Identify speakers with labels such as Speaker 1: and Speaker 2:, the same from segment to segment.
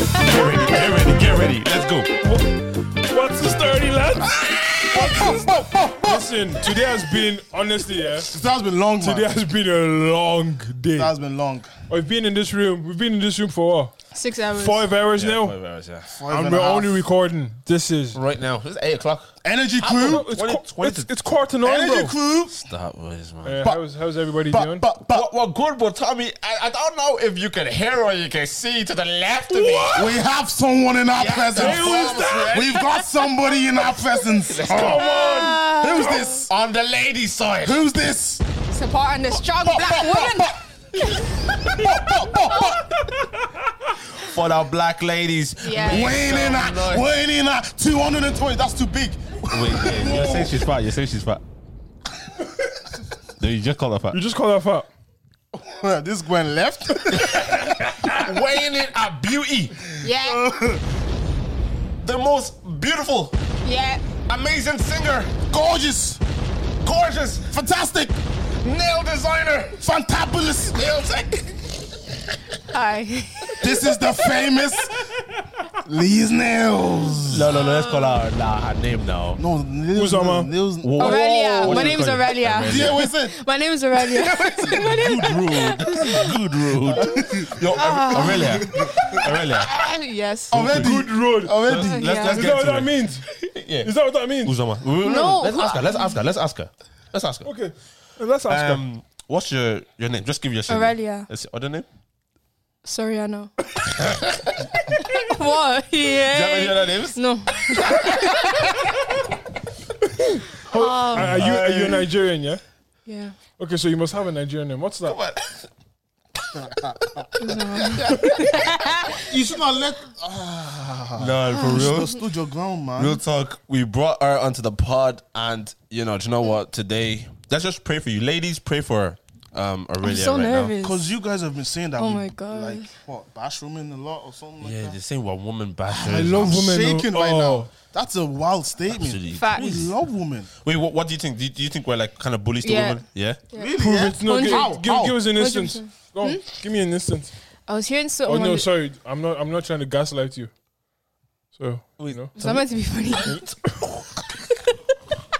Speaker 1: Get ready, get ready, get ready. Let's go.
Speaker 2: What's the story, lads? Listen, today has been honestly, yeah.
Speaker 3: That's been long, man.
Speaker 2: Today has been a long day.
Speaker 3: That's been long.
Speaker 2: We've been in this room. We've been in this room for what?
Speaker 4: Six hours.
Speaker 2: Five hours now,
Speaker 3: Five
Speaker 2: and
Speaker 3: and a
Speaker 2: we're
Speaker 3: half.
Speaker 2: only recording. This is
Speaker 1: Right now, it's eight o'clock.
Speaker 3: Energy
Speaker 2: No,
Speaker 3: crew.
Speaker 2: it's,
Speaker 1: What
Speaker 2: qu-
Speaker 1: is- what is
Speaker 2: it's,
Speaker 1: it?
Speaker 2: it's quarter nine, bro.
Speaker 3: Energy crew.
Speaker 1: Stop, boys, man.
Speaker 2: Uh,
Speaker 3: But-
Speaker 2: how's, how's everybody doing?
Speaker 3: But, but, but
Speaker 1: Well, well, good, but Tommy, I, I don't know if you can hear or you can see to the left of me.
Speaker 3: we have someone in our presence.
Speaker 1: Hey, who's that?
Speaker 3: We've got somebody in our presence.
Speaker 1: Come on!
Speaker 3: Who's this?
Speaker 1: On the lady side.
Speaker 3: Who's this?
Speaker 4: Supporting the strong black woman.
Speaker 1: For the black ladies.
Speaker 4: Yeah.
Speaker 3: Weighing in at, weighing in at 220. That's too big.
Speaker 5: Wait, yeah, you're saying she's fat. You're saying she's fat. No, you just call her fat.
Speaker 2: you just call that fat.
Speaker 3: this Gwen left.
Speaker 1: Weighing in at beauty.
Speaker 4: Yeah,
Speaker 1: The most beautiful,
Speaker 4: yeah.
Speaker 1: amazing singer,
Speaker 3: Gorgeous.
Speaker 1: gorgeous,
Speaker 3: Fantastic.
Speaker 1: nail designer,
Speaker 3: Fantabulous.
Speaker 1: nail tech.
Speaker 4: Hi.
Speaker 3: This is the famous Lee's Nails.
Speaker 5: No, no, no. Let's call her Uh, nah, her name now.
Speaker 3: No, Lee's
Speaker 2: Who's on, man?
Speaker 3: Lee's Oh,
Speaker 5: Wha- what-
Speaker 4: Aurelia.
Speaker 5: what
Speaker 4: My
Speaker 5: do you
Speaker 4: name is
Speaker 5: call it?
Speaker 4: Aurelia.
Speaker 3: Yeah, what's it?
Speaker 4: My name is Aurelia. My name
Speaker 5: Good rude. Yo, Aurelia. Aurelia.
Speaker 4: Yes.
Speaker 3: Already.
Speaker 2: Good road.
Speaker 3: Already.
Speaker 4: Yeah.
Speaker 5: let's get
Speaker 2: Is that what
Speaker 5: to it.
Speaker 2: that means?
Speaker 1: Yeah.
Speaker 2: Is that what that means?
Speaker 5: Uzama.
Speaker 4: No.
Speaker 5: Let's ask her. Let's ask her. Let's ask her. Let's ask her.
Speaker 2: Okay, let's ask her.
Speaker 5: Um, what's your your name? Just give your shit.
Speaker 4: Aurelia.
Speaker 5: Is it other name?
Speaker 4: Sorry, I know. what?
Speaker 5: Any
Speaker 4: Yeah.
Speaker 5: other names?
Speaker 4: No.
Speaker 2: Are- Are you are you
Speaker 3: uh,
Speaker 2: a Nigerian? Yeah.
Speaker 4: Um, Yeah.
Speaker 2: Okay, so you must have a Nigerian name. What's that?
Speaker 3: You should not let.
Speaker 5: No,
Speaker 4: Ah.
Speaker 5: for
Speaker 3: You
Speaker 5: real.
Speaker 3: should stood your ground, man.
Speaker 5: Real talk. We brought her onto the pod, and you know, do you know what? Today, let's just pray for you, ladies. Pray for um, Aurelia
Speaker 4: I'm so
Speaker 5: right now.
Speaker 4: nervous.
Speaker 3: Because you guys have been saying that.
Speaker 4: Oh
Speaker 3: we,
Speaker 4: my God.
Speaker 3: Like what? Bashrooming a lot or something like
Speaker 5: Yeah,
Speaker 3: that.
Speaker 5: they're saying we're woman bashers.
Speaker 3: I'm
Speaker 2: oh.
Speaker 3: shaking right
Speaker 2: Oh.
Speaker 3: now. That's a wild statement.
Speaker 5: Absolutely.
Speaker 3: We
Speaker 4: Facts.
Speaker 3: love women.
Speaker 5: Wait, what, what do you think? Do you, do you think we're like kind of bullies to
Speaker 4: Yeah.
Speaker 5: women? Yeah.
Speaker 3: Really?
Speaker 2: Prove
Speaker 3: yeah?
Speaker 2: it. No, give,
Speaker 3: How?
Speaker 2: give, give,
Speaker 3: How?
Speaker 2: us an instance.
Speaker 4: 100%.
Speaker 2: Go
Speaker 3: Hmm?
Speaker 2: on, Give me an instance.
Speaker 4: I was hearing
Speaker 2: Oh
Speaker 4: something.
Speaker 2: no,
Speaker 4: on the-
Speaker 2: sorry. I'm not. I'm not trying to gaslight you. So you know.
Speaker 4: It's not meant to be funny.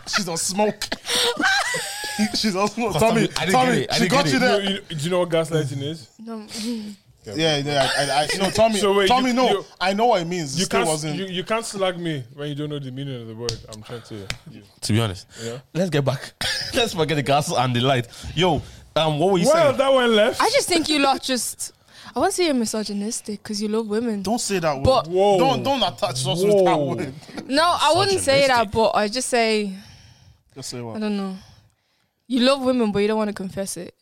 Speaker 3: She's on smoke. She's on smoke.
Speaker 5: Cause
Speaker 3: Tommy,
Speaker 5: Tommy- I didn't
Speaker 3: Tommy,
Speaker 5: get it. I
Speaker 3: she
Speaker 5: didn't
Speaker 3: got
Speaker 5: get
Speaker 3: you
Speaker 5: it.
Speaker 2: You know-
Speaker 3: there.
Speaker 2: you know- do you know what gaslighting is?
Speaker 4: No.
Speaker 3: Yeah, yeah. I, I, no, Tommy,
Speaker 2: So wait,
Speaker 3: Tommy,
Speaker 2: you-
Speaker 3: no.
Speaker 2: you-
Speaker 3: I know what it means. It
Speaker 2: You
Speaker 3: still
Speaker 2: can't.
Speaker 3: wasn't.
Speaker 2: You, you can't slag me when you don't know the meaning of the word. I'm trying to. You.
Speaker 5: To be honest,
Speaker 2: Yeah.
Speaker 5: let's get back. let's forget the gas and the light. Yo, um, what were you
Speaker 2: Well,
Speaker 5: saying?
Speaker 2: that one left.
Speaker 4: I just think you lot just. I won't say you're misogynistic because you love women.
Speaker 3: don't say that word.
Speaker 4: But-
Speaker 2: Whoa.
Speaker 3: Don't don't attach us with that
Speaker 2: Whoa.
Speaker 3: word.
Speaker 4: No, I wouldn't say that, but I just say
Speaker 3: Just say
Speaker 4: I
Speaker 3: what?
Speaker 4: don't know. You love women, but you don't want to confess it.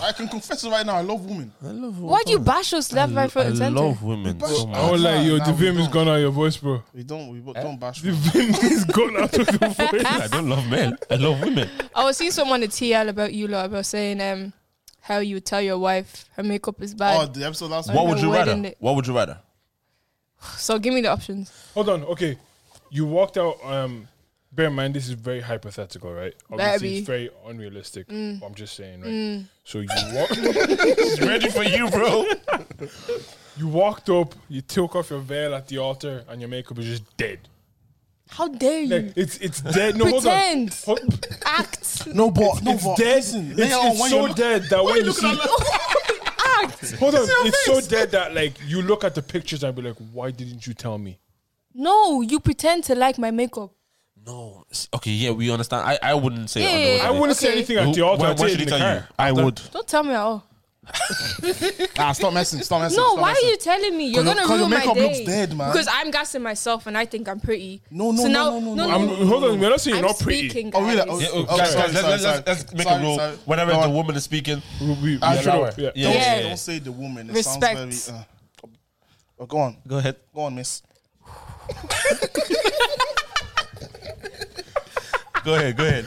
Speaker 3: I can confess it right now. I love women.
Speaker 4: Why
Speaker 3: oh.
Speaker 4: do you bash us left, right, foot,
Speaker 5: I
Speaker 4: and center?
Speaker 5: love women so
Speaker 2: I
Speaker 5: much.
Speaker 2: won't lie, yo.
Speaker 3: Nah,
Speaker 2: The
Speaker 3: we
Speaker 2: vim is
Speaker 3: don't.
Speaker 2: gone out of your voice, bro.
Speaker 3: We don't. We
Speaker 4: Eh?
Speaker 3: don't bash.
Speaker 2: The
Speaker 3: women.
Speaker 2: vim is gone out of your voice.
Speaker 5: I don't love men. I love women.
Speaker 4: I was seeing someone at TL about you lot about saying um how you would tell your wife her makeup is
Speaker 3: Oh,
Speaker 4: bad.
Speaker 3: the episode last
Speaker 5: What
Speaker 3: week.
Speaker 5: would you
Speaker 4: Why
Speaker 5: rather?
Speaker 4: didn't it-
Speaker 5: What would you rather?
Speaker 4: So give me the options.
Speaker 2: Hold on. Okay, you walked out. Um, bear in mind this is very hypothetical, right?
Speaker 4: Baby. Mm.
Speaker 2: it's very unrealistic. I'm just saying, right? So you walk,
Speaker 5: Ready for you, bro.
Speaker 2: you walked up, you took off your veil at the altar, and your makeup is just dead.
Speaker 4: How dare you
Speaker 2: Like, it's it's dead. No,
Speaker 4: Mm. pretend?
Speaker 2: hold on. Hold-
Speaker 4: Act,
Speaker 3: No, but no,
Speaker 2: it's
Speaker 3: but
Speaker 2: dead.
Speaker 3: listen,
Speaker 2: it's
Speaker 3: later on
Speaker 2: it's
Speaker 3: when you
Speaker 2: so
Speaker 3: look-
Speaker 2: dead that when you see,
Speaker 4: act.
Speaker 2: hold on, it's so
Speaker 3: face.
Speaker 2: dead that like you look at the pictures and be like, why didn't you tell me?
Speaker 4: No, you pretend to like my makeup.
Speaker 5: No. s- Okay, yeah, we understand. I, I wouldn't say it on the
Speaker 4: Yeah,
Speaker 5: way
Speaker 4: yeah,
Speaker 2: I
Speaker 5: there.
Speaker 2: wouldn't say
Speaker 4: Okay.
Speaker 2: anything at the altar.
Speaker 5: Why-
Speaker 2: I'd
Speaker 5: why should
Speaker 2: say it in
Speaker 5: he
Speaker 2: the
Speaker 5: tell you?
Speaker 2: car.
Speaker 5: I would.
Speaker 4: Don't tell me at all.
Speaker 3: Ah, stop messing. Stop messing.
Speaker 4: No,
Speaker 3: stop
Speaker 4: why
Speaker 3: messing.
Speaker 4: are you telling me? You're
Speaker 3: 'Cause your-
Speaker 4: gonna
Speaker 3: 'cause your
Speaker 4: ruin my
Speaker 3: makeup
Speaker 4: day.
Speaker 3: looks dead, man.
Speaker 4: Because I'm gassing myself and I think I'm pretty.
Speaker 3: No, no,
Speaker 4: so
Speaker 3: no,
Speaker 4: now,
Speaker 3: no, no, no.
Speaker 2: I'm, hold on, we're not saying
Speaker 4: I'm
Speaker 2: you're not pretty.
Speaker 4: speaking,
Speaker 3: Oh, really?
Speaker 4: guys.
Speaker 3: Oh,
Speaker 5: Yeah,
Speaker 3: oh,
Speaker 5: okay,
Speaker 3: sorry,
Speaker 5: guys,
Speaker 3: sorry,
Speaker 5: guys, let's,
Speaker 3: sorry,
Speaker 5: let's, let's
Speaker 3: sorry.
Speaker 5: make
Speaker 3: Sorry,
Speaker 5: a rule.
Speaker 3: sorry.
Speaker 5: Whenever
Speaker 3: Go
Speaker 5: the
Speaker 3: on.
Speaker 5: woman is speaking,
Speaker 2: We- we-
Speaker 3: Ah,
Speaker 2: we
Speaker 3: shut
Speaker 2: allow
Speaker 3: up.
Speaker 2: it. Yeah.
Speaker 5: yeah,
Speaker 3: Don't,
Speaker 5: yeah, yeah.
Speaker 3: don't say the woman. It
Speaker 4: Respect.
Speaker 3: Sounds very, uh, oh, go on.
Speaker 5: go ahead.
Speaker 3: Go on, miss.
Speaker 5: Go ahead. Go ahead.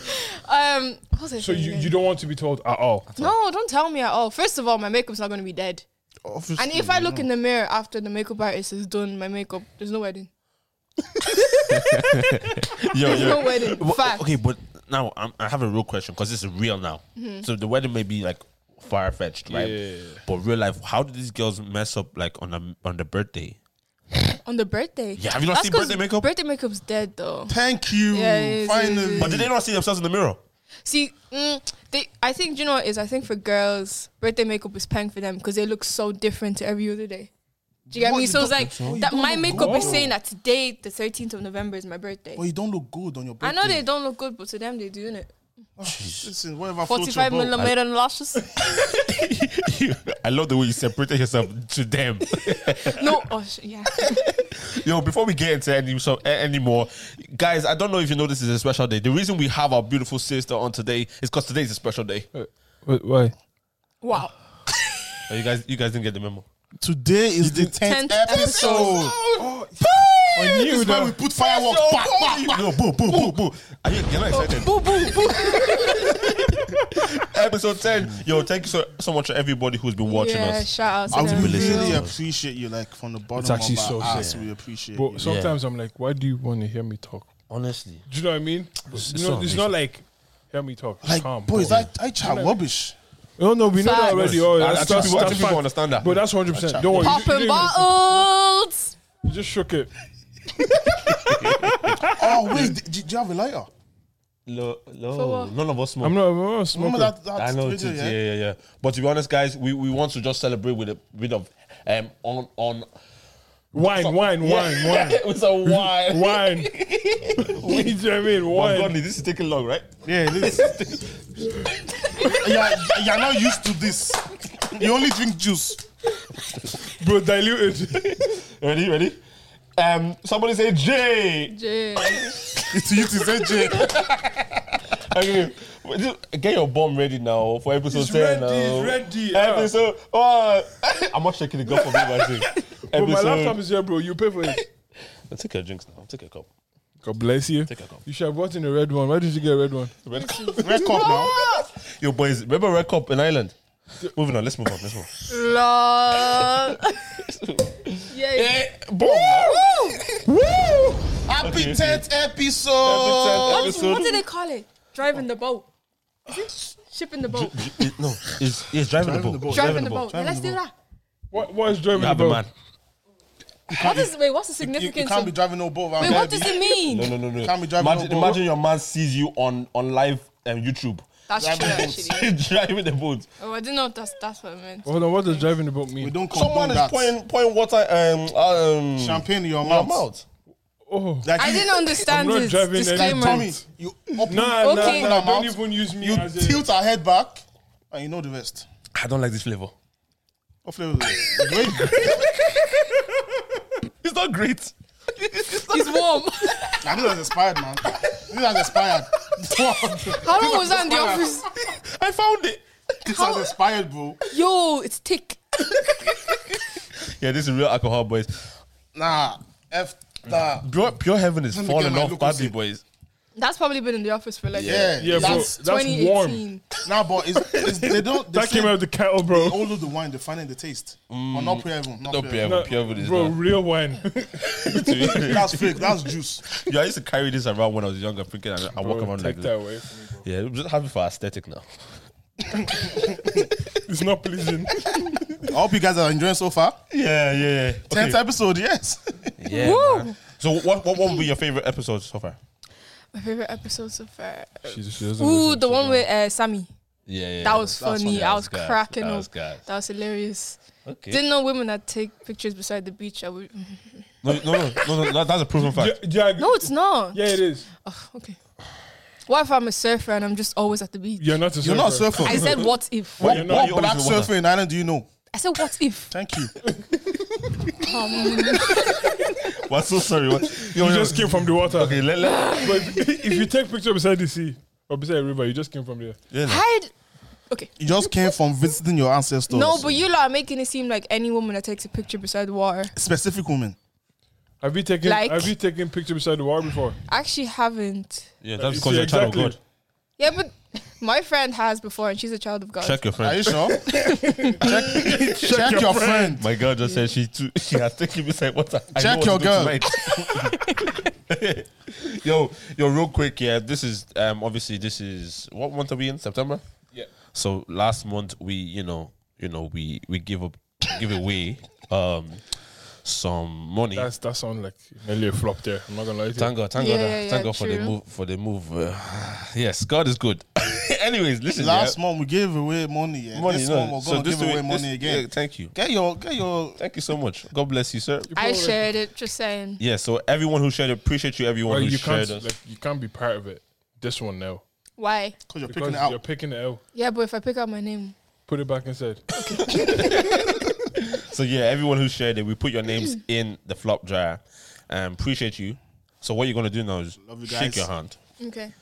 Speaker 4: Um, what was I
Speaker 2: So
Speaker 4: saying
Speaker 2: you,
Speaker 4: again?
Speaker 2: you don't want to be told at all.
Speaker 4: No, don't tell me at all. First of all, my makeup's not gonna be dead.
Speaker 3: Obviously,
Speaker 4: And if I
Speaker 5: Mm.
Speaker 4: look in the mirror after the makeup artist is done my makeup, there's no wedding.
Speaker 5: Yo,
Speaker 4: There's
Speaker 5: yo.
Speaker 4: no wedding.
Speaker 5: Well,
Speaker 4: Fact. Mm-hmm.
Speaker 5: Okay, but now I'm, I have a real question because this is real now. So the wedding may be like far fetched, right?
Speaker 2: Yeah.
Speaker 5: But real life, how do these girls mess up like on the on the birthday?
Speaker 4: on the birthday.
Speaker 5: Yeah, have you not
Speaker 4: That's
Speaker 5: seen birthday
Speaker 4: 'cause
Speaker 5: makeup?
Speaker 4: Birthday makeup's dead though.
Speaker 3: Thank you.
Speaker 4: Yeah, it is, it
Speaker 3: finally.
Speaker 4: is.
Speaker 5: But did they not see themselves in the mirror?
Speaker 4: See, mm, they. I think do you know what it is. I think for girls, birthday makeup is paying for them because they look so different to every other day. Do you get
Speaker 3: What?
Speaker 4: me?
Speaker 3: You
Speaker 4: So it's
Speaker 3: don't
Speaker 4: like
Speaker 3: think so? You
Speaker 4: that.
Speaker 3: don't
Speaker 4: My
Speaker 3: look
Speaker 4: makeup is
Speaker 3: good.
Speaker 4: saying that today, the thirteenth of November, is my birthday.
Speaker 3: But you don't look good on your
Speaker 4: I
Speaker 3: birthday. Ah,
Speaker 4: know they don't look good, but to them they doing it.
Speaker 3: Listen, whatever floats your
Speaker 4: Forty-five
Speaker 3: boat.
Speaker 4: millimeter lashes.
Speaker 5: I love the way you separated yourself to them.
Speaker 4: no, oh sh- yeah.
Speaker 5: Yo, before we get into any so a- any more, guys, I don't know if you know this is a special day. The reason we have our beautiful sister on today is because today is a special day.
Speaker 2: Why?
Speaker 4: Wow.
Speaker 5: Oh, you guys, you guys didn't get the memo.
Speaker 3: Today is the 10th
Speaker 4: Tenth
Speaker 3: episode.
Speaker 4: episode.
Speaker 2: On
Speaker 3: This
Speaker 2: you
Speaker 3: is where we
Speaker 2: though.
Speaker 3: put fireworks. Bah, bah, bah.
Speaker 5: No, boo, boo, boo, boo. Are you, you're not excited.
Speaker 4: Boo boo boo.
Speaker 5: Episode ten. Yo, thank you so, so much to everybody who's been watching
Speaker 4: yeah,
Speaker 5: us.
Speaker 4: shout out
Speaker 3: I
Speaker 4: to them.
Speaker 3: would
Speaker 5: Unbelievable.
Speaker 3: really
Speaker 5: Yeah.
Speaker 3: appreciate you, like from the bottom
Speaker 2: It's actually
Speaker 3: of our
Speaker 2: so
Speaker 3: hearts.
Speaker 2: sick.
Speaker 3: We appreciate you.
Speaker 2: But sometimes I'm like, why do you want to hear me talk?
Speaker 5: Honestly,
Speaker 2: Do you know what I mean? You
Speaker 5: so
Speaker 2: know, it's not like hear me talk.
Speaker 3: Like,
Speaker 2: Calm,
Speaker 3: boys,
Speaker 2: bro.
Speaker 3: I, I chat rubbish.
Speaker 2: No, no, we know that
Speaker 4: Facts.
Speaker 2: already. Oh,
Speaker 5: I- I
Speaker 2: that's,
Speaker 5: think
Speaker 2: that's,
Speaker 5: people- I
Speaker 2: that's
Speaker 5: think people
Speaker 2: fact.
Speaker 5: understand that.
Speaker 2: But that's 100%. Don't worry. you- you
Speaker 4: Popping
Speaker 2: didn't even-
Speaker 4: bottles.
Speaker 2: You just shook it.
Speaker 3: Oh wait, d- d- do you have a lighter?
Speaker 5: lo, lo,
Speaker 4: For what?
Speaker 5: none of us smoke.
Speaker 2: I'm not, I'm not
Speaker 3: Remember
Speaker 2: smoking.
Speaker 3: that, that
Speaker 5: I know,
Speaker 3: video,
Speaker 5: it's-
Speaker 3: yeah?
Speaker 5: yeah, yeah, yeah. But to be honest, guys, we, we want to just celebrate with a bit of um on on
Speaker 2: Wine, wine, wine, wine.
Speaker 5: with a wine.
Speaker 2: Wine. you know what I mean?
Speaker 5: Oh,
Speaker 2: Wine.
Speaker 5: God, this is taking long, right?
Speaker 3: Yeah, it is. yeah, you're not used to this. You only drink juice.
Speaker 2: Bro, diluted.
Speaker 5: Ready, ready. Um, somebody say J.
Speaker 4: Jay.
Speaker 3: It's you to say Jay.
Speaker 5: Okay, wait, just get your bomb ready now for episode
Speaker 2: It's
Speaker 5: ten.
Speaker 2: ready,
Speaker 5: now.
Speaker 2: it's ready, Ah, yeah.
Speaker 5: Episode. Oh, I'm not shaking the cup for me, by the way.
Speaker 2: Bro, my laptop
Speaker 5: Episode.
Speaker 2: is here, bro. You pay for it.
Speaker 5: Now Take your drinks now. Take your cup.
Speaker 2: God bless you.
Speaker 5: Take a cup.
Speaker 2: You should have bought in a red one. Why did you get a red one?
Speaker 5: Red cup.
Speaker 3: Red cup now.
Speaker 5: Yo, boys, remember Red Cup in Ireland? Moving on. Let's move on. Let's move. on.
Speaker 4: Lol. yeah.
Speaker 5: Boom.
Speaker 3: Happy
Speaker 5: Okay, okay.
Speaker 3: 10th episode.
Speaker 4: Oh, What, what do they call it? Driving the boat. Is it shipping the boat?
Speaker 5: No, it's, it's driving, the boat.
Speaker 4: Driving the boat. Yeah, let's do that.
Speaker 2: What, what is driving
Speaker 5: Nah, but
Speaker 2: the boat?
Speaker 5: man.
Speaker 4: What is wait? What's the
Speaker 3: You, you
Speaker 4: significance?
Speaker 3: can't be
Speaker 4: of,
Speaker 3: driving no boat around
Speaker 4: wait, what
Speaker 3: there.
Speaker 4: does it mean?
Speaker 5: No, no, no, no.
Speaker 3: Can't be driving
Speaker 5: imagine,
Speaker 3: no boat.
Speaker 5: imagine your man sees you on on live um, YouTube.
Speaker 4: That's true, actually.
Speaker 5: driving the boat.
Speaker 4: Oh, I didn't know if that's that's what it meant.
Speaker 2: Hold on, what does driving the boat mean?
Speaker 3: We don't condone
Speaker 5: Someone is
Speaker 3: that.
Speaker 5: pouring pouring water um um
Speaker 3: champagne in your
Speaker 5: in your
Speaker 3: mouth.
Speaker 5: mouth.
Speaker 2: oh,
Speaker 3: Like
Speaker 4: I
Speaker 3: you-
Speaker 4: didn't understand
Speaker 2: I'm not
Speaker 4: his
Speaker 2: driving any-
Speaker 4: disclaimer.
Speaker 3: Tommy, you open,
Speaker 2: nah,
Speaker 4: Okay.
Speaker 2: nah, nah,
Speaker 3: Mouth.
Speaker 2: don't even use me
Speaker 3: you
Speaker 2: as a...
Speaker 3: tilt her head back, and you know the rest.
Speaker 5: I don't like this flavor.
Speaker 3: What flavor is it? Grape.
Speaker 5: It's not great.
Speaker 4: He's warm.
Speaker 3: Nah, this has expired, man. This has expired.
Speaker 4: How long was that in the office?
Speaker 5: I found it.
Speaker 3: This
Speaker 4: How-
Speaker 3: has expired, bro.
Speaker 4: Yo, it's thick.
Speaker 5: Yeah, this is real alcohol, boys.
Speaker 3: Nah, F that.
Speaker 5: Pure, pure heaven is
Speaker 3: Let me get
Speaker 5: falling
Speaker 3: my
Speaker 5: off
Speaker 3: local
Speaker 5: badly,
Speaker 3: sip.
Speaker 5: boys.
Speaker 4: That's probably been in the office for like
Speaker 3: Yeah,
Speaker 2: Yeah, bro,
Speaker 3: that's,
Speaker 2: that's, warm.
Speaker 4: 2018.
Speaker 3: nah, but it's, it's, they don't. They
Speaker 2: That came out of the kettle,
Speaker 3: They
Speaker 2: bro.
Speaker 3: all of the wine, they find it in the taste. But not pure heaven. Not,
Speaker 5: Not
Speaker 3: pure
Speaker 5: pure
Speaker 3: heaven.
Speaker 5: heaven. pure heaven is
Speaker 2: bro,
Speaker 5: not.
Speaker 2: real wine.
Speaker 3: That's fake. That's juice.
Speaker 5: Yo, I used to carry this around when I was younger, freaking. I, I walk
Speaker 2: Bro,
Speaker 5: around
Speaker 2: take
Speaker 5: like
Speaker 2: that
Speaker 5: this.
Speaker 2: away from me, bro.
Speaker 5: Yeah, just have it for aesthetic now.
Speaker 2: It's not pleasing.
Speaker 3: I hope you guys are enjoying so far.
Speaker 5: Yeah, yeah, yeah.
Speaker 3: Tenth episode, yes.
Speaker 5: Yeah.
Speaker 4: Woo.
Speaker 5: man. So, what, what what would be your favorite episode so far?
Speaker 4: My favorite episode so far.
Speaker 2: She's, she doesn't
Speaker 4: Ooh,
Speaker 2: listen
Speaker 4: the
Speaker 2: to
Speaker 4: one
Speaker 2: me.
Speaker 4: with uh, Sammy.
Speaker 5: Yeah, yeah.
Speaker 4: That was
Speaker 3: that's funny.
Speaker 4: funny. I
Speaker 5: That
Speaker 4: was
Speaker 5: was gas.
Speaker 4: cracking
Speaker 5: That
Speaker 4: up.
Speaker 5: was gas.
Speaker 4: That was hilarious.
Speaker 5: Okay.
Speaker 4: Didn't know women that take pictures beside the beach. I would. mm-hmm.
Speaker 5: No, no, no, no, no that, that's a proven
Speaker 2: Ja-
Speaker 5: fact.
Speaker 2: Jag-
Speaker 4: No, it's not.
Speaker 2: yeah, it is.
Speaker 4: Ugh, okay. What if I'm a surfer and I'm just always at the beach?
Speaker 2: You're not a
Speaker 3: You're not a
Speaker 2: surfer.
Speaker 3: surfer.
Speaker 4: I said, what if?
Speaker 3: what
Speaker 5: you're not-
Speaker 3: what
Speaker 5: you're
Speaker 3: black
Speaker 5: always in water.
Speaker 3: surfer in Ireland do you know?
Speaker 4: I said, what if?
Speaker 3: Thank you.
Speaker 5: What's so sorry? What? Yo,
Speaker 2: You
Speaker 5: yo,
Speaker 2: just came from the water.
Speaker 5: Okay, let, let,
Speaker 2: But if, if you take picture beside the sea or beside a river, you just came from there.
Speaker 5: yeah, no.
Speaker 4: Hide. Okay.
Speaker 3: You just came from visiting your ancestors.
Speaker 4: No, but you lot are making it seem like any woman that takes a picture beside the water.
Speaker 3: specific women.
Speaker 2: Have you taken
Speaker 4: Like-
Speaker 2: Have you taken picture beside the water before?
Speaker 4: I actually haven't.
Speaker 5: yeah, that's
Speaker 2: You
Speaker 5: because
Speaker 2: see,
Speaker 5: you're a child
Speaker 2: exactly.
Speaker 5: of God.
Speaker 4: Yeah, but my friend has before and she's a child of God.
Speaker 5: Check your
Speaker 3: Are you
Speaker 5: friend.
Speaker 3: sure? check, check, your, friend.
Speaker 5: My girl just said she too, she has taken me like what? I
Speaker 3: Check
Speaker 5: know what
Speaker 3: your
Speaker 5: to do tonight. yo, yo, real quick, yeah. This is um obviously this is what month are we in? September.
Speaker 2: Yeah.
Speaker 5: So last month we, you know, you know, we we give up give away um some money.
Speaker 2: That's that sound like nearly a flop there. I'm not gonna lie to you.
Speaker 5: Thank God, thank
Speaker 4: Yeah,
Speaker 5: God,
Speaker 4: yeah, yeah,
Speaker 5: thank God for the
Speaker 4: true.
Speaker 5: move. For the move, uh, yes, God is good. Anyways, listen.
Speaker 3: Last
Speaker 5: yeah.
Speaker 3: month we gave away money. Yeah.
Speaker 5: money,
Speaker 3: this
Speaker 5: no.
Speaker 3: month we're
Speaker 5: so
Speaker 3: gonna
Speaker 5: this
Speaker 3: give away
Speaker 5: way-
Speaker 3: money
Speaker 5: this-
Speaker 3: again.
Speaker 5: yeah, thank you,
Speaker 3: Get your, get your.
Speaker 5: thank you so much. God bless you, sir.
Speaker 4: I shared it. Just saying.
Speaker 5: Yeah. So everyone who shared, appreciate you. Everyone
Speaker 2: Well,
Speaker 5: who
Speaker 2: you can't
Speaker 5: shared us.
Speaker 2: like, you can't be part of it. This one now
Speaker 4: Why?
Speaker 3: Cause you're
Speaker 2: because
Speaker 3: picking it out.
Speaker 2: you're picking it out.
Speaker 4: Yeah, but if I pick out my name,
Speaker 2: Put it back inside.
Speaker 5: So yeah, everyone who shared it, we put your names in the flop dryer. Um, appreciate you. So what you're gonna do now is
Speaker 3: Love you
Speaker 5: shake
Speaker 3: guys.
Speaker 5: your hand,
Speaker 4: okay.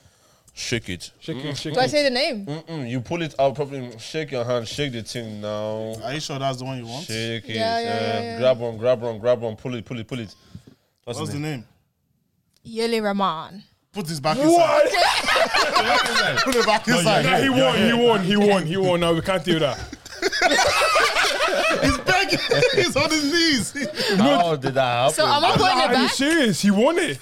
Speaker 5: shake it.
Speaker 2: Shake it, shake
Speaker 4: Do I
Speaker 2: it.
Speaker 4: say the name?
Speaker 5: Mm-mm, you pull it out properly. Shake your hand, shake the thing now.
Speaker 3: Are you sure that's the one you want?
Speaker 5: Shake it.
Speaker 4: Yeah, yeah, yeah,
Speaker 5: um,
Speaker 4: yeah.
Speaker 5: Grab on, grab on, grab on. Pull it, pull it, pull it. What's,
Speaker 3: What's
Speaker 5: the
Speaker 3: the
Speaker 5: name?
Speaker 3: name?
Speaker 4: Yele Raman.
Speaker 3: Put this back inside. Put it back inside.
Speaker 2: Nah, Ah, he won, he won, he won, he won. Now we can't do that.
Speaker 3: He's begging. He's on his knees.
Speaker 5: How did that happen?
Speaker 4: So am I putting it
Speaker 2: Are you
Speaker 4: back?
Speaker 2: serious? He won it.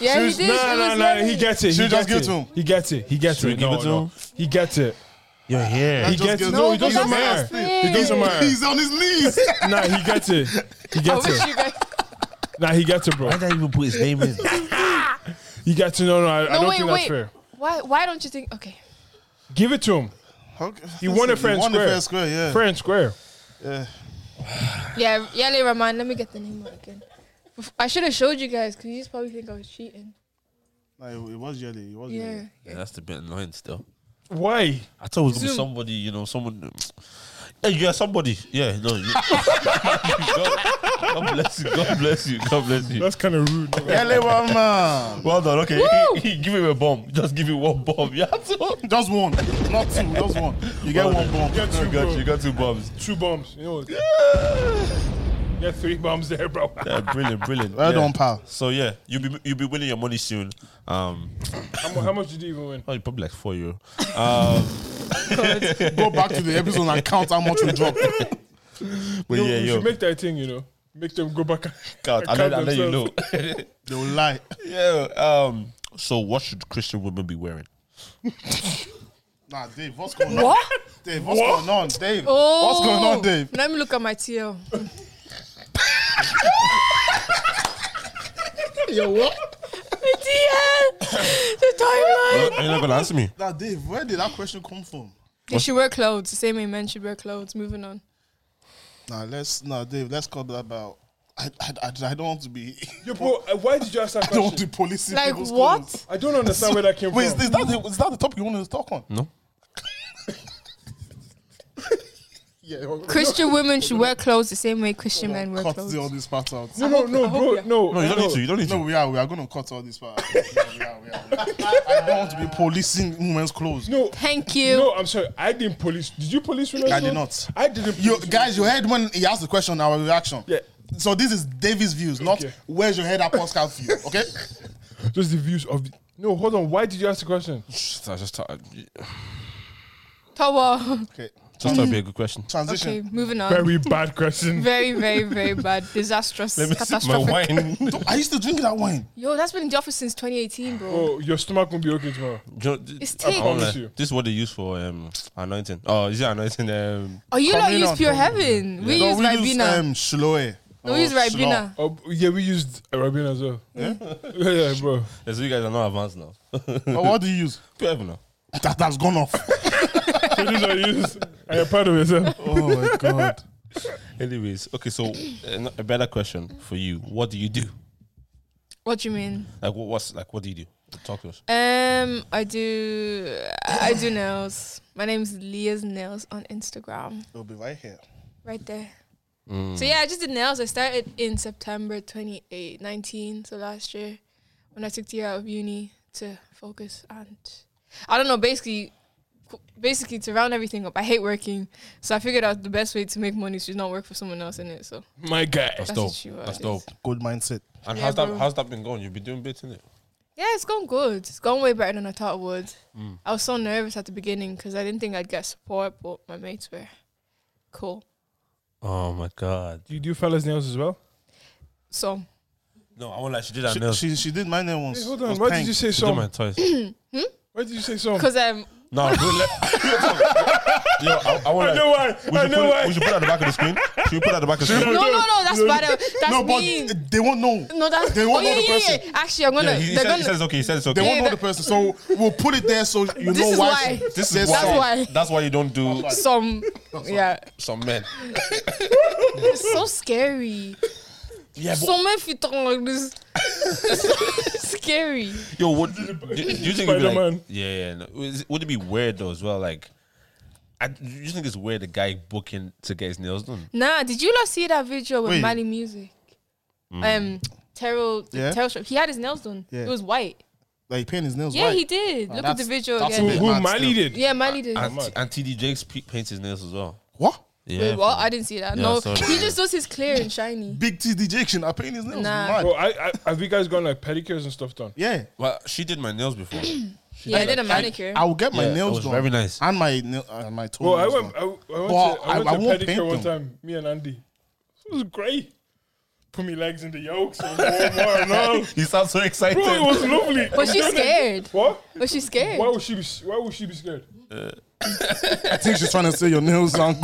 Speaker 4: Yeah, he
Speaker 2: Serious?
Speaker 4: did.
Speaker 2: Nah,
Speaker 4: It
Speaker 2: nah,
Speaker 4: was
Speaker 2: nah.
Speaker 4: Yele.
Speaker 2: He gets it.
Speaker 3: Should
Speaker 2: he
Speaker 3: we
Speaker 2: gets
Speaker 3: just give it to him?
Speaker 2: He gets it. He gets
Speaker 5: Should we
Speaker 2: it. No,
Speaker 5: give it to
Speaker 2: no.
Speaker 5: him?
Speaker 2: He gets it.
Speaker 5: You're here.
Speaker 2: He
Speaker 3: just
Speaker 2: gets
Speaker 3: give
Speaker 2: it.
Speaker 3: it
Speaker 2: No,
Speaker 3: to
Speaker 2: it
Speaker 3: him.
Speaker 2: doesn't
Speaker 4: That's
Speaker 2: matter.
Speaker 4: not fair.
Speaker 2: It doesn't matter.
Speaker 3: He's on his knees.
Speaker 2: Nah, he gets it. He
Speaker 4: I
Speaker 2: gets
Speaker 4: wish
Speaker 2: it.
Speaker 4: you guys.
Speaker 2: Nah, he gets it, bro.
Speaker 5: did I even put his name in?
Speaker 2: He gets it. No, no. I, I
Speaker 4: No,
Speaker 2: don't
Speaker 4: wait,
Speaker 2: think that's
Speaker 4: wait.
Speaker 2: fair.
Speaker 4: Why? Why don't you think? Okay.
Speaker 2: Give it to him.
Speaker 3: Okay.
Speaker 2: He won it fair and
Speaker 3: won it
Speaker 2: square.
Speaker 3: fair and square, yeah.
Speaker 2: Fair and square.
Speaker 4: Yeah, Yele Raman. Let me get the name out again. Bef- I should have showed you guys because you just probably think I was cheating.
Speaker 3: Nah, it, it was Yelly. It was
Speaker 4: Yeah.
Speaker 3: Yelly.
Speaker 5: That's a bit annoying still.
Speaker 2: Why?
Speaker 5: I thought it was gonna be
Speaker 4: Zoom.
Speaker 5: somebody, you know, someone. um, Hey, yeah, somebody. Yeah, no. you- God, God bless you. God bless you. God bless you.
Speaker 2: That's kind of rude.
Speaker 3: Yelly one man.
Speaker 5: Well done. Okay, give him a bomb. Just give him one bomb. Yeah,
Speaker 3: Just one. Not two, just one. You get one bomb.
Speaker 2: Get
Speaker 5: you
Speaker 2: two,
Speaker 5: got
Speaker 2: bro.
Speaker 5: you. you got two bombs.
Speaker 2: Two bombs. You know. Yeah, three bombs there, bro.
Speaker 5: Yeah, brilliant, brilliant.
Speaker 3: Well
Speaker 5: yeah.
Speaker 3: done, pal.
Speaker 5: So yeah, you'll be you'll be winning your money soon. Um,
Speaker 2: How, mu- how much did you even win?
Speaker 5: oh, you're probably like four Um, euro.
Speaker 3: Go back to the episode and count how much we dropped. Oh,
Speaker 5: But
Speaker 2: You-
Speaker 5: yeah,
Speaker 2: you
Speaker 5: yo,
Speaker 2: should make that thing, you know. Make them go back.
Speaker 5: God, I
Speaker 2: count
Speaker 5: know, I know you know.
Speaker 2: themselves.
Speaker 3: They will lie.
Speaker 5: yeah. Um. So what should Christian women be wearing?
Speaker 3: Nah, Dave, what's going on?
Speaker 4: What?
Speaker 3: Dave, what's going on? Dave,
Speaker 4: Oh.
Speaker 3: what's going on, Dave?
Speaker 4: Let me look at my TL.
Speaker 3: Yo, what?
Speaker 4: My TL. the timeline.
Speaker 5: You're not gonna answer me.
Speaker 3: Nah, Dave, where did that question come from?
Speaker 4: They should wear clothes. The same way men should wear clothes. Moving on.
Speaker 3: Nah, let's, nah, Dave, let's cut that out. I, I, I, I don't want to be,
Speaker 2: Yo, bro, uh, why did you ask that
Speaker 3: I don't want
Speaker 2: question?
Speaker 3: to be policing
Speaker 4: Like
Speaker 3: people's clothes.
Speaker 4: what?
Speaker 2: I don't understand where that came
Speaker 3: Wait, is,
Speaker 2: from.
Speaker 3: is, that the, is that the topic you want to talk on?
Speaker 5: No.
Speaker 3: Yeah, well,
Speaker 4: Christian women should wear clothes the same way Christian men wear
Speaker 3: cut the- all
Speaker 4: clothes.
Speaker 3: this part out.
Speaker 2: No, no, no, bro, no.
Speaker 5: No, you don't need to. You don't need to.
Speaker 3: No, we are. We are going to cut all this part. Yeah, we are, we are, we are. I don't want to be policing women's clothes.
Speaker 2: No,
Speaker 4: Thank you.
Speaker 2: no, I'm sorry. I didn't police. Did you police women's
Speaker 3: I did
Speaker 2: clothes?
Speaker 3: not.
Speaker 2: I didn't. Police
Speaker 3: You
Speaker 2: women's
Speaker 3: guys, your head when he asked the question, our reaction.
Speaker 2: Yeah.
Speaker 3: So this is David's views, not
Speaker 2: Okay.
Speaker 3: where's your head at Pascal's view. Okay.
Speaker 2: clothes. Just the views of. The, no, hold on. Why did you ask the question?
Speaker 5: Just, I just thought
Speaker 4: Towel.
Speaker 3: Okay.
Speaker 5: just thought it'd be a good question.
Speaker 3: Transition.
Speaker 4: Okay, moving on.
Speaker 2: Very bad question.
Speaker 4: Very, very, very bad. Disastrous.
Speaker 5: Let me sip my
Speaker 4: catastrophic.
Speaker 5: wine.
Speaker 3: I used to drink that wine.
Speaker 4: Yo, that's been in the office since 2018, bro.
Speaker 2: Oh, your stomach won't be okay tomorrow.
Speaker 5: Jo- d-
Speaker 4: It's
Speaker 5: I
Speaker 4: tea.
Speaker 5: promise
Speaker 2: Promise
Speaker 5: you.
Speaker 2: you.
Speaker 5: This is what they use for um, anointing. Oh, is it anointing? Um,
Speaker 4: Oh, you lot
Speaker 3: Coming
Speaker 4: use
Speaker 3: on,
Speaker 4: Pure
Speaker 3: coming on.
Speaker 4: Heaven. We
Speaker 3: No,
Speaker 4: use Ribena.
Speaker 3: um, Shloe.
Speaker 4: No,
Speaker 3: or
Speaker 4: we use
Speaker 3: Shlo.
Speaker 4: Ribena.
Speaker 2: Oh, yeah, we used Arabian as well. Yeah, yeah, bro.
Speaker 5: yeah, so you guys are not advanced now.
Speaker 3: But what do you use?
Speaker 5: Whatever now.
Speaker 3: That has gone off.
Speaker 2: So these are used. Are you proud of yourself?
Speaker 3: oh my god.
Speaker 5: Anyways, okay, so uh, a, a better question for you: What do you do?
Speaker 4: What do you mean?
Speaker 5: Like, what, what's like? What do you do? Talk to us.
Speaker 4: Um, I do, I do nails. My name's Leah's Nails on Instagram,
Speaker 3: It'll be right here.
Speaker 4: right there. So yeah, I just did nails. I started in September 28, 19, so last year, when I took the year out of uni to focus and I don't know, basically, basically to round everything up. I hate working, so I figured out the best way to make money is to not work for someone else in it. So
Speaker 2: My guy.
Speaker 4: that's
Speaker 5: dope.
Speaker 4: what she
Speaker 5: That's
Speaker 4: was.
Speaker 5: dope.
Speaker 3: Good mindset.
Speaker 5: And
Speaker 4: Yeah,
Speaker 5: how's that?
Speaker 4: bro.
Speaker 5: How's that been going? You've been doing bits in it.
Speaker 4: Yeah, it's gone good. It's gone way better than I thought it would. I was so nervous at the beginning because I didn't think I'd get support, but my mates were cool.
Speaker 5: Oh my god!
Speaker 2: Do you do fellas' nails as well?
Speaker 4: So
Speaker 5: No, I want like she did her
Speaker 3: She,
Speaker 5: nails. She,
Speaker 3: she, she did my nail once.
Speaker 2: Hey, hold
Speaker 3: It
Speaker 2: on.
Speaker 3: was
Speaker 2: Why
Speaker 3: pink.
Speaker 2: did you say
Speaker 5: did
Speaker 2: some?
Speaker 5: my toys.
Speaker 2: Why did you say some?
Speaker 4: because um,
Speaker 5: No, bro, let, yo, I, I want.
Speaker 2: I know why.
Speaker 5: We
Speaker 2: I
Speaker 5: should,
Speaker 2: know
Speaker 5: put
Speaker 2: why.
Speaker 5: it, we should put it at the back of the screen. Should we put it at the back of the
Speaker 4: No,
Speaker 5: screen?
Speaker 4: no, no, that's bad. That's
Speaker 3: no, but
Speaker 4: mean.
Speaker 3: they won't know.
Speaker 4: No, that's.
Speaker 3: they won't
Speaker 4: oh, yeah,
Speaker 3: know the
Speaker 4: yeah,
Speaker 3: person.
Speaker 4: yeah. Actually, I'm gonna.
Speaker 5: Yeah, he
Speaker 4: they're
Speaker 5: said, he
Speaker 4: gonna.
Speaker 5: says okay. He says it's
Speaker 3: They
Speaker 5: okay.
Speaker 3: won't
Speaker 4: Yeah,
Speaker 3: know
Speaker 4: that-
Speaker 3: the person, so we'll put it there so you
Speaker 4: This
Speaker 3: know
Speaker 4: is
Speaker 3: why.
Speaker 4: why.
Speaker 5: This
Speaker 3: There's
Speaker 5: is
Speaker 4: that's
Speaker 5: why.
Speaker 4: why.
Speaker 5: That's why you don't do
Speaker 4: some. Yeah,
Speaker 5: some men.
Speaker 4: it's so scary.
Speaker 5: Yeah, but
Speaker 4: Some men fit on like this. It's so scary.
Speaker 5: yo, what do, do you think? It'd be like,
Speaker 2: Spider-Man.
Speaker 5: yeah, yeah. No. Is- Would it be weird though as well? Like, I, do you think it's weird the guy booking to get his nails done?
Speaker 4: Nah, did you not see that video with
Speaker 3: Wait.
Speaker 4: Mali Music? Um, Terrell,
Speaker 3: Yeah?
Speaker 4: Terrell, Stra- he had his nails done.
Speaker 3: Yeah.
Speaker 4: It was white.
Speaker 3: Like paint his nails
Speaker 4: Yeah,
Speaker 3: white.
Speaker 4: he did. Look at the
Speaker 3: that's-
Speaker 4: video
Speaker 3: that's
Speaker 2: Who,
Speaker 4: again.
Speaker 3: it.
Speaker 2: who
Speaker 3: Mad
Speaker 2: Mali
Speaker 3: still.
Speaker 2: did?
Speaker 4: Yeah, Mali did.
Speaker 5: And, T- and TD Jakes pe- paints his nails as well.
Speaker 3: What?
Speaker 5: Yeah.
Speaker 4: Wait, what? I didn't see that.
Speaker 5: Yeah,
Speaker 4: no,
Speaker 5: sorry.
Speaker 4: he just does his clear and shiny.
Speaker 3: Big TD Jackson are painting his nails.
Speaker 4: Nah.
Speaker 3: Mad.
Speaker 2: Bro, I, I, have you guys gotten like pedicures and stuff done?
Speaker 3: Yeah.
Speaker 5: Well, she did my nails before.
Speaker 4: Yeah, I did a manicure.
Speaker 3: I will get my
Speaker 5: Yeah, it
Speaker 3: nails
Speaker 5: was
Speaker 3: done.
Speaker 5: very nice.
Speaker 3: And my nail and my
Speaker 2: Bro, I
Speaker 3: toenails.
Speaker 2: went,
Speaker 3: done.
Speaker 2: I, I went
Speaker 3: Well,
Speaker 2: to, I went
Speaker 3: I- I
Speaker 2: to
Speaker 3: won't paint
Speaker 2: pedicure one
Speaker 3: them.
Speaker 2: time. Me and Andy, it was great. Put me legs in the yolks and warm water and all.
Speaker 5: you sound so excited.
Speaker 2: Bro, it was lovely.
Speaker 4: Was she
Speaker 2: Don't I-
Speaker 4: scared?
Speaker 2: What?
Speaker 4: Was she scared?
Speaker 2: Why would she be? Why would she be scared?
Speaker 3: I think she's trying to say your nails are.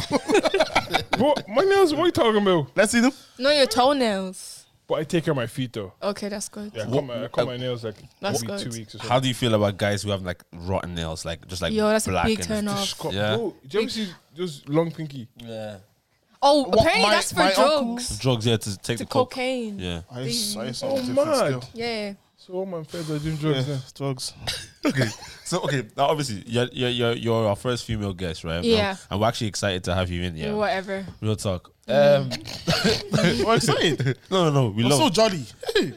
Speaker 2: Bro, my nails. What are you talking about?
Speaker 3: Let's see them.
Speaker 4: No, your toenails.
Speaker 2: But I take care of my feet though.
Speaker 4: Okay, that's good.
Speaker 2: Yeah, I
Speaker 5: What-
Speaker 2: cut my, I cut my nails like
Speaker 4: That's
Speaker 2: every
Speaker 4: good.
Speaker 2: two weeks or something.
Speaker 5: How do you feel about guys who have like rotten nails, like just like
Speaker 4: Yo, that's a
Speaker 5: black
Speaker 4: big
Speaker 5: and
Speaker 4: turn off.
Speaker 2: Scott,
Speaker 5: Yeah.
Speaker 2: bro, do you ever see those long pinky?
Speaker 5: Yeah.
Speaker 4: Oh,
Speaker 3: What,
Speaker 4: apparently
Speaker 3: my-
Speaker 4: that's for
Speaker 3: my uncle?
Speaker 4: drugs.
Speaker 5: Drugs, yeah, to take
Speaker 4: To
Speaker 5: the coke.
Speaker 4: cocaine.
Speaker 5: Yeah.
Speaker 3: I saw
Speaker 2: Oh,
Speaker 3: something different
Speaker 2: mad.
Speaker 3: still.
Speaker 4: Yeah.
Speaker 2: So all my friends are doing drugs now.
Speaker 3: Drugs.
Speaker 5: Okay. So okay, now obviously you're you're you're, you're our first female guest, right? Now,
Speaker 4: Yeah.
Speaker 5: and we're actually excited to have you in. Yeah.
Speaker 4: Whatever.
Speaker 5: Real talk. Um,
Speaker 3: We're excited.
Speaker 5: no, no, no. We
Speaker 3: I'm so
Speaker 5: love.
Speaker 3: jolly. Hey.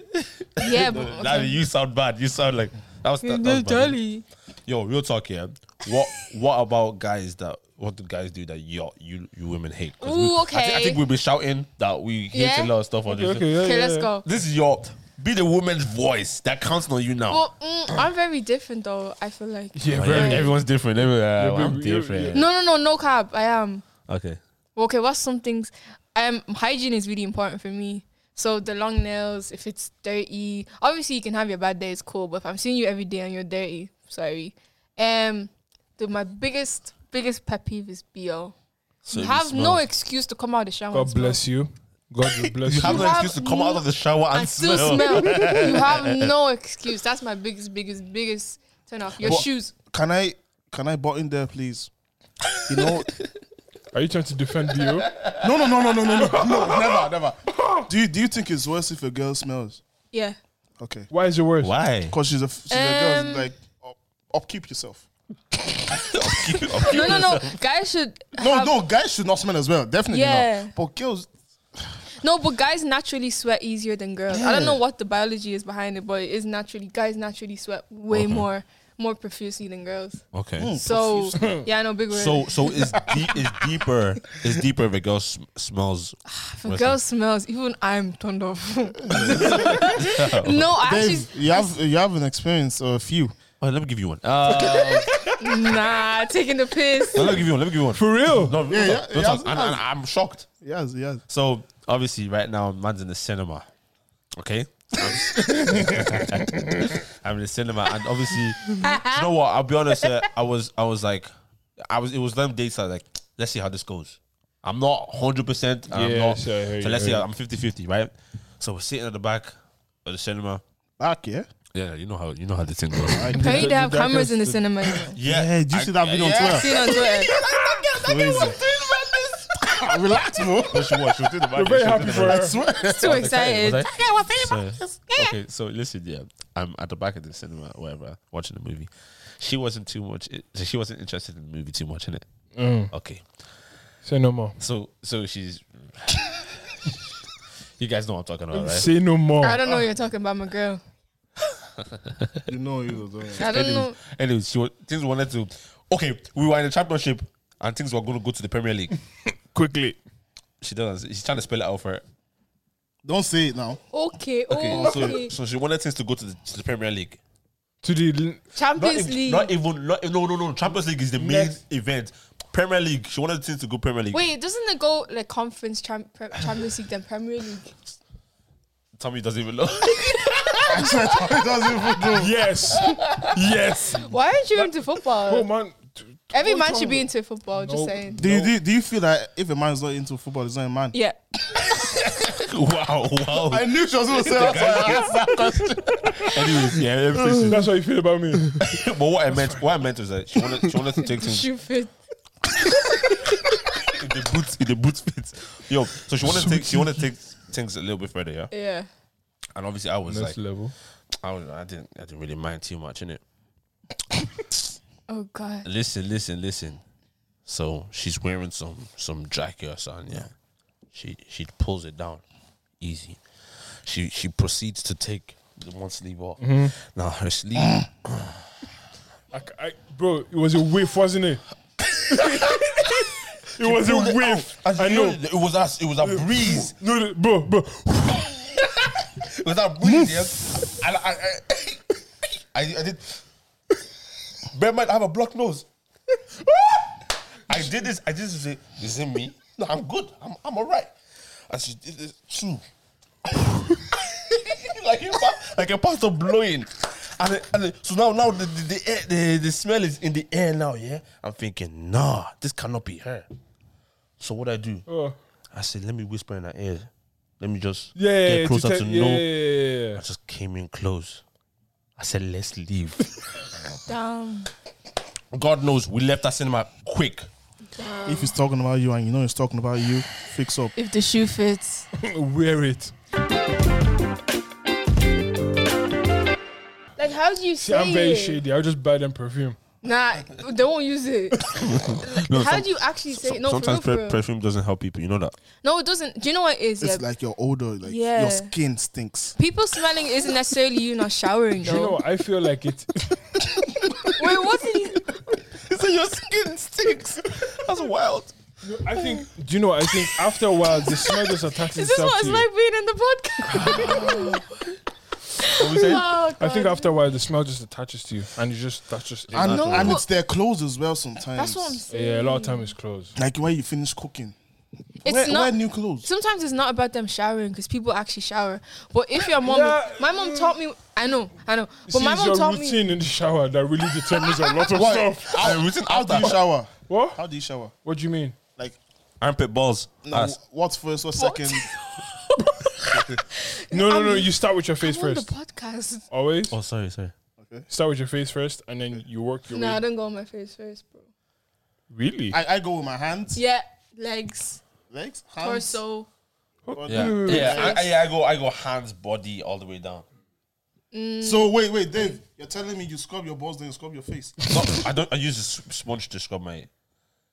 Speaker 4: Yeah, but
Speaker 5: Nah, you sound bad. You sound like that was, that, that was bad. Yo, real talk here. What what about guys that what do guys do that you you you women hate? 'Cause we-
Speaker 4: Ooh,
Speaker 5: I, thi- I
Speaker 4: okay.
Speaker 5: think we'll be shouting that we hate
Speaker 4: Yeah?
Speaker 5: a lot of stuff on this.
Speaker 2: yeah,
Speaker 4: Okay,
Speaker 2: yeah,
Speaker 4: let's
Speaker 2: yeah.
Speaker 4: go.
Speaker 5: This is your be the woman's voice that counts on you now.
Speaker 4: Well, mm, I'm very different though. I feel like.
Speaker 5: Oh, Yeah,
Speaker 4: very-
Speaker 5: everyone's different. Everyone, uh,
Speaker 2: but
Speaker 5: I'm
Speaker 2: you- you-
Speaker 5: different.
Speaker 4: No, no, no, no cap. I am.
Speaker 5: Okay.
Speaker 4: Okay, what's some things? Um, hygiene is really important for me. So the long nails, if it's dirty, obviously you can have your bad days, cool. But if I'm seeing you every day and you're dirty, sorry. Um, the, my biggest biggest pet peeve is bo.
Speaker 5: So
Speaker 4: you
Speaker 5: you
Speaker 4: have
Speaker 5: smell.
Speaker 4: no excuse to come out of the shower. and
Speaker 2: God
Speaker 4: smell.
Speaker 2: bless you. God will bless
Speaker 5: Oh, You
Speaker 2: you.
Speaker 5: have no
Speaker 4: You
Speaker 5: excuse to
Speaker 4: have
Speaker 5: come out of the shower and,
Speaker 4: I still smell. you have no excuse. That's my biggest, biggest, biggest turn off. Your
Speaker 3: But-
Speaker 4: shoes.
Speaker 3: Can I can I butt in there, please? You know,
Speaker 2: Are you trying to defend you?
Speaker 3: no, no, no, no, no, no, no, no, never, never. Do you do you think it's worse if a girl smells?
Speaker 4: Yeah.
Speaker 3: Okay,
Speaker 2: Why is it worse?
Speaker 5: Why?
Speaker 3: because she's a she's a
Speaker 4: Um,
Speaker 3: girl. Like, up, upkeep yourself.
Speaker 4: No, no, no. Guys should.
Speaker 3: No,
Speaker 4: have-
Speaker 3: no, guys should not smell as well. Definitely
Speaker 4: Yeah.
Speaker 3: not. But girls,
Speaker 4: No, but guys naturally sweat easier than girls. I don't know what the biology is behind it, but it is naturally guys naturally sweat way more more profusely than girls.
Speaker 5: Okay.
Speaker 4: So yeah, no big word.
Speaker 5: So so it's deep it's deeper it's deeper if a girl sm- smells.
Speaker 4: Ah, if a girl smells, even I'm turned off. no, I actually
Speaker 3: Dave, you have you have an experience or a few.
Speaker 5: Oh, let me give you one. Uh,
Speaker 4: nah taking the piss.
Speaker 5: no, let me give you one. Let me give you one.
Speaker 2: For real?
Speaker 5: No,
Speaker 3: Yeah,
Speaker 5: no,
Speaker 3: yeah,
Speaker 5: no,
Speaker 3: yeah,
Speaker 5: talk. And- and I'm shocked.
Speaker 3: Yes, yes.
Speaker 5: So obviously, right now, man's in the cinema. Okay. I'm in the cinema, and obviously, you know what? I'll be honest. Uh, I was, I was like, I was. It was them dates. I was like, let's see how this goes. I'm not 100. percent I'm
Speaker 2: Yeah,
Speaker 5: not.
Speaker 2: sure, I hear
Speaker 5: so
Speaker 2: you,
Speaker 5: let's
Speaker 2: I
Speaker 5: see.
Speaker 2: hear
Speaker 5: I'm 50 50, right? So we're sitting at the back of the cinema.
Speaker 3: Back, yeah.
Speaker 5: Yeah, you know how you know how the thing goes.
Speaker 4: Apparently they have cameras in the cinema.
Speaker 5: yeah,
Speaker 3: Hey, did you see that video on Twitter?
Speaker 4: Seen on Twitter.
Speaker 3: Relax, bro.
Speaker 2: We're very happy for her.
Speaker 4: It's too excited.
Speaker 5: Was I- So- okay, so listen, yeah, I'm at the back of the cinema, whatever, watching the movie. She wasn't too much. She wasn't interested in the movie too much, in it. Okay,
Speaker 2: Mm, Say no more.
Speaker 5: so so she's. you guys know what I'm talking about, right?
Speaker 2: Say no
Speaker 5: Oh.
Speaker 2: more.
Speaker 4: I don't know what you're talking about, my girl.
Speaker 3: You know you don't.
Speaker 4: I don't know.
Speaker 5: Anyway, she wa- things wanted to. Okay, we were in the championship, and things were going to go to the Premier League.
Speaker 2: Quickly.
Speaker 5: she doesn't. She's trying to spell it out for her.
Speaker 3: Don't say it now.
Speaker 4: Okay,
Speaker 5: Okay,
Speaker 4: Oh, okay.
Speaker 5: so so she wanted things to go to the, to the Premier League.
Speaker 2: To the
Speaker 5: not,
Speaker 4: Champions
Speaker 5: ev-
Speaker 4: League.
Speaker 5: not even not no no no Champions League is the main
Speaker 2: Next.
Speaker 5: event. Premier League. She wanted things to go Premier League.
Speaker 4: Wait, doesn't it go like conference champ, pre- Champions League then Premier League?
Speaker 5: Tommy doesn't even know.
Speaker 3: it doesn't even do.
Speaker 2: yes, yes.
Speaker 4: Why aren't you into football?
Speaker 5: Uh,
Speaker 2: Oh man,
Speaker 4: Every man should be into football. Just
Speaker 2: Nope.
Speaker 4: saying.
Speaker 3: Do you, do, you, do you feel that if a man is not into football, he's not a man?
Speaker 4: Yeah.
Speaker 5: wow, wow.
Speaker 3: I knew she was going to say that. so I asked that question.
Speaker 5: Anyways, yeah, everything.
Speaker 2: That's how you feel about me.
Speaker 5: but what I meant, what I meant was that she wanted, she wanted to take things
Speaker 4: Stupid.
Speaker 5: in the boots, in the boots fit. Yo, so she wanted to take, she wanted to take things a little bit further, yeah.
Speaker 4: Yeah.
Speaker 5: And obviously, I was
Speaker 2: Next
Speaker 5: like,
Speaker 2: level.
Speaker 5: I, was, I didn't, I didn't really mind too much, innit?
Speaker 4: Oh God.
Speaker 5: Listen, listen, listen. So she's wearing some some jacket or something. Yeah, she she pulls it down, easy. She she proceeds to take the one sleeve off. Now her sleeve,
Speaker 2: I, c- I- bro, it was a whiff, wasn't it? it was a
Speaker 5: pulled it
Speaker 2: whiff.
Speaker 5: out.
Speaker 2: I
Speaker 5: And
Speaker 2: know.
Speaker 5: it was us. It was a breeze.
Speaker 2: No, no, bro, bro.
Speaker 5: It was a breeze. Yes, and I, I, I, I did. Bear in mind, I have a blocked nose. I did this. I did this. This isn't me. No, I'm good. I'm I'm alright. And she did this too. like a pa- like a pastor blowing, and, it- and it- so now now the the, the, air, the the smell is in the air now. Yeah, I'm thinking, nah, this cannot be her. So what I do?
Speaker 2: Oh.
Speaker 5: I said, let me whisper in her ear. Let me just
Speaker 2: Yeah, yeah,
Speaker 5: get
Speaker 2: yeah,
Speaker 5: closer to,
Speaker 2: tell-
Speaker 5: know.
Speaker 2: yeah, yeah, yeah, yeah.
Speaker 5: I just came in close. I said, let's leave.
Speaker 4: Damn.
Speaker 5: God knows we left that cinema quick.
Speaker 3: If he's talking about you and you know he's talking about you, fix up.
Speaker 4: If the shoe fits.
Speaker 2: Wear it.
Speaker 4: Like, how do you
Speaker 2: See,
Speaker 4: say
Speaker 2: I'm very
Speaker 4: it?
Speaker 2: shady. I'll just buy them perfume.
Speaker 4: Nah, don't use it.
Speaker 5: No,
Speaker 4: how
Speaker 5: some-
Speaker 4: do you actually say it?
Speaker 5: some-
Speaker 4: No, for real,
Speaker 5: sometimes
Speaker 4: for
Speaker 5: pre-
Speaker 4: real.
Speaker 5: perfume doesn't help people. You know that.
Speaker 4: No, it doesn't. Do you know what it is? Yeah.
Speaker 3: It's like your odor, like
Speaker 4: Yeah.
Speaker 3: your skin stinks.
Speaker 4: People smelling isn't necessarily you not showering
Speaker 2: Do you know
Speaker 4: though.
Speaker 2: what? I feel like it.
Speaker 4: Wait, what's it?
Speaker 5: So your skin stinks. That's wild.
Speaker 2: I think. Do you know what? I think after a while, the smell just attacks
Speaker 4: Is this
Speaker 2: itself
Speaker 4: what
Speaker 2: to
Speaker 4: it's
Speaker 2: you.
Speaker 4: like being in the podcast?
Speaker 5: What we saying?
Speaker 4: oh,
Speaker 2: I think
Speaker 4: God.
Speaker 2: after a while, the smell just attaches to you, and you just that's just. it.
Speaker 3: And,
Speaker 4: know
Speaker 3: and
Speaker 4: what-
Speaker 3: it's their clothes as well sometimes.
Speaker 4: That's what I'm saying.
Speaker 2: yeah, a lot of time is clothes.
Speaker 3: Like when you finish cooking,
Speaker 4: It's
Speaker 3: wear,
Speaker 4: not.
Speaker 3: wear new clothes.
Speaker 4: Sometimes it's not about them showering because people actually shower. But if your mom,
Speaker 2: Yeah.
Speaker 4: my mom taught me. I know, I know. But
Speaker 2: See,
Speaker 4: my
Speaker 2: it's
Speaker 4: mom
Speaker 2: your
Speaker 4: taught me.
Speaker 2: routine in the shower that really determines a lot of
Speaker 3: Why?
Speaker 2: stuff.
Speaker 3: How, how do you shower?
Speaker 2: What?
Speaker 3: How do you shower?
Speaker 2: What do you mean?
Speaker 3: Like,
Speaker 5: Armpit balls.
Speaker 3: no,
Speaker 5: Ass.
Speaker 3: what's first, what's second?
Speaker 2: No, no, no. You start with your face
Speaker 4: I'm on the
Speaker 2: first.
Speaker 4: podcast.
Speaker 2: Always
Speaker 5: Oh, sorry, sorry.
Speaker 2: start with your face first, and then you work your
Speaker 4: No, I
Speaker 2: way.
Speaker 4: don't go on my face first, bro.
Speaker 2: Really?
Speaker 3: I, I go with my hands,
Speaker 4: Yeah, legs,
Speaker 3: legs, hands.
Speaker 4: torso.
Speaker 3: body.
Speaker 5: Yeah,
Speaker 2: wait, wait,
Speaker 5: yeah. I, I, I go, I go hands, body, all the way down.
Speaker 4: Mm.
Speaker 3: So wait, wait, Dave, you're telling me you scrub your balls, then you scrub your face.
Speaker 5: No, I don't. I use a s- sponge to scrub my.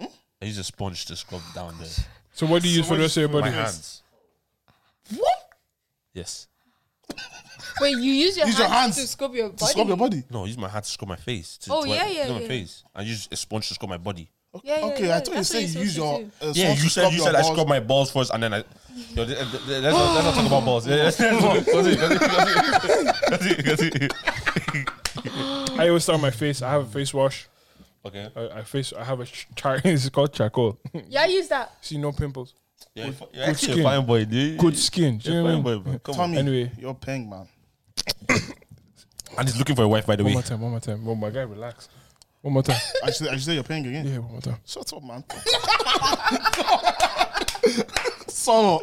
Speaker 5: I use a sponge to scrub down there.
Speaker 2: So what do you use for the rest of your
Speaker 5: My
Speaker 2: body?
Speaker 5: hands. What? Yes.
Speaker 4: Wait, you use your,
Speaker 3: Use
Speaker 4: hands,
Speaker 3: your hands
Speaker 4: to scrub your body.
Speaker 3: To scrub your body.
Speaker 5: No, I use my hand to scrub my face. To,
Speaker 4: Oh,
Speaker 5: to
Speaker 4: yeah,
Speaker 5: my,
Speaker 4: yeah,
Speaker 5: to my
Speaker 4: yeah.
Speaker 5: face. I use a sponge to scrub my body.
Speaker 4: Yeah, yeah,
Speaker 3: Okay,
Speaker 4: yeah,
Speaker 3: I thought you
Speaker 4: that's what
Speaker 3: said you
Speaker 4: you're
Speaker 3: use your.
Speaker 4: supposed to do.
Speaker 3: Uh,
Speaker 5: Yeah,
Speaker 3: sauce
Speaker 5: you
Speaker 3: to
Speaker 5: said
Speaker 3: scrub
Speaker 5: you
Speaker 3: your
Speaker 5: said I
Speaker 3: balls.
Speaker 5: scrub my balls first, and then I. Yo, th- th- th- let's, not, let's not talk about balls. Yeah, Let's let's- let's- let's-
Speaker 2: I always start with my face. I have a face wash.
Speaker 5: Okay.
Speaker 2: I, I face. I have a ch- char- It's called charcoal.
Speaker 4: Yeah, I use that.
Speaker 2: See, no pimples.
Speaker 5: Yeah, you're actually a
Speaker 2: skin.
Speaker 5: fine boy, dude.
Speaker 2: Good skin. Do you
Speaker 5: You're
Speaker 2: know
Speaker 5: a
Speaker 2: what I
Speaker 5: fine
Speaker 2: mean?
Speaker 5: boy, bro. Come on.
Speaker 3: Tommy,
Speaker 2: Anyway.
Speaker 3: you're paying, man.
Speaker 5: And he's looking for a wife, by the
Speaker 2: One
Speaker 5: way.
Speaker 2: more time. One more time. Oh my guy, relax. One more time.
Speaker 3: I should, I should say you're paying again.
Speaker 2: Yeah, one more time.
Speaker 3: Shut up, man. Son of-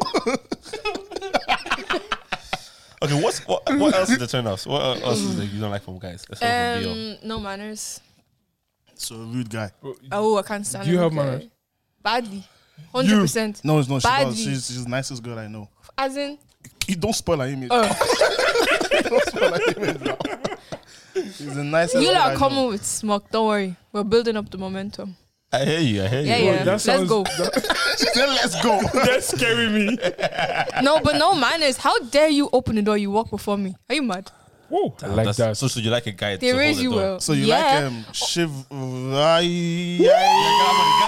Speaker 5: Okay, what's what? What else is the turnoffs? What el- else is the you don't like from guys? Aside from BL?
Speaker 4: Um, no manners.
Speaker 3: So rude guy.
Speaker 4: Oh, I can't stand.
Speaker 2: Do you
Speaker 4: it.
Speaker 2: have
Speaker 4: Okay.
Speaker 2: manners?
Speaker 4: Badly, hundred percent.
Speaker 3: No, it's not. She
Speaker 4: Badly.
Speaker 3: does. She's, she's the nicest girl I know.
Speaker 4: As in,
Speaker 3: You don't spoil her image.
Speaker 4: Uh.
Speaker 3: don't spoil her image. now. She's the nicest.
Speaker 4: you
Speaker 3: girl
Speaker 4: lot
Speaker 3: I
Speaker 4: are
Speaker 3: know.
Speaker 4: coming with smoke. Don't worry, we're building up the momentum.
Speaker 5: I hear you. I hear you.
Speaker 4: Yeah, yeah. Let's
Speaker 2: sounds-
Speaker 4: go.
Speaker 3: Then let's go.
Speaker 2: That's scaring me.
Speaker 4: no, but no manners. How dare you open the door? You walk before me. Are you mad?
Speaker 2: Whoa, I like
Speaker 5: That's-
Speaker 2: that.
Speaker 5: So, so you like a guy?
Speaker 4: They
Speaker 5: to
Speaker 4: raise
Speaker 5: hold
Speaker 4: you
Speaker 5: the door.
Speaker 4: well.
Speaker 3: So you
Speaker 4: yeah.
Speaker 3: like um Shiv?
Speaker 5: Get out, get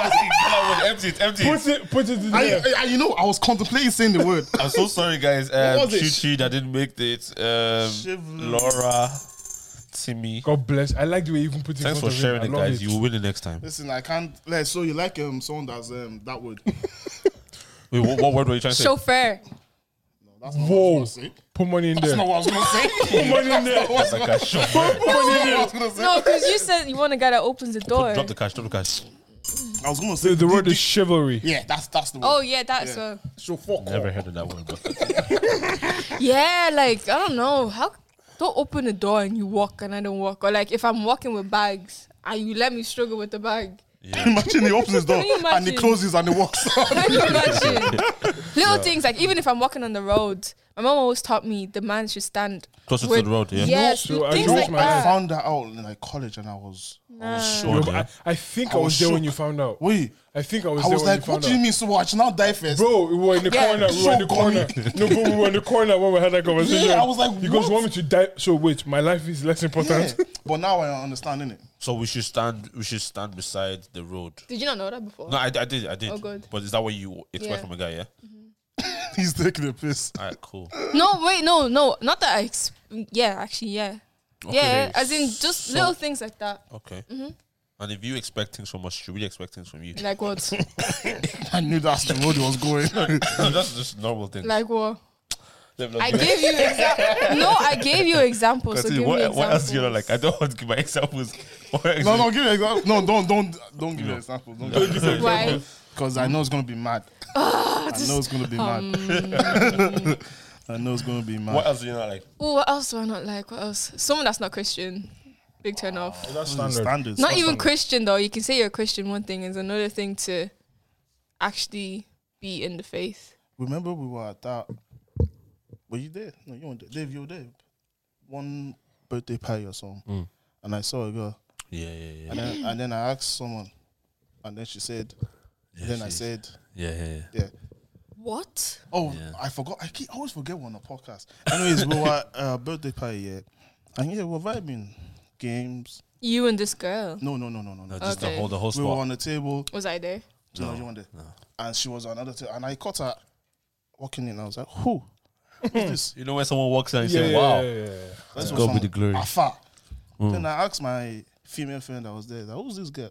Speaker 5: out, get out, empty it, empty it.
Speaker 2: put it, put it in
Speaker 3: I,
Speaker 2: there.
Speaker 3: I, I, you know, I was contemplating saying the word.
Speaker 5: I'm so sorry, guys. Um,
Speaker 3: was it?
Speaker 5: Choo Choo that didn't make it. Um,
Speaker 3: Shively.
Speaker 5: Laura, Timmy.
Speaker 2: God bless. I like the way you even put it. in
Speaker 5: Thanks for
Speaker 2: front of
Speaker 5: sharing
Speaker 2: him.
Speaker 5: it,
Speaker 2: I love
Speaker 5: guys. You will win it next time.
Speaker 3: Listen, I can't. Like, so you like um someone that's um that word?
Speaker 5: Wait, what, what word were you trying to say?
Speaker 4: Chauffeur.
Speaker 3: That's not what I
Speaker 2: Whoa.
Speaker 3: was gonna say.
Speaker 2: Put money in
Speaker 3: That's
Speaker 2: there.
Speaker 3: not what I was gonna say.
Speaker 2: Put money in there.
Speaker 3: That's not
Speaker 5: Like a shot.
Speaker 2: Put money in
Speaker 3: what I
Speaker 2: there.
Speaker 3: was gonna say.
Speaker 4: No, because you said you want a guy that opens the door.
Speaker 5: Drop the cash. Drop the cash.
Speaker 3: I was gonna say
Speaker 2: The, the word
Speaker 3: the-
Speaker 2: is chivalry.
Speaker 3: Yeah, that's that's the word.
Speaker 4: Oh yeah, that's a
Speaker 3: So fuck
Speaker 5: Never heard of that word. But
Speaker 4: yeah. Like I don't know how. Don't open the door and you walk and I don't walk. Or like if I'm walking with bags and you let me struggle with the bag.
Speaker 3: Imagine he opens his door
Speaker 4: Can you
Speaker 3: and he
Speaker 4: imagine?
Speaker 3: closes and he walks out.
Speaker 4: Can you imagine? Little things like even if I'm walking on the road, my mom always taught me the man should stand
Speaker 5: Closer to
Speaker 4: where-
Speaker 5: the road, yeah.
Speaker 4: Yes,
Speaker 2: No, so I
Speaker 4: things
Speaker 2: use
Speaker 4: like
Speaker 2: my
Speaker 3: I
Speaker 4: that.
Speaker 3: found that out in like college and I was I was
Speaker 5: Nah.
Speaker 3: shocked.
Speaker 2: Yo, but I, I think I,
Speaker 3: I
Speaker 2: was,
Speaker 3: was
Speaker 2: there when
Speaker 3: shocked.
Speaker 2: you found out.
Speaker 3: Wait.
Speaker 2: I think I was
Speaker 3: I
Speaker 2: there
Speaker 3: was
Speaker 2: when
Speaker 3: like,
Speaker 2: you found
Speaker 3: what do you
Speaker 2: out.
Speaker 3: mean so much? Now die first.
Speaker 2: Bro, we were in the
Speaker 4: Yeah.
Speaker 2: corner. We were in the
Speaker 3: So
Speaker 2: corner. No, but we were in the corner when we had that conversation.
Speaker 3: Yeah, I was like,
Speaker 2: you guys
Speaker 3: what?
Speaker 2: want me to die? So wait, my life is less
Speaker 3: Yeah.
Speaker 2: important.
Speaker 3: But now I understand it.
Speaker 5: So we should stand. We should stand beside the road.
Speaker 4: Did you not know that before?
Speaker 5: No, I, I did. I did.
Speaker 4: Oh, good.
Speaker 5: But is that what you expect
Speaker 4: Yeah.
Speaker 5: from a guy? Yeah.
Speaker 3: He's taking a piss.
Speaker 5: All right. Cool.
Speaker 4: No, wait, no, no, not that. I ex- yeah, actually, yeah, yeah. As in just
Speaker 5: so-
Speaker 4: little things like that.
Speaker 5: Okay.
Speaker 4: Mm-hmm.
Speaker 5: And if you expect things from us, should we expect things from you?
Speaker 4: Like what?
Speaker 3: I knew that's the road he was going.
Speaker 5: No, that's just normal thing.
Speaker 4: like what?
Speaker 5: Let me not
Speaker 4: I
Speaker 5: do it.
Speaker 4: gave you exa- no, I gave you examples. So
Speaker 5: Continue.
Speaker 4: give me
Speaker 5: what,
Speaker 4: examples.
Speaker 5: what else do you know? Like I don't want to give my examples. What
Speaker 3: no,
Speaker 5: example-
Speaker 3: no, give me example. No, don't, don't, don't give me example. Don't give me example.
Speaker 4: Why?
Speaker 3: Because I know it's gonna be mad.
Speaker 4: Ah,
Speaker 3: I know it's gonna be mad.
Speaker 4: um.
Speaker 3: I know it's gonna be mad.
Speaker 5: What else do you not like?
Speaker 4: Ooh, what else do I not like? What else? Someone that's not Christian. Big turn off.
Speaker 2: That's
Speaker 3: Standards.
Speaker 4: not even Christian though. You can say you're a Christian one thing, is another thing to actually be in the faith.
Speaker 3: Remember we were at that. Were you there? No, you weren't there. Dave, you were there. One birthday party or something, and I saw a girl,
Speaker 5: Yeah, yeah,
Speaker 3: and then, and then I asked someone, and then she said, then I
Speaker 5: she-
Speaker 3: said,
Speaker 5: yeah, yeah, yeah.
Speaker 3: yeah.
Speaker 4: What?
Speaker 3: Oh, I forgot. I keep I always forget one on the podcast. Anyways, we were at uh, birthday party, yeah, and yeah, we we're vibing, games.
Speaker 4: You and this girl.
Speaker 3: No, no, no, no, no, no.
Speaker 5: No, just the
Speaker 4: Okay.
Speaker 5: whole the whole
Speaker 3: we were
Speaker 5: spot.
Speaker 3: on the table.
Speaker 4: Was I there?
Speaker 3: No, you weren't there. And she was on another table, and I caught her walking in. I was like, who? Who's this?
Speaker 5: you know when someone walks in and you
Speaker 2: Yeah,
Speaker 5: say,
Speaker 2: yeah,
Speaker 5: "Wow."
Speaker 2: yeah, yeah, yeah.
Speaker 3: This
Speaker 5: God be the glory. Mm.
Speaker 3: Afar. Then I asked my female friend that was there, that, who's this girl?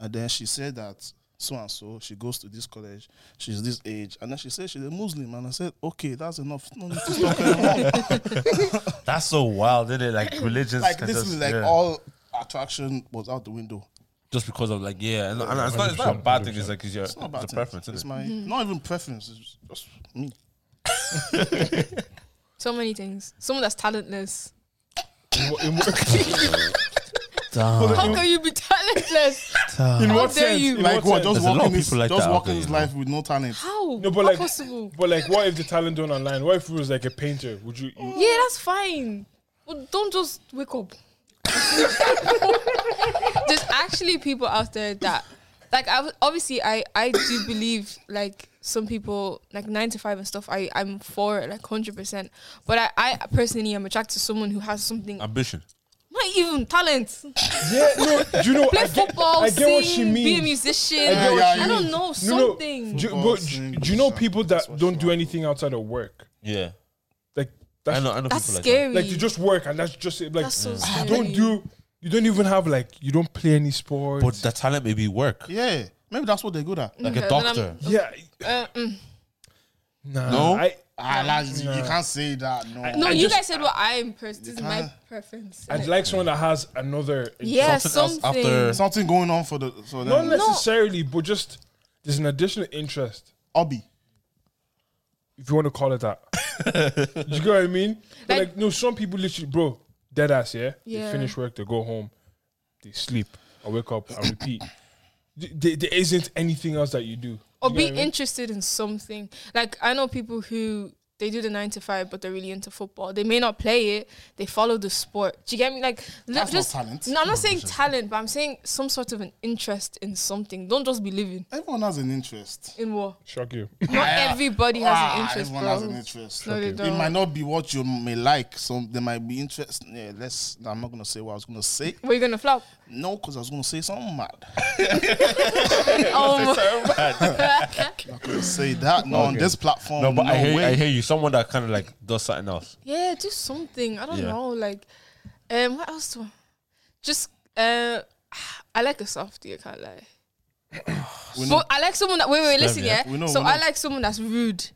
Speaker 3: And then she said that so and so, she goes to this college, she's this age. And then she said she's a Muslim. And I said, okay, that's enough. No need to talk anymore.
Speaker 5: That's so wild, isn't it? Like religions.
Speaker 3: like,
Speaker 5: can
Speaker 3: this
Speaker 5: just,
Speaker 3: is like
Speaker 5: yeah.
Speaker 3: all attraction was out the window.
Speaker 5: just because of like yeah, and, and it's not it's not a bad thing. It's like it's your it's
Speaker 3: It's not about
Speaker 5: a preference,
Speaker 3: It's
Speaker 5: isn't it?
Speaker 3: my, not even preference, it's just me.
Speaker 4: So many things. Someone that's talentless.
Speaker 2: In wha- in wha-
Speaker 4: How can you be talentless?
Speaker 2: In
Speaker 4: How
Speaker 2: what
Speaker 4: dare
Speaker 2: sense?
Speaker 4: you.
Speaker 2: In
Speaker 3: Like
Speaker 2: what?
Speaker 3: what? Just
Speaker 5: There's a lot of
Speaker 3: walking his,
Speaker 5: people like
Speaker 3: just
Speaker 5: that out
Speaker 3: walking
Speaker 5: there,
Speaker 3: his
Speaker 5: you know.
Speaker 3: life with no talent.
Speaker 4: How?
Speaker 2: No, but
Speaker 4: How
Speaker 2: like,
Speaker 4: possible?
Speaker 2: but like, what if the talent done online? What if it was like a painter? Would you? you
Speaker 4: Yeah, that's fine. But don't just wake up. There's actually people out there that, like, I w- obviously I I do believe like some people like nine to five and stuff. I I'm for it, like hundred percent. But I I personally am attracted to someone who has something,
Speaker 5: Ambition.
Speaker 4: not even talent.
Speaker 2: yeah, no. Do you know?
Speaker 4: Play
Speaker 2: I get,
Speaker 4: football,
Speaker 2: I get
Speaker 4: sing,
Speaker 2: what she means.
Speaker 4: be a musician. I,
Speaker 2: I get what she
Speaker 4: don't
Speaker 2: means.
Speaker 4: know
Speaker 2: No, no.
Speaker 4: something.
Speaker 2: Do, you-
Speaker 3: Football,
Speaker 2: but
Speaker 3: singing,
Speaker 2: do you know
Speaker 3: sure.
Speaker 2: people that don't do anything outside of work?
Speaker 5: Yeah, I
Speaker 2: Like that's
Speaker 5: know. I know
Speaker 4: that's
Speaker 5: people
Speaker 4: scary.
Speaker 2: like you just work and that's just it. Like
Speaker 4: That's so
Speaker 2: you
Speaker 4: scary.
Speaker 2: don't do. You don't even have like you don't play any
Speaker 5: Like that. But
Speaker 2: sports.
Speaker 5: the talent may be work,
Speaker 3: Yeah, maybe that's what they're good at.
Speaker 5: like
Speaker 4: Okay,
Speaker 5: a
Speaker 4: then I'm-
Speaker 5: doctor.
Speaker 2: yeah,
Speaker 4: Uh, mm.
Speaker 2: nah.
Speaker 3: No?
Speaker 2: I,
Speaker 3: Ah, lads, you- you
Speaker 2: Nah.
Speaker 3: can't say that. No,
Speaker 4: No,
Speaker 2: I
Speaker 4: you
Speaker 2: just-
Speaker 4: guys said what I'm. Pers- this is my preference.
Speaker 2: I'd like someone that has another.
Speaker 4: Yeah,
Speaker 5: Something else
Speaker 4: something.
Speaker 5: after-
Speaker 3: something going on for the for them.
Speaker 2: Not necessarily, but just there's an additional interest.
Speaker 3: hobby.
Speaker 2: if you want to call it that. you get what I mean? But
Speaker 4: Like-
Speaker 2: like, no, some people literally, bro, dead ass, yeah?
Speaker 4: Yeah.
Speaker 2: They finish work, they go home, they sleep, I wake up, I repeat. Th- th- there isn't anything else that you do.
Speaker 4: or
Speaker 2: You
Speaker 4: be
Speaker 2: get what I mean?
Speaker 4: interested in something. Like I know people who they do the nine to five, but they're really into football. They may not play it. They follow the sport. Do you get me? Like look,
Speaker 3: That's not
Speaker 4: just
Speaker 3: talent.
Speaker 4: No, I'm not saying talent, but I'm saying some sort of an interest in something. Don't just be living
Speaker 3: Everyone has an interest.
Speaker 4: in war.
Speaker 2: Shock you.
Speaker 4: Not everybody has
Speaker 3: Ah,
Speaker 4: an interest,
Speaker 3: everyone
Speaker 4: bro.
Speaker 3: has an interest.
Speaker 4: No, they
Speaker 3: It
Speaker 4: don't.
Speaker 3: might not be what you may like. Some there might be interest. Yeah, let's. I'm not gonna say what I was gonna say.
Speaker 4: Were you gonna flop?
Speaker 3: No, because I was gonna say something mad.
Speaker 4: Oh, my-
Speaker 3: I'm not gonna say that. No, on
Speaker 5: Okay.
Speaker 3: this platform.
Speaker 5: No, but I hear,
Speaker 3: way.
Speaker 5: I hear you. Someone that kind of like does something else.
Speaker 4: yeah, do something. I don't
Speaker 5: Yeah.
Speaker 4: know. Like, um, what else? Do I, just uh, I like a softie. I can't lie.
Speaker 3: We know.
Speaker 4: But I like someone that wait, wait, listen,
Speaker 5: yeah.
Speaker 4: yeah.
Speaker 3: We know,
Speaker 4: so
Speaker 3: we know.
Speaker 4: I like someone that's rude to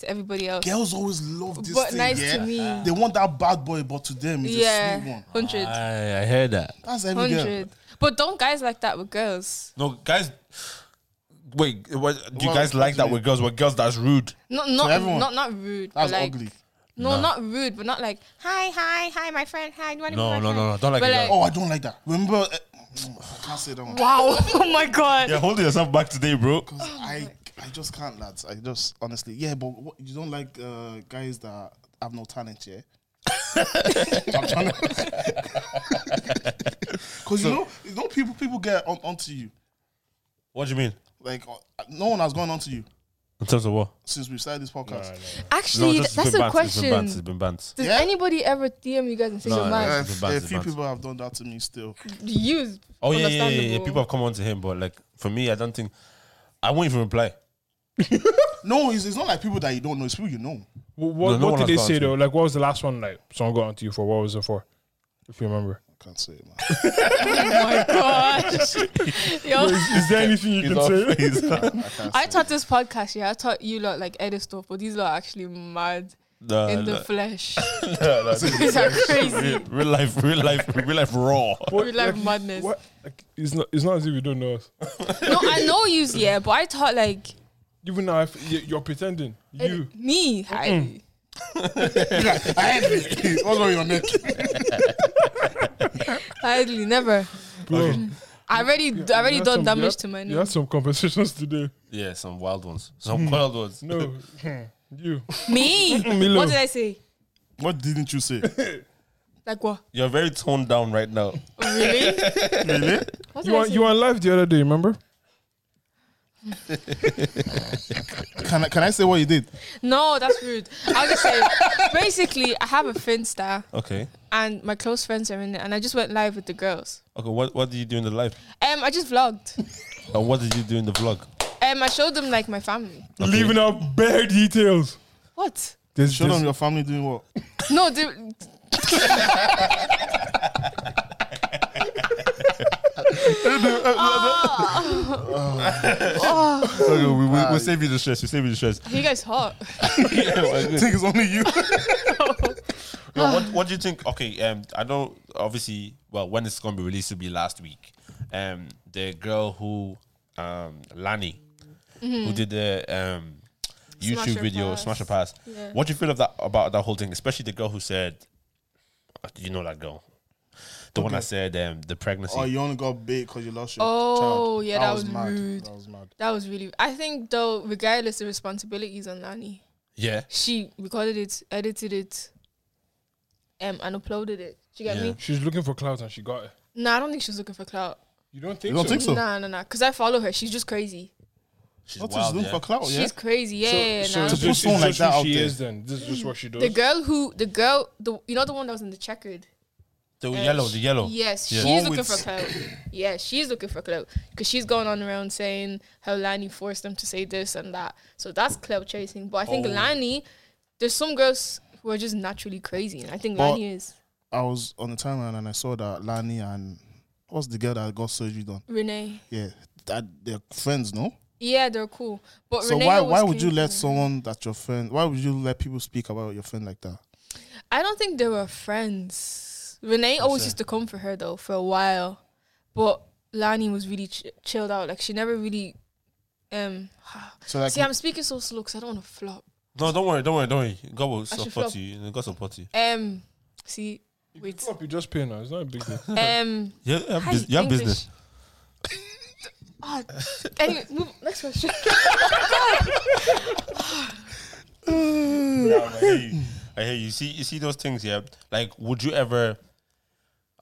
Speaker 4: to everybody else.
Speaker 3: Girls always love this
Speaker 4: But
Speaker 3: thing.
Speaker 4: nice to
Speaker 3: yeah?
Speaker 4: me.
Speaker 3: They want that bad boy, but to them, it's a sweet
Speaker 4: yeah,
Speaker 3: one.
Speaker 4: hundred,
Speaker 1: I, I heard that.
Speaker 3: That's every girl.
Speaker 4: hundred. But don't guys like that with girls?
Speaker 5: No, guys. Wait, what, do you
Speaker 3: What-
Speaker 5: guys
Speaker 3: what
Speaker 5: like
Speaker 3: do
Speaker 5: that
Speaker 3: you
Speaker 5: with girls? With girls that's rude.
Speaker 4: Not not
Speaker 3: everyone.
Speaker 4: not not rude.
Speaker 3: That's
Speaker 4: but like,
Speaker 3: ugly.
Speaker 4: No, not rude, but not like hi, hi, hi, my friend, hi. Do you want to
Speaker 5: No,
Speaker 4: be
Speaker 5: no,
Speaker 4: my friend?
Speaker 5: no, no, don't like
Speaker 4: but
Speaker 5: it,
Speaker 4: like,
Speaker 3: Oh, I don't like that. Remember, uh, I can't say that one.
Speaker 4: Wow! Oh my god!
Speaker 5: Yeah, holding yourself back today, bro.
Speaker 3: I I just can't, lads. I just honestly, yeah. But what, you don't like uh, guys that have no talent, yeah. I'm trying because you know, you know, people people get on, onto you.
Speaker 5: What do you mean?
Speaker 3: Like uh, no one has gone onto you
Speaker 5: In terms of what?
Speaker 3: since we started this podcast.
Speaker 4: Actually,
Speaker 5: just
Speaker 4: that's
Speaker 5: it's been
Speaker 4: a
Speaker 5: bants, It's been
Speaker 4: question.
Speaker 5: bants. It's been bants.
Speaker 4: Does
Speaker 3: Yeah.
Speaker 4: anybody ever DM you guys and say
Speaker 5: No,
Speaker 4: you're
Speaker 5: no,
Speaker 3: Uh,
Speaker 4: mad?
Speaker 5: It's been bad,
Speaker 3: a
Speaker 5: it's
Speaker 3: few
Speaker 5: bad.
Speaker 3: people have done that to me still.
Speaker 4: You is
Speaker 5: Oh yeah, yeah, yeah, yeah.
Speaker 4: understandable.
Speaker 5: People have come on to him, but like for me, I don't think I won't even reply.
Speaker 3: No, it's, it's not like people that you don't know. It's people you know.
Speaker 2: What,
Speaker 5: No,
Speaker 2: what,
Speaker 5: no one
Speaker 2: what
Speaker 5: has
Speaker 2: did they
Speaker 5: gone
Speaker 2: say
Speaker 5: to.
Speaker 2: though? Like, what was the last one? Like, someone got onto you for? What was it for? If you remember,
Speaker 3: I can't say it, man.
Speaker 4: Oh my gosh! Yo,
Speaker 2: is there anything you can say?
Speaker 4: I thought this podcast, yeah, I thought you lot like edit stuff, but these lot are actually mad
Speaker 2: Uh,
Speaker 5: Nah,
Speaker 4: in
Speaker 5: nah,
Speaker 4: the flesh.
Speaker 5: nah, nah, this is
Speaker 4: These are crazy.
Speaker 5: real, real life, real life, real life raw.
Speaker 4: Real life madness.
Speaker 2: What? Like, it's not. It's not as if you don't know us.
Speaker 4: No, I know you, yeah, but I thought like uh,
Speaker 2: Even now, if you- you're pretending. You. Mm.
Speaker 4: me, hi.
Speaker 3: I had it. What's wrong with your neck?
Speaker 4: Hardly, never.
Speaker 2: Bro,
Speaker 4: I already, I already
Speaker 2: you had some- you
Speaker 4: done damage
Speaker 2: had-
Speaker 4: to my
Speaker 2: You had
Speaker 4: name.
Speaker 2: some conversations today.
Speaker 5: Yeah, some wild ones, some wild ones.
Speaker 2: No, hmm, you.
Speaker 4: Me?
Speaker 2: Milo.
Speaker 4: What did I say?
Speaker 3: What didn't you say?
Speaker 4: Like what? Oh,
Speaker 5: You're very toned down right now.
Speaker 4: Really?
Speaker 3: really?
Speaker 4: What did
Speaker 2: You
Speaker 4: I
Speaker 2: were,
Speaker 4: say?
Speaker 2: you were on live the other day. Remember?
Speaker 3: Can I can I say what you did?
Speaker 4: no, that's rude. I'll just say, basically, I have a Finsta
Speaker 5: Okay,
Speaker 4: and my close friends are in it, and I just went live with the girls.
Speaker 5: okay. What what did you do in the live?
Speaker 4: Um, I just vlogged.
Speaker 5: And what did you do in the vlog?
Speaker 4: Um, I showed them like my family.
Speaker 2: Leaving out bare details.
Speaker 4: What?
Speaker 2: There's,
Speaker 3: Show
Speaker 2: there's-
Speaker 3: them your family doing what?
Speaker 4: No, they, Ah.
Speaker 5: Okay, we, we, we'll save you the stress. We'll save you the stress.
Speaker 4: you guys hot.
Speaker 3: I think it's only you.
Speaker 5: Yo, what what do you think? Okay, um, I don't obviously. Well, when it's gonna be released will be last week. Um, the girl who, um, Lani, who did the um, YouTube
Speaker 4: Mm-hmm. Smash or
Speaker 5: video
Speaker 4: pass.
Speaker 5: Smash a Pass.
Speaker 4: Yeah.
Speaker 5: What do you feel of that about that whole thing? Especially the girl who said, uh, you know that girl, the one that said um the pregnancy.
Speaker 3: Oh, you only got big because you lost your
Speaker 4: Oh,
Speaker 3: child.
Speaker 4: yeah, that was rude.
Speaker 3: That was mad.
Speaker 4: That was really. I think though, regardless the responsibilities on Lani,
Speaker 5: yeah,
Speaker 4: she recorded it, edited it, um, and uploaded it. Do you get
Speaker 5: Yeah.
Speaker 4: me?
Speaker 2: She's looking for clouds and she got it.
Speaker 4: No, I don't think she was looking for clout.
Speaker 2: You don't think
Speaker 3: You don't
Speaker 2: so?
Speaker 3: think so?
Speaker 4: Nah, nah, nah. Cause I follow her. She's just crazy.
Speaker 5: she's
Speaker 3: What is
Speaker 5: wild.
Speaker 3: doing
Speaker 5: yeah.
Speaker 3: for clout? Oh, Yeah.
Speaker 4: She's crazy. Yeah, yeah, yeah, nah.
Speaker 3: To
Speaker 2: it's
Speaker 3: put
Speaker 2: just- it's
Speaker 3: someone like
Speaker 2: just
Speaker 3: that
Speaker 2: who
Speaker 3: out
Speaker 2: she
Speaker 3: there.
Speaker 2: is then. This is just what she does.
Speaker 4: the girl who, the girl, the you know the one that was in the checkered.
Speaker 5: the yellow, the yellow.
Speaker 4: Yes,
Speaker 5: Oh. Yeah.
Speaker 4: she's
Speaker 3: One
Speaker 4: looking
Speaker 3: with-
Speaker 4: for clout. Yeah, she's looking for clout because she's going on around saying how Lani forced them to say this and that. So that's clout chasing. But I
Speaker 3: Oh.
Speaker 4: think Lani, there's some girls who are just naturally crazy, and I think
Speaker 3: But-
Speaker 4: Lani is
Speaker 3: I was on the timeline and I saw that Lani and what's the girl that got surgery done?
Speaker 4: Renee.
Speaker 3: Yeah, that they're friends, no?
Speaker 4: Yeah, they're cool. But
Speaker 3: So
Speaker 4: Renee
Speaker 3: why
Speaker 4: always
Speaker 3: why would
Speaker 4: came
Speaker 3: you let
Speaker 4: from-
Speaker 3: someone that your friend? Why would you let people speak about your friend like that?
Speaker 4: I don't think they were friends. Renee always used to come for her though for a while, but Lani was really ch- chilled out. Like she never really. Um,
Speaker 3: So like,
Speaker 4: see, I'm speaking so slow because I don't want to flop.
Speaker 5: No, don't worry, don't worry, don't worry. God will
Speaker 4: should
Speaker 5: support
Speaker 4: flop.
Speaker 5: you. God support you.
Speaker 4: Um, see, wait.
Speaker 2: Stop, you just pay now. It's not a big deal.
Speaker 4: Um,
Speaker 5: Yeah, you have,
Speaker 4: hi,
Speaker 5: bus- you have business.
Speaker 4: English. Ah, anyway, move, next question.
Speaker 3: Mm.
Speaker 5: Yeah, I hear you. I hear you. See, you see those things, yeah. Like, would you ever?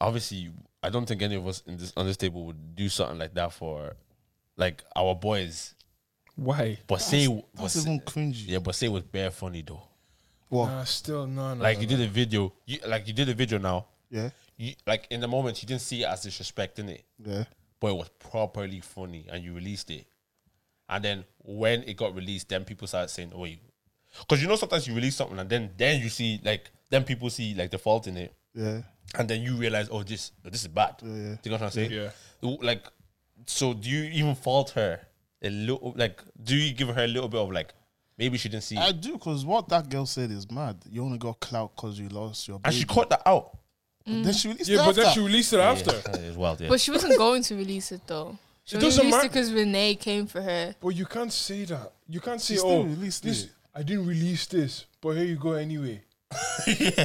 Speaker 5: Obviously, I don't think any of us in this on this table would do something like that for, like our boys.
Speaker 2: Why?
Speaker 5: But say, but
Speaker 3: that's
Speaker 5: say-
Speaker 3: even cringy.
Speaker 5: yeah, but say it was bare funny though.
Speaker 3: What?
Speaker 2: Nah, still no, no.
Speaker 5: Like
Speaker 2: no,
Speaker 5: you did a video, you like you did a video now.
Speaker 3: Yeah,
Speaker 5: You like in the moment you didn't see it as disrespecting it,
Speaker 3: yeah.
Speaker 5: but it was properly funny, and you released it. And then when it got released, then people started saying, "Oh, you," because you know sometimes you release something and then then you see like then people see like the fault in it.
Speaker 3: Yeah,
Speaker 5: and then you realize, oh, this this is bad. Do
Speaker 3: yeah.
Speaker 5: you know what I'm saying?
Speaker 2: Yeah.
Speaker 5: Like, so do you even fault her a little? Like, do you give her a little bit of like, Maybe she didn't see
Speaker 3: I
Speaker 5: it.
Speaker 3: do, because what that girl said is mad. You only got clout because you lost your
Speaker 5: And
Speaker 3: baby.
Speaker 5: she caught that out.
Speaker 4: Mm.
Speaker 3: Then she released
Speaker 2: Yeah,
Speaker 3: it
Speaker 2: but then
Speaker 3: after.
Speaker 2: she released it after.
Speaker 5: Yeah, it was wild, yeah.
Speaker 4: But she wasn't going to release it though. She
Speaker 2: It
Speaker 4: only
Speaker 2: doesn't
Speaker 4: released it
Speaker 2: matter.
Speaker 4: because Renee came for her.
Speaker 2: But you can't say that. You can't say,
Speaker 3: still
Speaker 2: oh,
Speaker 3: released
Speaker 2: this,
Speaker 3: it."
Speaker 2: I didn't release this, but here you go anyway.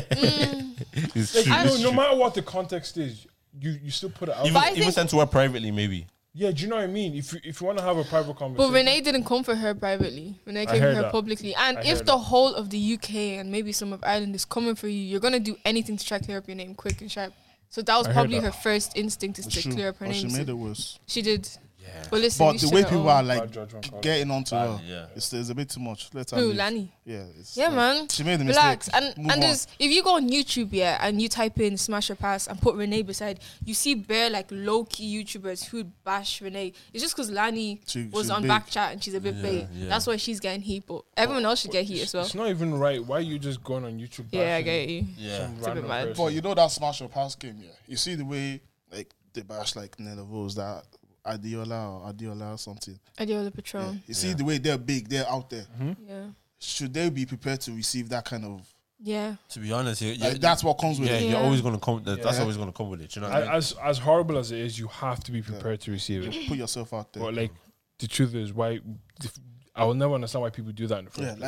Speaker 5: It's
Speaker 2: Like,
Speaker 5: true,
Speaker 2: no,
Speaker 5: it's
Speaker 2: no
Speaker 5: true.
Speaker 2: matter what the context is, you, you still put it out.
Speaker 5: Even,
Speaker 4: But I
Speaker 5: even
Speaker 4: think-
Speaker 5: sent to her privately, maybe.
Speaker 2: yeah, do you know what I mean? If you, if you want to have a private
Speaker 4: But
Speaker 2: conversation.
Speaker 4: Renee didn't come for her privately. Renee came for
Speaker 2: heard
Speaker 4: her
Speaker 2: that.
Speaker 4: publicly. And
Speaker 2: I
Speaker 4: if
Speaker 2: heard
Speaker 4: the whole of the UK and maybe some of Ireland is coming for you, you're gonna do anything to try to clear up your name quick and sharp. So that was
Speaker 2: I heard
Speaker 4: probably
Speaker 2: that.
Speaker 4: her first instinct is
Speaker 3: It's
Speaker 4: to
Speaker 3: true,
Speaker 4: clear up her
Speaker 3: but
Speaker 4: name.
Speaker 3: she
Speaker 4: so-
Speaker 3: made it worse.
Speaker 4: She did. But listen,
Speaker 3: But
Speaker 4: you
Speaker 3: the
Speaker 4: should
Speaker 3: way
Speaker 4: have
Speaker 3: people
Speaker 4: owned-
Speaker 3: are like
Speaker 2: Bad judgment call.
Speaker 3: getting onto her,
Speaker 5: yeah.
Speaker 3: it's, it's a bit too much. Let her.
Speaker 4: Who,
Speaker 3: live.
Speaker 4: Lani?
Speaker 3: Yeah, it's
Speaker 4: Yeah,
Speaker 3: like-
Speaker 4: man.
Speaker 3: She made a mistake.
Speaker 4: Relax. And
Speaker 3: Move on.
Speaker 4: and there's if you go on YouTube yeah and you type in smash or pass and put Renee beside, you see bare like low key YouTubers who would bash Renee. It's just because Lani
Speaker 3: She-
Speaker 4: was
Speaker 3: she's
Speaker 4: on
Speaker 3: big.
Speaker 4: back chat and she's a bit big. That's why she's getting heat, but everyone else should get heat as well.
Speaker 2: It's not even right. Why you just going on YouTube?
Speaker 4: Yeah, I
Speaker 2: bashing
Speaker 4: get you.
Speaker 5: Yeah.
Speaker 2: some
Speaker 4: a bit
Speaker 2: random
Speaker 4: mad.
Speaker 2: person?
Speaker 3: But you know that smash up house game, yeah. You see the way like they bash like Nelevos, that Adiola or Adiola or something.
Speaker 4: Adiola
Speaker 3: Yeah.
Speaker 4: Patron.
Speaker 3: You see the way they're big, they're out there.
Speaker 4: Yeah.
Speaker 3: Should they be prepared to receive that kind of?
Speaker 4: Yeah.
Speaker 5: To be honest, you- you-
Speaker 3: Like, that's what comes with
Speaker 5: yeah,
Speaker 3: it.
Speaker 5: you're
Speaker 4: Yeah.
Speaker 5: always gonna come. That, That's
Speaker 3: Yeah.
Speaker 5: always gonna come with it. You know what I mean?
Speaker 2: A- As as horrible as it is, you have to be prepared to receive it.
Speaker 3: Put yourself out there.
Speaker 2: But like, the truth is, why I will never understand why people do that in the first
Speaker 3: yeah,
Speaker 2: place.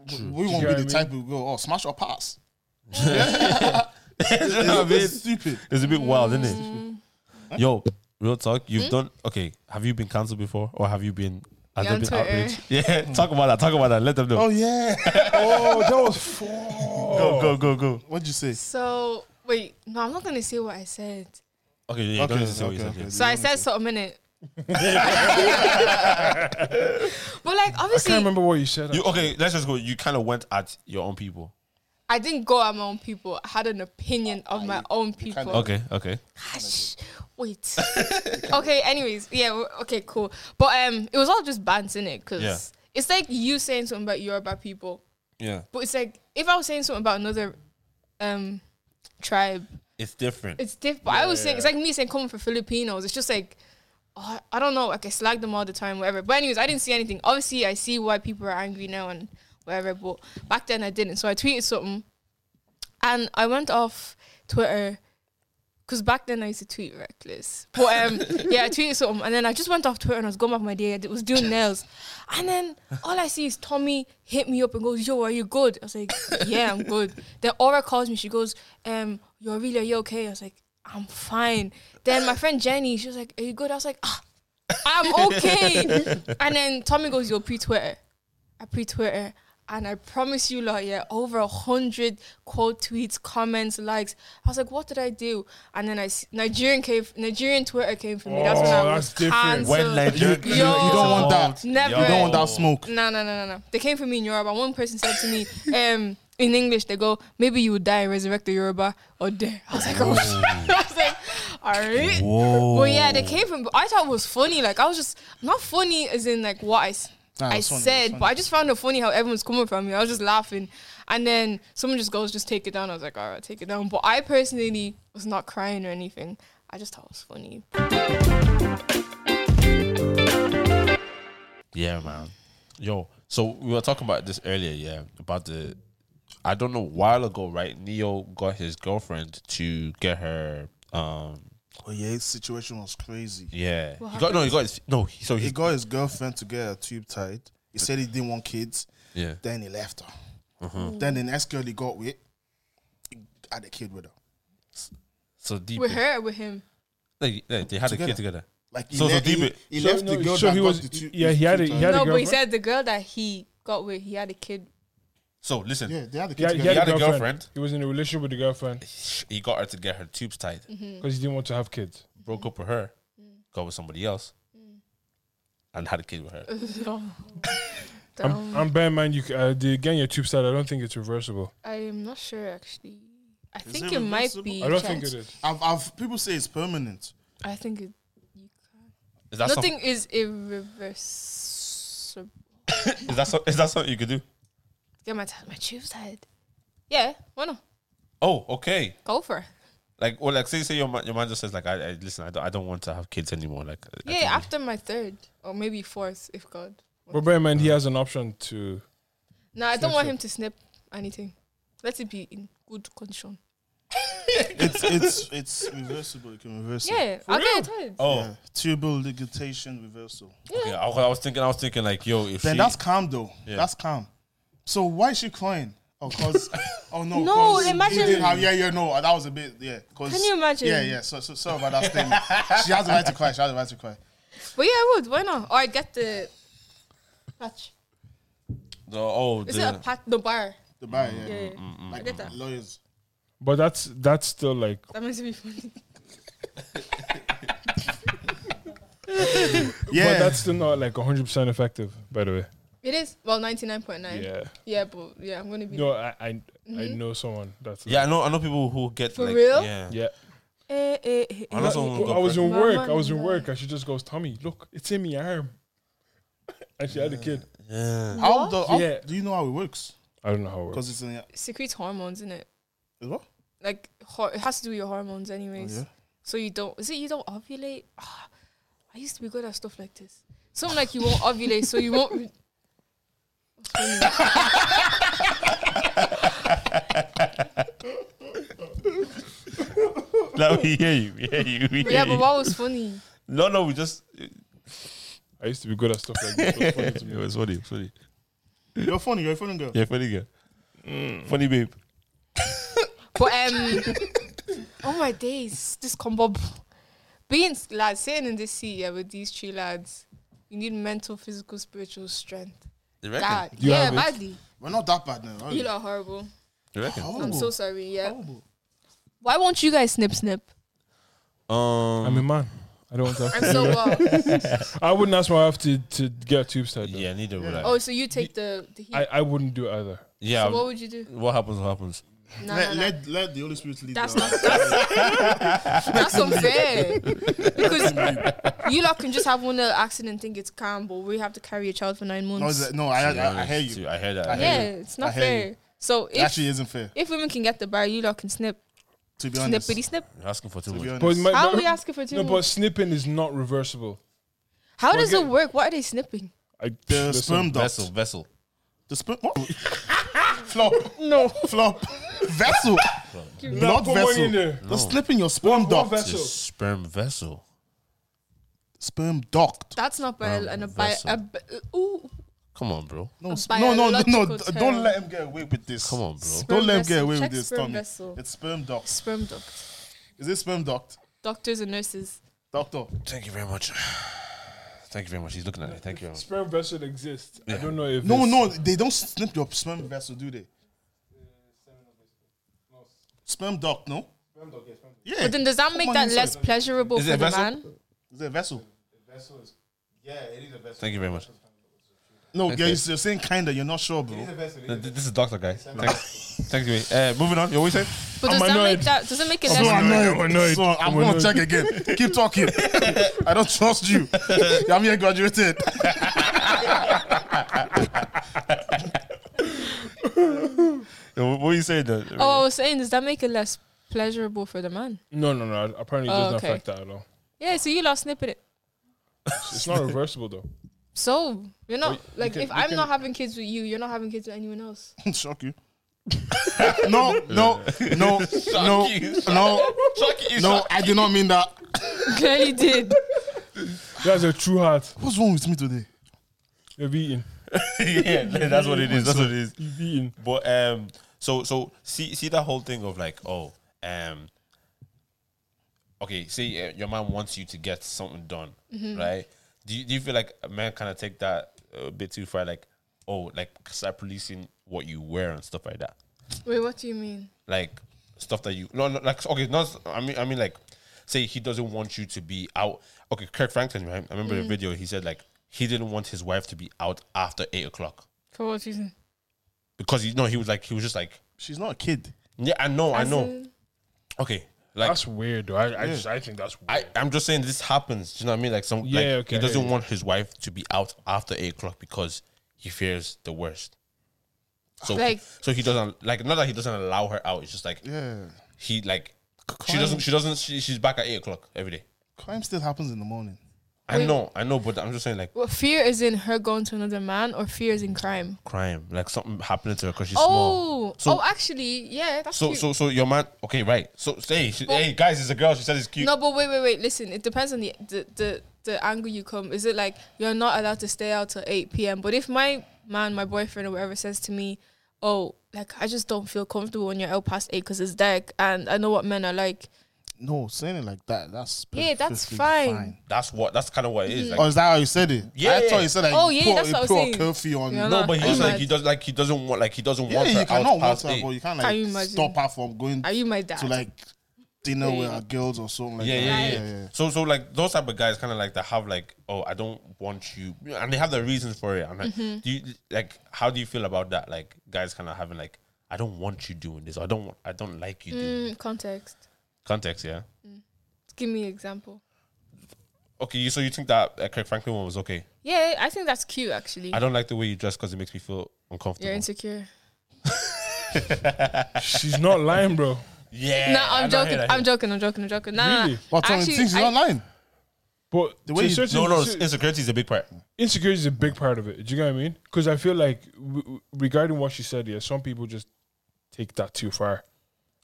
Speaker 3: like w- we
Speaker 2: You
Speaker 3: won't
Speaker 2: get
Speaker 3: be
Speaker 2: what
Speaker 3: the
Speaker 2: I
Speaker 3: type who go, oh, smash or pass.
Speaker 5: Do you
Speaker 3: It's,
Speaker 5: know what I mean?
Speaker 3: it's stupid.
Speaker 5: It's a bit wild, isn't it?
Speaker 4: Mm-hmm.
Speaker 5: Yo, real talk. You've done okay. Have you been cancelled before, or have you been? Has
Speaker 4: Yeah,
Speaker 5: there
Speaker 4: on
Speaker 5: been
Speaker 4: Twitter.
Speaker 5: outrage? Yeah, talk about that. Talk about that. Let them know.
Speaker 3: Oh yeah.
Speaker 2: oh, that was four.
Speaker 5: Go, go, go, go.
Speaker 3: What'd you say?
Speaker 4: So wait, no, I'm not gonna say what I said.
Speaker 5: Okay, yeah,
Speaker 3: Okay,
Speaker 5: don't listen to what you
Speaker 3: okay,
Speaker 5: said, yeah.
Speaker 3: okay.
Speaker 4: So I said something in it. but like
Speaker 2: I
Speaker 4: obviously
Speaker 2: can't remember what you said.
Speaker 5: You okay? Let's just go. You kind of went at your own people.
Speaker 4: I didn't go at my own people. I had an opinion of my own people.
Speaker 3: kinda-
Speaker 5: Okay, okay.
Speaker 4: Gosh, wait. okay. Anyways, yeah. w- Okay. Cool. But um, it was all just bands in it because
Speaker 5: Yeah.
Speaker 4: it's like you saying something about Yoruba people,
Speaker 5: Yeah,
Speaker 4: but it's like if I was saying something about another um tribe,
Speaker 5: it's different.
Speaker 4: it's different. But I was saying it's like me saying coming for Filipinos. It's just like. oh, I don't know. Like I slag them all the time, whatever. But anyways, I didn't see anything. Obviously, I see why people are angry now and whatever. But back then, I didn't. So I tweeted something, and I went off Twitter because back then I used to tweet reckless. But um, yeah, I tweeted something, and then I just went off Twitter and I was going back my day. I d- was doing nails, and then all I see is Tommy hit me up and goes, "Yo, are you good?" I was like, "Yeah, I'm good." Then Aura calls me. She goes, "Um, you're really are you okay?" I was like, "I'm fine." Then my friend Jenny, she was like, "Are you good?" I was like, ah, "I'm okay." and then Tommy goes, "Yo, pre Twitter." I pre Twitter. And I promise you, lot, yeah, over a hundred quote tweets, comments, likes. I was like, "What did I do?" And then I s- Nigerian came, Nigerian Twitter came for me. That's when
Speaker 2: Oh,
Speaker 4: I was
Speaker 2: that's different.
Speaker 4: cancelled.
Speaker 5: Nigeria-
Speaker 4: Yo.
Speaker 3: You don't want that.
Speaker 4: Never.
Speaker 3: You don't want that smoke.
Speaker 4: No, no, no, no, no. They came for me in Yoruba. One person said to me, um, in English, they go, maybe you would die and resurrect the Yoruba or dare. I was like, oh, shit. I was like, all right. But yeah, they came from, I thought it was funny. Like, I was just, not funny as in like what I, s-
Speaker 3: Nah, it
Speaker 4: I
Speaker 3: was funny, it was
Speaker 4: said, but
Speaker 3: funny.
Speaker 4: I just found it funny how everyone's coming from me. I was just laughing. And then someone just goes, just take it down. I was like, all right, take it down. But I personally was not crying or anything. I just thought it was funny.
Speaker 5: Yeah, man. Yo, so we were talking about this earlier, yeah, about the. I don't know, while ago, right? Neo got his girlfriend to get her. Um,
Speaker 3: Oh yeah, his situation was crazy.
Speaker 5: yeah, he got no, he got his, no. He, so
Speaker 3: He
Speaker 5: he,
Speaker 3: got his girlfriend to get a tube tied. He said he didn't want kids.
Speaker 5: yeah,
Speaker 3: Then he left her.
Speaker 5: Mm-hmm.
Speaker 3: Then the next girl he got with, he had a kid with her.
Speaker 5: so deep.
Speaker 4: With her or with him?
Speaker 5: They, they, they had a
Speaker 3: Together.
Speaker 5: kid together.
Speaker 3: Like he,
Speaker 5: So- so
Speaker 3: left,
Speaker 5: deep
Speaker 3: he,
Speaker 5: it-
Speaker 3: he
Speaker 2: So,
Speaker 3: left
Speaker 2: no,
Speaker 3: the girl
Speaker 2: so
Speaker 3: that
Speaker 2: he
Speaker 3: got
Speaker 2: was-
Speaker 3: the tube.
Speaker 2: yeah, he had a-
Speaker 3: tube
Speaker 2: he had a-
Speaker 3: tied.
Speaker 4: No, but he
Speaker 2: girlfriend?
Speaker 4: said the girl that he got with, he had a kid
Speaker 5: So listen,
Speaker 3: yeah, they had a kid
Speaker 2: Yeah,
Speaker 3: together.
Speaker 2: he had,
Speaker 5: had
Speaker 2: a
Speaker 5: a
Speaker 2: girlfriend.
Speaker 5: girlfriend.
Speaker 2: He was in a relationship with a girlfriend
Speaker 5: he got her to get her tubes tied.
Speaker 4: Mm.
Speaker 2: because he didn't want to have kids.
Speaker 5: Broke up with her, got with somebody else,
Speaker 4: Mm.
Speaker 5: and had a kid with her.
Speaker 4: Uh, Oh. Um,
Speaker 2: I'm, I'm bear in mind, you c- uh, the getting your tube side. I don't think it's reversible.
Speaker 4: I'm not sure actually. I think
Speaker 3: it
Speaker 4: it, might
Speaker 3: reversible?
Speaker 4: be.
Speaker 2: I don't think it
Speaker 4: checked.
Speaker 2: is.
Speaker 3: I've, I've people say it's permanent.
Speaker 4: I think it. You can.
Speaker 5: Is that something?
Speaker 4: Nothing is irreversible.
Speaker 5: Is that so, is that something you could do?
Speaker 4: Get my t- my tubes tied. Yeah, why not?
Speaker 5: Oh, okay.
Speaker 4: Go for it.
Speaker 5: Like, well, like, say, say your man, your man just says, like, I, I listen, I don't, I don't want to have kids anymore. Like, I- I
Speaker 4: Yeah,
Speaker 5: think-
Speaker 4: after my third or maybe fourth, if God.
Speaker 2: But bear in mind, he has an option to
Speaker 4: No, I don't want him to snip anything. Let it be in good condition.
Speaker 3: it's it's it's reversible. It can reverse. it.
Speaker 4: Yeah, I'll get it.
Speaker 5: Oh,
Speaker 3: Yeah. Tubal ligation reversal.
Speaker 5: okay. I, I was thinking, I was thinking, like, yo, if
Speaker 3: Then
Speaker 5: she,
Speaker 3: that's calm though. That's calm. So why is she crying? Oh, cause oh no.
Speaker 4: No,
Speaker 3: 'cause he
Speaker 4: imagine-
Speaker 3: didn't have- yeah, yeah, no. That was a bit. Yeah. 'cause-
Speaker 4: Can you imagine?
Speaker 3: Yeah, yeah. So, so sorry about that statement. she has the right to cry. She has the right to cry.
Speaker 4: But yeah, I would. Why not? Or I'd get the patch.
Speaker 5: the, oh,
Speaker 4: Is
Speaker 5: the,
Speaker 4: it a patch? The bar.
Speaker 3: The buyer, yeah.
Speaker 4: Yeah, yeah.
Speaker 3: Like
Speaker 4: get that.
Speaker 3: lawyers.
Speaker 2: But that's that's still like
Speaker 4: That meant to be funny.
Speaker 2: But
Speaker 3: Yeah.
Speaker 2: that's still not like 100% effective, by the way.
Speaker 4: It is. Well, 99.9.
Speaker 2: Yeah.
Speaker 4: Yeah, but yeah, I'm going to be. mm-hmm.
Speaker 2: No, I I, I know someone that's
Speaker 5: yeah, I know, I know people who get
Speaker 4: For
Speaker 5: like,
Speaker 4: real?
Speaker 5: yeah,
Speaker 2: yeah.
Speaker 4: Eh, eh, eh, eh.
Speaker 5: I know someone who
Speaker 2: Well,
Speaker 5: got
Speaker 2: I was in
Speaker 5: pregnant.
Speaker 4: pregnant.
Speaker 2: work. I was in work, and she just goes, "Tommy, look, it's in my arm." And she had a kid.
Speaker 5: yeah.
Speaker 4: eh.
Speaker 3: how the, how-
Speaker 2: Yeah.
Speaker 3: do you know how it works?
Speaker 2: I don't know how it works.
Speaker 3: Because it's in the,
Speaker 4: Secretes hormones, in it?
Speaker 3: what? Oh,
Speaker 4: Like, hor- it has to do with your hormones, anyways.
Speaker 3: yeah?
Speaker 4: So you don't. Is it you don't ovulate? Ah, I used to be good at stuff like this. Something like you won't ovulate, so you won't. Re- What's funny?
Speaker 5: Now we hear you, we hear you, we
Speaker 4: But
Speaker 5: hear
Speaker 4: yeah, but
Speaker 5: you.
Speaker 4: what was funny?
Speaker 5: no, no, we just
Speaker 2: I used to be good at stuff like this. It was funny to
Speaker 5: it
Speaker 2: me.
Speaker 5: was funny, it was funny.
Speaker 3: You're funny. You're a funny girl.
Speaker 5: Yeah, funny girl, funny babe.
Speaker 4: But um, oh my days, this combo. Being s- lads, sitting in this seat yeah, with these three lads, you need mental, physical, spiritual strength.
Speaker 5: You reckon?
Speaker 4: That,
Speaker 2: You
Speaker 4: yeah,
Speaker 2: have it.
Speaker 4: badly.
Speaker 3: We're not that bad now. are we?
Speaker 4: You lot are horrible.
Speaker 5: You reckon?
Speaker 4: I'm
Speaker 3: Horrible.
Speaker 4: so sorry. Yeah.
Speaker 3: Horrible.
Speaker 4: Why won't you guys snip snip? Oh.
Speaker 5: Um,
Speaker 2: I'm a man. I don't want to.
Speaker 4: And
Speaker 2: Have
Speaker 4: so uh, what?
Speaker 2: I wouldn't ask my wife to, to get a tube side. though.
Speaker 5: yeah, neither would I.
Speaker 4: oh, so you take the the heat.
Speaker 2: I, I wouldn't do either.
Speaker 5: yeah,
Speaker 4: so what would you do?
Speaker 5: what happens? What happens?
Speaker 4: Nah, nah,
Speaker 3: let,
Speaker 4: nah.
Speaker 3: let, let the Holy Spirit lead
Speaker 4: That's
Speaker 3: you.
Speaker 4: not that's, that's unfair. Because you lot can just have one little accident and think it's calm, but we have to carry a child for nine
Speaker 3: No,
Speaker 4: months.
Speaker 3: is it- no I, I, I hear you.
Speaker 5: Too, I hear that. I hear
Speaker 4: yeah,
Speaker 5: you.
Speaker 4: it's not
Speaker 3: I hear
Speaker 4: fair. So
Speaker 3: It
Speaker 4: if
Speaker 3: actually isn't fair,
Speaker 4: if women can get the bar, you lot can snip,
Speaker 3: to be honest.
Speaker 4: snippity snip.
Speaker 5: You're asking for too
Speaker 3: To be
Speaker 5: much.
Speaker 2: But
Speaker 3: honest.
Speaker 2: my-
Speaker 4: How
Speaker 2: my-
Speaker 4: are we asking for too
Speaker 2: No, but
Speaker 4: much?
Speaker 2: snipping is not reversible.
Speaker 4: How does
Speaker 2: we're
Speaker 4: it work? Why are they snipping?
Speaker 2: I
Speaker 3: The
Speaker 2: listen,
Speaker 3: sperm duct.
Speaker 5: Vessel, vessel.
Speaker 3: The sperm. What? flop. No. Flop. Vessel. Blood
Speaker 2: put money
Speaker 3: vessel.
Speaker 2: in there.
Speaker 3: They're slipping your sperm
Speaker 2: What
Speaker 5: It's
Speaker 3: duct.
Speaker 5: a
Speaker 2: vessel?
Speaker 5: sperm vessel.
Speaker 3: Sperm duct.
Speaker 4: That's not bio and a bio.
Speaker 5: vessel.
Speaker 4: A, bi- uh, ooh,
Speaker 5: Come on, bro.
Speaker 3: No,
Speaker 4: A
Speaker 3: sp- no, no, no, no.
Speaker 4: biological
Speaker 3: d-
Speaker 4: term.
Speaker 3: Don't let him get away with this.
Speaker 5: Come on, bro.
Speaker 3: Don't let him
Speaker 4: Sperm
Speaker 3: get away
Speaker 4: vessel.
Speaker 3: with
Speaker 4: Check
Speaker 3: this,
Speaker 4: sperm
Speaker 3: Tommy.
Speaker 4: vessel.
Speaker 3: It's sperm duct.
Speaker 4: sperm duct.
Speaker 3: Is it sperm duct?
Speaker 4: Doctors and nurses.
Speaker 3: Doctor.
Speaker 5: Thank you very much. Thank you very much. He's looking at it. Thank you. Very much.
Speaker 2: Sperm vessel exists. I don't know if
Speaker 3: No,
Speaker 2: it's-
Speaker 3: no, they don't snip your sperm vessel, do they? Sperm duct, no? Yeah.
Speaker 4: But then does that make
Speaker 3: on
Speaker 4: that
Speaker 3: inside.
Speaker 4: less pleasurable
Speaker 5: Is it
Speaker 4: for
Speaker 5: a
Speaker 4: the
Speaker 5: vessel?
Speaker 4: man?
Speaker 3: Is it a vessel?
Speaker 5: Thank you very much.
Speaker 3: No, yeah, you're saying kinda, you're not sure, bro.
Speaker 5: Th- th- This is doctor guy. Thanks. Thank you. Uh, moving on. You're saying?
Speaker 4: But
Speaker 2: I'm
Speaker 4: does that make
Speaker 2: annoyed.
Speaker 4: that? Does it make it
Speaker 3: So
Speaker 4: less?
Speaker 3: annoyed.
Speaker 2: I'm annoyed.
Speaker 3: So I'm,
Speaker 2: I'm
Speaker 3: gonna
Speaker 2: annoyed.
Speaker 3: check again. Keep talking. I don't trust you. You haven't yet graduated.
Speaker 5: Yo, What are you saying? That?
Speaker 4: Oh, I was saying, does that make it less pleasurable for the man?
Speaker 2: no, no, no. Apparently, it
Speaker 4: Oh,
Speaker 2: doesn't
Speaker 4: okay.
Speaker 2: affect that at all.
Speaker 4: Yeah, so you lost snipping it.
Speaker 2: It's not reversible though.
Speaker 4: So you're not
Speaker 2: you
Speaker 4: like
Speaker 2: can-
Speaker 4: if
Speaker 2: you
Speaker 4: I'm not
Speaker 2: can-
Speaker 4: having kids with you, you're not having kids with anyone else.
Speaker 3: Shock you. no, no, no, no, no, no, I did not mean that.
Speaker 4: Clearly did.
Speaker 2: That's a true heart.
Speaker 3: What's wrong with me today?
Speaker 2: You're eating.
Speaker 5: yeah, that's what it is. That's what it is.
Speaker 2: You're eating.
Speaker 5: But um, so so see see that whole thing of like oh um, okay, say uh, your man wants you to get something done,
Speaker 4: Mm-hmm.
Speaker 5: right? Do you, do you feel like a man kind of take that a bit too far? Like oh, like start policing what you wear and stuff like that,
Speaker 4: Wait, what do you mean?
Speaker 5: like stuff that you no, no like okay, not I mean I mean like say he doesn't want you to be out. Okay, Kirk Franklin, right? I
Speaker 4: Mm.
Speaker 5: remember the video. He said like he didn't want his wife to be out after eight o'clock
Speaker 4: For what reason?
Speaker 5: because he no, he was like he was just like
Speaker 3: She's not a kid.
Speaker 5: yeah, I know, Oh, I
Speaker 4: As
Speaker 5: know.
Speaker 4: in-
Speaker 5: Okay, like
Speaker 2: That's weird, though. I, I just I think that's weird.
Speaker 5: I, I'm just saying this happens. Do you know what I mean? Like some,
Speaker 2: Yeah,
Speaker 5: like,
Speaker 2: okay, I
Speaker 5: he
Speaker 2: hear
Speaker 5: doesn't
Speaker 2: you.
Speaker 5: want his wife to be out after eight o'clock because he fears the worst. So,
Speaker 4: Like-
Speaker 5: so he doesn't like not that he doesn't allow her out. It's just like
Speaker 3: Yeah.
Speaker 5: he like she doesn't she doesn't she, she's back at eight o'clock every day.
Speaker 3: Crime still happens in the morning.
Speaker 5: I
Speaker 4: Wait.
Speaker 5: know, I know, but I'm just saying like
Speaker 4: Well, fear is in her going to another man, or fear is in crime.
Speaker 5: crime, like something happening to her because she's small.
Speaker 4: Oh,
Speaker 5: So-
Speaker 4: oh, actually, yeah, that's
Speaker 5: So
Speaker 4: cute.
Speaker 5: so so your man, okay, right? So say, she,
Speaker 4: But-
Speaker 5: hey guys, it's a girl. She said it's cute.
Speaker 4: No, but wait, wait, wait. Listen, it depends on the the the, the angle you come. Is it like you're not allowed to stay out till eight p.m.? But if my man, my boyfriend or whatever says to me, "Oh, like I just don't feel comfortable when you're out past eight because it's dark," and I know what men are like.
Speaker 3: No, saying it like that, that's
Speaker 4: Yeah, that's
Speaker 3: perfectly
Speaker 4: fine.
Speaker 5: That's what. That's kind of what it
Speaker 4: Mm-hmm.
Speaker 5: is.
Speaker 3: Or
Speaker 5: Like,
Speaker 3: is that how you said it?
Speaker 5: Yeah,
Speaker 3: I
Speaker 5: yeah.
Speaker 3: thought you said like
Speaker 4: Oh,
Speaker 3: you
Speaker 4: yeah,
Speaker 3: put,
Speaker 4: that's
Speaker 3: you
Speaker 4: what I was
Speaker 3: put
Speaker 4: saying.
Speaker 3: a curfew on.
Speaker 4: Yeah,
Speaker 3: Oh, No,
Speaker 5: no, but
Speaker 4: I'm
Speaker 5: he's like
Speaker 4: mad.
Speaker 5: he does like he doesn't want like he doesn't
Speaker 3: yeah,
Speaker 5: want her
Speaker 3: you
Speaker 5: out
Speaker 3: cannot want
Speaker 5: past
Speaker 3: her,
Speaker 5: eight.
Speaker 3: but you can't
Speaker 4: Can you
Speaker 3: like
Speaker 4: imagine?
Speaker 3: stop her from going
Speaker 4: Are you my dad?
Speaker 3: to like dinner
Speaker 4: Yeah.
Speaker 3: with our girls or something like
Speaker 5: Yeah,
Speaker 3: that.
Speaker 5: yeah, yeah, So, so like those type of guys, kind of like that have like, oh, I don't want you, and they have their reasons for it. I'm like,
Speaker 4: Mm-hmm.
Speaker 5: do you like? How do you feel about that? Like guys, kind of having like, I don't want you doing this. I don't. want- I don't like you doing
Speaker 4: Mm, context.
Speaker 5: context. Yeah.
Speaker 4: Give me an example.
Speaker 5: Okay. You, so you think that uh, Craig Franklin one was okay?
Speaker 4: Yeah, I think that's cute. Actually,
Speaker 5: I don't like the way you dress because it makes me feel uncomfortable.
Speaker 4: you're insecure.
Speaker 2: She's not lying, bro.
Speaker 5: yeah.
Speaker 4: No, I'm
Speaker 5: I don't
Speaker 4: joking.
Speaker 5: hear that.
Speaker 4: I'm joking. I'm joking. I'm joking. Nah,
Speaker 2: Really?
Speaker 3: What time
Speaker 4: actually,
Speaker 3: things
Speaker 4: I-
Speaker 3: you're online?
Speaker 2: But
Speaker 3: The way
Speaker 2: to
Speaker 3: you-
Speaker 2: certain-
Speaker 5: no, no.
Speaker 2: to-
Speaker 5: Insecurity is a big part.
Speaker 2: insecurity is a big part of it. Do you know what I mean? Because I feel like w- w- regarding what she said, yeah, some people just take that too far.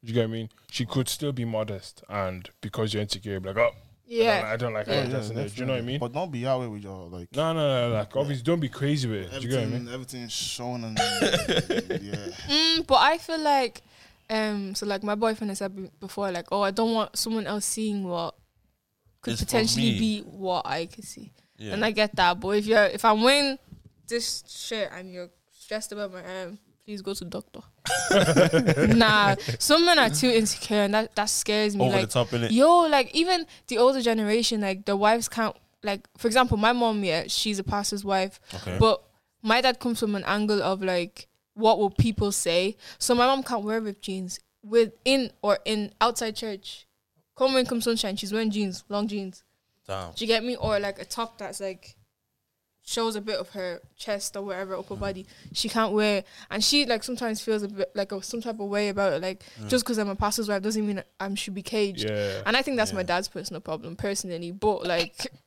Speaker 2: Do you get what I mean? She could still be modest, and because you're insecure, be like, oh,
Speaker 4: yeah,
Speaker 2: I don't, like- I don't like how you're dressing there. Do you know what I mean?
Speaker 3: But don't be out with your like
Speaker 2: No, no, no. Like, obviously, don't be crazy with it. Do you get what I mean?
Speaker 3: everything, everything shown and yeah.
Speaker 4: Mm, but I feel like, um, so like my boyfriend has said be- before, like, oh, I don't want someone else seeing what could
Speaker 5: It's for
Speaker 4: potentially
Speaker 5: me.
Speaker 4: be what I could see,
Speaker 5: Yeah.
Speaker 4: and I get that. But if you're, if I'm wearing this shirt and you're stressed about my arm, please go to doctor. nah, some men are too insecure, and that that scares me.
Speaker 5: Over
Speaker 4: like,
Speaker 5: the top in it.
Speaker 4: Yo, like even the older generation, like the wives can't like for example, my mom, yeah, she's a pastor's wife.
Speaker 5: Okay.
Speaker 4: But my dad comes from an angle of like what will people say? So my mom can't wear ripped jeans within or in outside church. Come rain, come sunshine, she's wearing jeans, long jeans.
Speaker 5: Damn.
Speaker 4: Do you get me? Or like a top that's like shows a bit of her chest or whatever upper body. She can't wear, and she like sometimes feels a bit like a, some type of way about it. Like just because I'm a pastor's wife doesn't mean I should be caged.
Speaker 2: Yeah.
Speaker 4: And I think that's my dad's personal problem, personally. But like,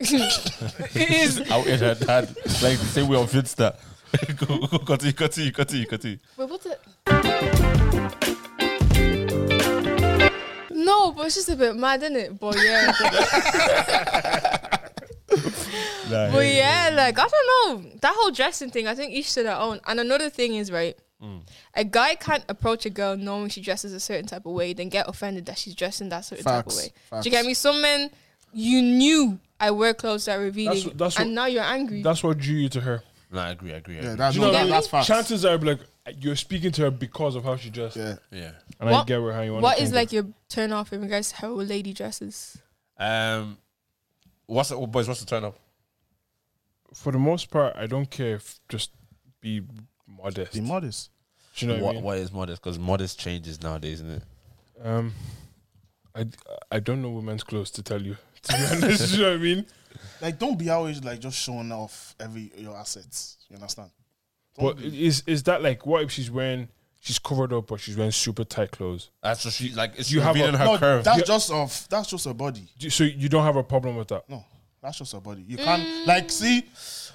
Speaker 4: it is.
Speaker 5: Out in her dad, like the same way on Finsta. go, go, continue, continue, continue, continue.
Speaker 4: Wait, what's it? No, but it's just a bit mad, isn't it? But yeah, but yeah, like I don't know that whole dressing thing. I think each to their own. And another thing is right, a guy can't approach a girl knowing she dresses a certain type of way, then get offended that she's dressing that certain type of
Speaker 3: Facts,
Speaker 4: way. Do
Speaker 3: facts.
Speaker 4: you get me? Some men, you knew I wear clothes that are revealing,
Speaker 2: That's- that's
Speaker 4: and
Speaker 2: what-
Speaker 4: now you're angry.
Speaker 2: That's what drew you to her.
Speaker 5: Nah, I agree, I agree. I
Speaker 3: Yeah,
Speaker 5: agree.
Speaker 3: that's
Speaker 2: Do you know
Speaker 3: no,
Speaker 2: what I
Speaker 3: that,
Speaker 2: mean?
Speaker 3: that's fast.
Speaker 2: Chances are, like, you're speaking to her because of how she dressed.
Speaker 3: yeah.
Speaker 5: yeah.
Speaker 2: And I
Speaker 4: What-
Speaker 2: get where how you want.
Speaker 4: What is like your turn off in regards to how a lady dresses?
Speaker 5: Um, what's the, oh, boys? What's the turn up?
Speaker 2: for the most part? I don't care. if Just be modest.
Speaker 3: Be modest.
Speaker 2: Do you know what I mean?
Speaker 5: what is modest? Because modest changes nowadays, isn't it?
Speaker 2: Um, I, I don't know women's clothes to tell you. To be honest, you know what I mean.
Speaker 3: Like don't be always like just showing off every your assets. You understand? Don't
Speaker 2: But
Speaker 3: be-
Speaker 2: is is that like what if she's wearing she's covered up but she's wearing super tight clothes?
Speaker 5: That's what she like. It's
Speaker 2: You have
Speaker 5: revealing
Speaker 2: a-
Speaker 5: her
Speaker 3: no,
Speaker 5: curve.
Speaker 3: that's just of that's just a body.
Speaker 2: Do- So you don't have a problem with that?
Speaker 3: No, that's just her body. You can't
Speaker 4: Mm.
Speaker 3: like see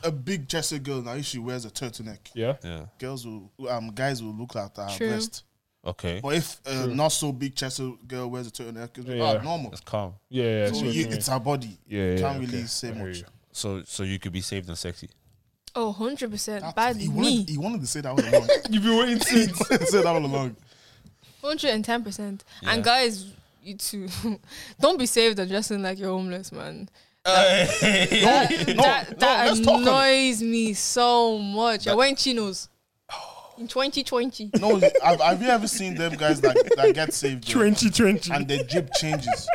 Speaker 3: a big Jesse girl now. If she wears a turtleneck,
Speaker 2: Yeah.
Speaker 5: yeah.
Speaker 3: girls will um guys will look at her
Speaker 4: True.
Speaker 3: breast.
Speaker 5: Okay.
Speaker 3: But if a not so big chest girl wears a turtleneck, it's
Speaker 2: Yeah.
Speaker 3: ah, normal.
Speaker 5: It's calm.
Speaker 2: Yeah. yeah,
Speaker 3: So
Speaker 2: so
Speaker 3: you, it's her body.
Speaker 2: Yeah,
Speaker 3: you
Speaker 2: yeah,
Speaker 3: can't
Speaker 2: okay.
Speaker 3: really say
Speaker 2: I hear
Speaker 3: much.
Speaker 2: you.
Speaker 5: So, so you could be saved and sexy.
Speaker 4: Oh, 100%.
Speaker 3: That-
Speaker 4: Bad
Speaker 3: he,
Speaker 4: me.
Speaker 3: wanted, he wanted to say that all along.
Speaker 2: You've been waiting
Speaker 3: he wanted to say that all along.
Speaker 4: 110%.
Speaker 5: Yeah.
Speaker 4: And guys, you too. Don't be saved and dressing like you're homeless, man.
Speaker 3: No, no,
Speaker 4: that
Speaker 3: no,
Speaker 4: that
Speaker 3: let's talk on it.
Speaker 4: annoys me so much. I went chinos in 2020.
Speaker 3: No, have, have you ever seen them guys that, that get saved yeah,
Speaker 2: Twenty twenty.
Speaker 3: and their drip changes?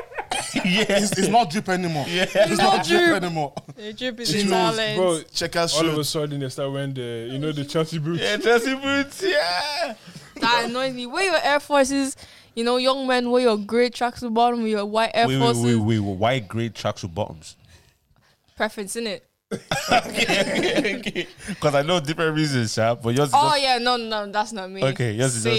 Speaker 5: yes.
Speaker 3: It's, it's not drip anymore. Yeah. It's not drip anymore.
Speaker 4: The drip is
Speaker 3: Chinos,
Speaker 4: in balance.
Speaker 2: Bro,
Speaker 3: Check out
Speaker 2: all of a
Speaker 3: shoes.
Speaker 2: sudden they start wearing the you know the Chelsea boots.
Speaker 5: Yeah, dressy boots. Yeah.
Speaker 4: That annoys me. Wear your Air Forces. You know, young men wear your grey tracks the bottom with your white Air
Speaker 5: Wait, wait,
Speaker 4: Forces.
Speaker 5: wait, wait. White grade tracksuit bottoms.
Speaker 4: Preference, innit?
Speaker 5: Because I know different reasons, yeah. But yours is
Speaker 4: Oh
Speaker 5: just
Speaker 4: yeah, no, no, that's not me.
Speaker 5: Okay, yours is just-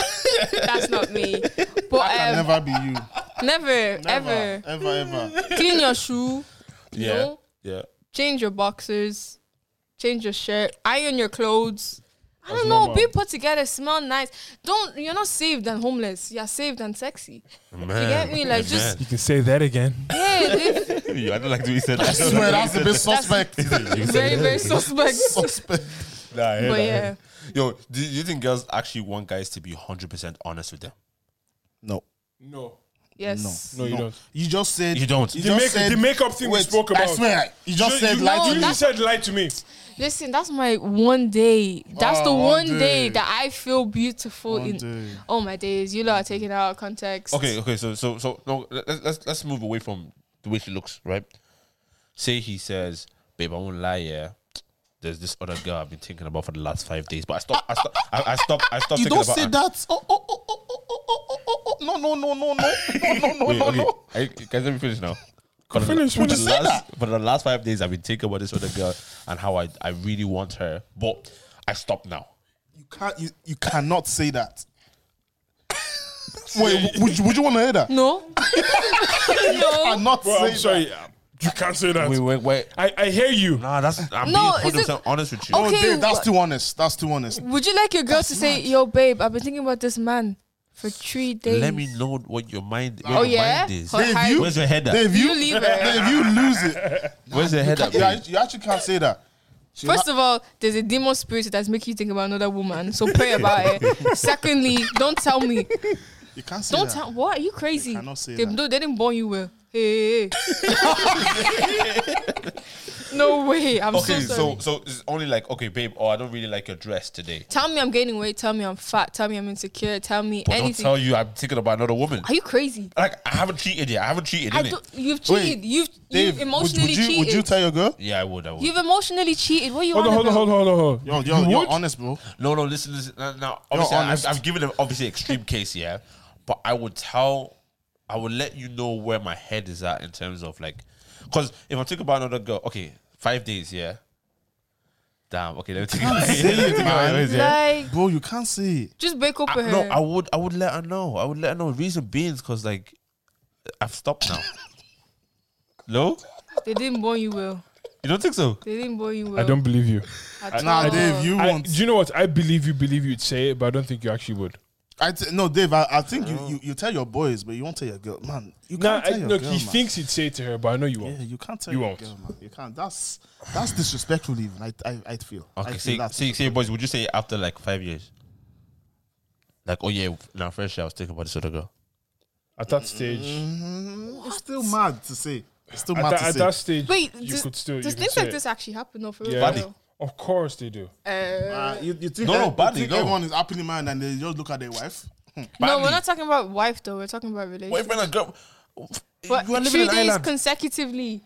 Speaker 4: saved. that's not me. But
Speaker 3: Can
Speaker 4: um,
Speaker 3: never be you.
Speaker 4: never,
Speaker 3: Never,
Speaker 4: ever
Speaker 3: ever, ever.
Speaker 4: clean your shoe.
Speaker 5: Yeah.
Speaker 4: No,
Speaker 5: Yeah.
Speaker 4: change your boxers, change your shirt, iron your clothes. I don't know.
Speaker 2: normal.
Speaker 4: Be put together, smell nice. Don't you're not saved and homeless. You're saved and sexy.
Speaker 5: Man.
Speaker 4: get me? Like, just-
Speaker 2: You can say that again.
Speaker 4: Hey, live
Speaker 5: I don't like the way you said that.
Speaker 1: I swear that's a bit suspect.
Speaker 4: very very suspect.
Speaker 3: Oh,
Speaker 1: suspect.
Speaker 5: Nah, I hear
Speaker 4: But
Speaker 5: that.
Speaker 4: yeah,
Speaker 5: Yo, do you think girls actually want guys to be 100% honest with them?
Speaker 3: No.
Speaker 2: No.
Speaker 4: yes.
Speaker 2: No, you don't.
Speaker 3: You just said
Speaker 5: You don't.
Speaker 3: You
Speaker 2: The,
Speaker 3: just
Speaker 2: make,
Speaker 3: said,
Speaker 2: the makeup thing we
Speaker 3: wait,
Speaker 2: spoke
Speaker 3: I
Speaker 2: about.
Speaker 3: swear, you just
Speaker 2: So
Speaker 3: said
Speaker 2: you,
Speaker 3: like
Speaker 4: No,
Speaker 2: you
Speaker 4: that-
Speaker 2: said lie to me.
Speaker 4: Listen, that's my one day. That's the
Speaker 3: Oh,
Speaker 4: one
Speaker 3: one
Speaker 4: day.
Speaker 3: day.
Speaker 4: that I feel beautiful
Speaker 3: One
Speaker 4: in
Speaker 3: day.
Speaker 4: all my days. You lot are taking it out of context.
Speaker 5: Okay, okay. So, so, so, no. let- Let's let's let's move away from the way she looks, right? Say he says, "Babe, I won't lie. Yeah, there's this other girl I've been thinking about for the last five days, but I stopped. I stopped. I, I stopped. I stopped
Speaker 3: you
Speaker 5: thinking about
Speaker 3: don't say
Speaker 5: her."
Speaker 3: that. Oh, oh, oh, oh, oh, oh, oh, oh, oh, oh. No, no, no, no, no, no, no, no,
Speaker 5: Wait,
Speaker 3: no,
Speaker 5: okay.
Speaker 3: no.
Speaker 5: Are you- guys, let me finish now. For the,
Speaker 2: Finish,
Speaker 5: for, the
Speaker 2: finish.
Speaker 5: last, for the last five days, I've been thinking about this other girl and how I, I really want her, but I stopped now.
Speaker 3: You can't. You, you cannot say that. Wait, would you, would you want to hear that?
Speaker 4: No. no.
Speaker 3: Cannot
Speaker 2: Bro,
Speaker 3: say
Speaker 2: I'm sorry. You can't say that.
Speaker 5: Wait, wait, wait.
Speaker 2: I, I hear you.
Speaker 5: Nah, that's I'm
Speaker 4: No,
Speaker 5: being
Speaker 4: is
Speaker 5: 100 percent
Speaker 4: it-
Speaker 5: honest with you.
Speaker 3: that. No,
Speaker 4: Okay,
Speaker 3: Dave, that's
Speaker 4: but-
Speaker 3: too honest. That's too honest.
Speaker 4: Would you like your girl to say, "Yo, babe, I've been thinking about this man for three days."
Speaker 5: Let me know what your mind. Where
Speaker 4: Oh
Speaker 5: your
Speaker 4: yeah.
Speaker 5: mind is.
Speaker 4: Her
Speaker 3: Dave,
Speaker 4: height-
Speaker 3: you-
Speaker 5: Where's your head at?
Speaker 3: Dave, you,
Speaker 4: You leave her.
Speaker 3: Dave, you lose it.
Speaker 5: Where's your head at?
Speaker 3: You,
Speaker 5: babe?
Speaker 3: act- you actually can't say that. She
Speaker 4: First
Speaker 3: ha-
Speaker 4: of all, there's a demon spirit that's making you think about another woman, so pray about it. Secondly, don't tell me.
Speaker 3: you can't say
Speaker 4: Don't
Speaker 3: that.
Speaker 4: tell. What are you crazy?
Speaker 3: cannot say
Speaker 4: they,
Speaker 3: that.
Speaker 4: no, they didn't born you well. Hey. no way. I'm
Speaker 5: Okay,
Speaker 4: so sorry.
Speaker 5: so so it's only like okay, babe. Oh, I don't really like your dress today.
Speaker 4: Tell me I'm gaining weight. Tell me I'm fat. Tell me I'm insecure. Tell me
Speaker 5: But
Speaker 4: anything.
Speaker 5: don't tell you I'm thinking about another woman.
Speaker 4: Are you crazy?
Speaker 5: like I haven't cheated yet. I haven't cheated
Speaker 4: I
Speaker 5: in
Speaker 4: do,
Speaker 5: it.
Speaker 4: you've
Speaker 3: Wait,
Speaker 4: cheated. you've,
Speaker 3: Dave,
Speaker 4: you've
Speaker 3: would-
Speaker 4: emotionally
Speaker 3: would, you,
Speaker 4: cheated.
Speaker 3: Would you tell your girl?
Speaker 5: Yeah, I would. I would.
Speaker 4: have emotionally cheated. What do you
Speaker 2: Hold on,
Speaker 4: want
Speaker 2: hold on, hold on,
Speaker 4: about?
Speaker 2: hold on, hold
Speaker 3: Yo,
Speaker 2: on.
Speaker 3: yo,
Speaker 2: You
Speaker 3: you're
Speaker 2: would?
Speaker 3: honest, bro.
Speaker 5: no, no. Listen, listen. Now, now obviously, I- I've,
Speaker 3: honest.
Speaker 5: I've given him obviously extreme case, yeah. But I would tell, I would let you know where my head is at in terms of like, because if I'm thinking about another girl, okay, five days, yeah. Damn. Okay, let me think. about it. Let me think about it, yeah.
Speaker 4: Like,
Speaker 3: Bro, you can't say it.
Speaker 4: just break up
Speaker 5: I-
Speaker 4: with her.
Speaker 5: no, I would, I would let her know. I would let her know. Reason being, because like, I've stopped now. no,
Speaker 4: they didn't born you well.
Speaker 5: you don't think so?
Speaker 4: They didn't born you well.
Speaker 2: I don't believe you.
Speaker 4: at
Speaker 3: Nah,
Speaker 4: all.
Speaker 3: Dave, you
Speaker 2: I,
Speaker 3: won't.
Speaker 2: do you know what? I believe you believe you'd say it, but I don't think you actually would.
Speaker 3: I t- no, Dave. I, I think you, you you tell your boys, but you won't tell your girl, man. You
Speaker 2: Nah,
Speaker 3: can't
Speaker 2: I,
Speaker 3: tell your
Speaker 2: look,
Speaker 3: girl,
Speaker 2: he
Speaker 3: man.
Speaker 2: thinks he'd say it to her, but I know you
Speaker 3: Yeah,
Speaker 2: won't.
Speaker 3: you can't tell
Speaker 2: You
Speaker 3: your
Speaker 2: won't.
Speaker 3: girl, man. You can't. That's that's disrespectful, even. I I I feel. I
Speaker 5: Okay,
Speaker 3: feel
Speaker 5: see,
Speaker 3: that's
Speaker 5: see, see, boys, would you say after like five years? Like, oh yeah, now fresh, I was thinking about this other girl.
Speaker 2: At that stage,
Speaker 3: Mm, It's still mad to say. It's still
Speaker 2: at
Speaker 3: mad
Speaker 2: that,
Speaker 3: to
Speaker 2: at
Speaker 3: say.
Speaker 2: that stage,
Speaker 4: Wait,
Speaker 2: you
Speaker 4: does,
Speaker 2: could still.
Speaker 4: does
Speaker 2: you could
Speaker 4: things
Speaker 2: say
Speaker 4: like
Speaker 2: it.
Speaker 4: this actually happen? No, for real.
Speaker 2: Yeah.
Speaker 5: Buddy.
Speaker 4: though?
Speaker 2: Of course they do.
Speaker 4: Uh,
Speaker 3: Uh, you, you think
Speaker 5: No, no,
Speaker 3: you
Speaker 5: badly,
Speaker 3: think
Speaker 5: no.
Speaker 3: everyone is happily married and they just look at their wife.
Speaker 4: no,
Speaker 5: Badly.
Speaker 4: we're not talking about wife though. We're talking about
Speaker 5: What if
Speaker 4: relationship.
Speaker 5: when a girl?
Speaker 4: But
Speaker 5: you are living
Speaker 4: three
Speaker 5: in
Speaker 4: days
Speaker 5: Ireland.
Speaker 4: consecutively.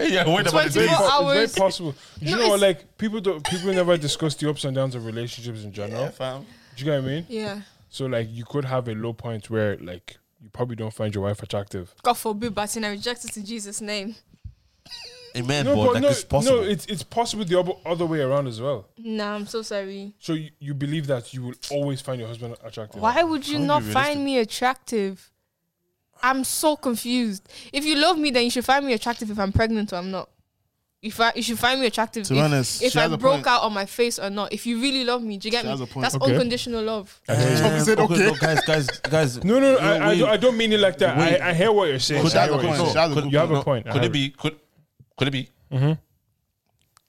Speaker 5: yeah, wait about it.
Speaker 2: Very
Speaker 4: Four
Speaker 2: po-
Speaker 4: hours.
Speaker 2: It's very possible. Do you
Speaker 4: No,
Speaker 2: know what?
Speaker 4: it's-
Speaker 2: Like people don't. People never discuss the ups and downs of relationships in general. Do you know what I mean?
Speaker 4: Yeah.
Speaker 2: So like, you could have a low point where like you probably don't find your wife attractive.
Speaker 4: God forbid, but and I reject it in Jesus' name.
Speaker 5: Amen,
Speaker 2: No,
Speaker 5: boy.
Speaker 2: but
Speaker 5: like
Speaker 2: no,
Speaker 5: it's possible.
Speaker 2: no, it's it's possible the other, other way around as well.
Speaker 4: Nah, I'm so sorry.
Speaker 2: So you, you believe that you will always find your husband attractive.
Speaker 4: Why would you
Speaker 5: How
Speaker 4: not
Speaker 5: would you
Speaker 4: find me attractive? I'm so confused. If you love me, then you should find me attractive. If I'm pregnant or I'm not, if I, you should find me attractive.
Speaker 3: To be
Speaker 4: if,
Speaker 3: honest,
Speaker 4: if
Speaker 3: she
Speaker 4: I
Speaker 3: has a
Speaker 4: broke
Speaker 3: point.
Speaker 4: out on my face or not, if you really love me, do you get
Speaker 3: She has
Speaker 4: me?
Speaker 3: a point.
Speaker 4: That's
Speaker 2: Okay.
Speaker 4: unconditional love.
Speaker 5: Um,
Speaker 3: said okay.
Speaker 5: no, guys, guys, guys.
Speaker 2: No, no,
Speaker 5: wait.
Speaker 2: no I, I, don't, I don't mean it like that.
Speaker 5: Wait.
Speaker 2: I, I hear what you're saying. I
Speaker 3: Could that
Speaker 2: hear
Speaker 3: be
Speaker 2: what you're
Speaker 3: point?
Speaker 2: saying.
Speaker 3: She has a
Speaker 5: could-
Speaker 3: good
Speaker 2: You have a
Speaker 5: no,
Speaker 2: point. I
Speaker 5: Could
Speaker 2: have
Speaker 5: it be? Could could it be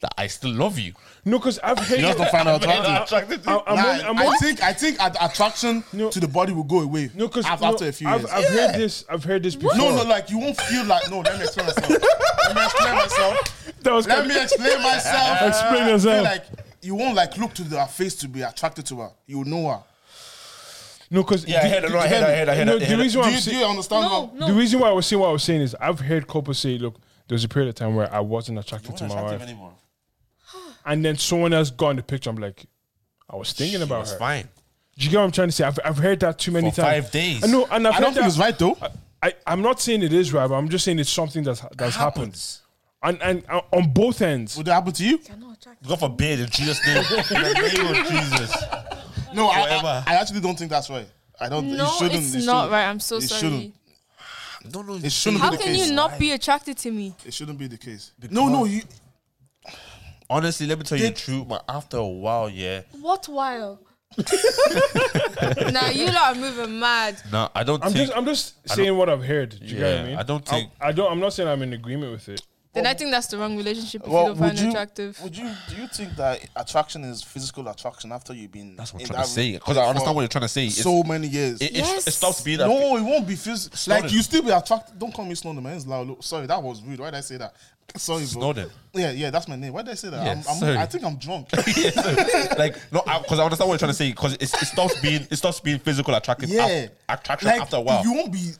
Speaker 5: that I still love you?
Speaker 2: No, because I've heard.
Speaker 3: You just don't find her attractive.
Speaker 5: Attracted to
Speaker 2: I,
Speaker 5: you?
Speaker 2: I'm
Speaker 3: Nah,
Speaker 2: only- I'm
Speaker 3: I
Speaker 2: only-
Speaker 3: think I think at- attraction
Speaker 2: No.
Speaker 3: to the body will go away.
Speaker 2: no, because
Speaker 3: af- after a few
Speaker 2: I've,
Speaker 3: years.
Speaker 2: I've heard this. I've heard this before.
Speaker 3: no, no, like you won't feel like. No, let me explain myself. let me explain myself.
Speaker 2: that was
Speaker 3: Let me explain myself.
Speaker 2: Explain
Speaker 3: I feel
Speaker 2: yourself.
Speaker 3: like you won't like look to her face to be attracted to her. You know her.
Speaker 2: no, because
Speaker 5: Yeah, I heard it, no, I heard it, I heard it, I heard
Speaker 2: No,
Speaker 5: it, I
Speaker 2: the
Speaker 5: heard it.
Speaker 2: reason why
Speaker 3: Do
Speaker 2: I'm
Speaker 3: you, do
Speaker 2: saying
Speaker 3: you understand?
Speaker 4: No,
Speaker 3: how-
Speaker 4: no.
Speaker 2: the reason why I was saying what I was saying is I've heard couples say, look, there was a period of time where I wasn't attracted to my wife,
Speaker 5: anymore.
Speaker 2: and then someone else got in the picture. I'm like, I was thinking about
Speaker 5: It's
Speaker 2: her.
Speaker 5: fine.
Speaker 2: Do you get what I'm trying to say? I've, I've heard that too many
Speaker 5: For
Speaker 2: times.
Speaker 5: five days.
Speaker 2: I know, and I've
Speaker 3: I
Speaker 2: heard
Speaker 3: don't
Speaker 2: that-
Speaker 3: think it's right though.
Speaker 2: I, I'm not saying it is right, but I'm just saying it's something that's that's happened,
Speaker 5: Happens.
Speaker 2: and and uh, on both ends.
Speaker 3: Would that happen to you?
Speaker 4: You're not attractive.
Speaker 5: God forbid, in Jesus' name. in the name of Jesus.
Speaker 3: No, I,
Speaker 5: Forever.
Speaker 3: I, I actually don't think that's right. I don't.
Speaker 4: No,
Speaker 3: you shouldn't,
Speaker 4: it's
Speaker 3: you
Speaker 4: not
Speaker 3: shouldn't.
Speaker 4: right. I'm so
Speaker 3: You
Speaker 4: sorry.
Speaker 3: shouldn't.
Speaker 5: No, no.
Speaker 3: It shouldn't
Speaker 4: How
Speaker 3: be the
Speaker 4: can
Speaker 3: case.
Speaker 4: you not be attracted to me?
Speaker 3: It shouldn't be the case. no, no, you.
Speaker 5: Honestly, let me tell you the truth. But after a while, yeah.
Speaker 4: What while? now you lot are moving mad.
Speaker 5: No, I don't
Speaker 2: I'm
Speaker 5: think.
Speaker 2: just I'm just saying what I've heard. Do you get what
Speaker 5: Yeah,
Speaker 2: I mean?
Speaker 5: I don't
Speaker 2: I'm-
Speaker 5: think-
Speaker 2: I don't. I'm not saying I'm in agreement with it.
Speaker 4: Then I think that's the wrong relationship if
Speaker 3: Well,
Speaker 4: you don't find
Speaker 3: would you-
Speaker 4: attractive.
Speaker 3: Would you do you think that attraction is physical attraction after you've been?
Speaker 5: that's what I'm
Speaker 3: in
Speaker 5: trying to
Speaker 3: that
Speaker 5: say.
Speaker 3: relationship
Speaker 5: Because I understand
Speaker 3: for
Speaker 5: what you're trying to say. It's-
Speaker 3: So many years.
Speaker 5: it, it,
Speaker 4: Yes.
Speaker 5: it stops being that.
Speaker 3: no, it won't be physical.
Speaker 5: Snowden.
Speaker 3: Like you still be attracted. Don't call me Snowden, man. It's loud. Look, sorry, that was rude. Why did I say that? Sorry, bro.
Speaker 5: Snowden.
Speaker 3: Yeah, yeah, that's my name. Why did I say that?
Speaker 5: Yeah,
Speaker 3: I'm, I'm,
Speaker 5: sorry.
Speaker 3: I think I'm drunk.
Speaker 5: Yeah, so, like no, because I, understand what you're trying to say. Because it, it stops being it stops being physical attractive.
Speaker 3: yeah,
Speaker 5: af- attraction
Speaker 3: Like,
Speaker 5: after a while.
Speaker 3: You won't be.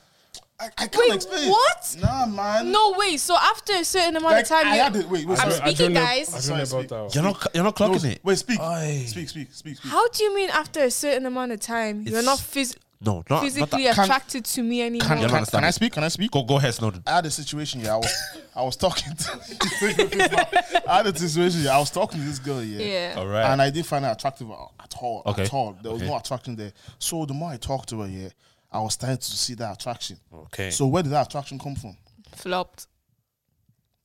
Speaker 3: I, I can't
Speaker 4: Wait,
Speaker 3: explain.
Speaker 4: what?
Speaker 3: Nah, man.
Speaker 4: No way. So after a certain amount
Speaker 3: Like,
Speaker 4: of time,
Speaker 3: I
Speaker 4: you-
Speaker 3: had it. Wait, wait,
Speaker 4: I'm
Speaker 3: sorry.
Speaker 2: I
Speaker 4: speaking,
Speaker 2: don't know,
Speaker 4: guys.
Speaker 2: I don't know
Speaker 3: Sorry,
Speaker 2: about that. One.
Speaker 5: you're not you're not
Speaker 3: No,
Speaker 5: clocking it.
Speaker 3: Wait, speak.
Speaker 5: Aye.
Speaker 3: Speak, speak, speak, speak.
Speaker 4: How do you mean after a certain amount of time you're
Speaker 5: It's-
Speaker 4: not phys-
Speaker 5: No, not,
Speaker 4: physically
Speaker 5: not that.
Speaker 4: attracted to me anymore?
Speaker 5: You're not understanding.
Speaker 3: speak? Can I speak?
Speaker 5: Go go ahead, Snowden.
Speaker 3: I had a situation. Yeah, I was, I was talking. To, I had a situation. Yeah, I was talking to this girl. Yeah.
Speaker 4: Yeah.
Speaker 5: All right.
Speaker 3: And I didn't find her attractive at at all.
Speaker 5: Okay.
Speaker 3: At all. There was
Speaker 5: Okay.
Speaker 3: no attraction there. So the more I talked to her, yeah, I was starting to see that attraction.
Speaker 5: Okay.
Speaker 3: So where did that attraction come from?
Speaker 4: Flopped.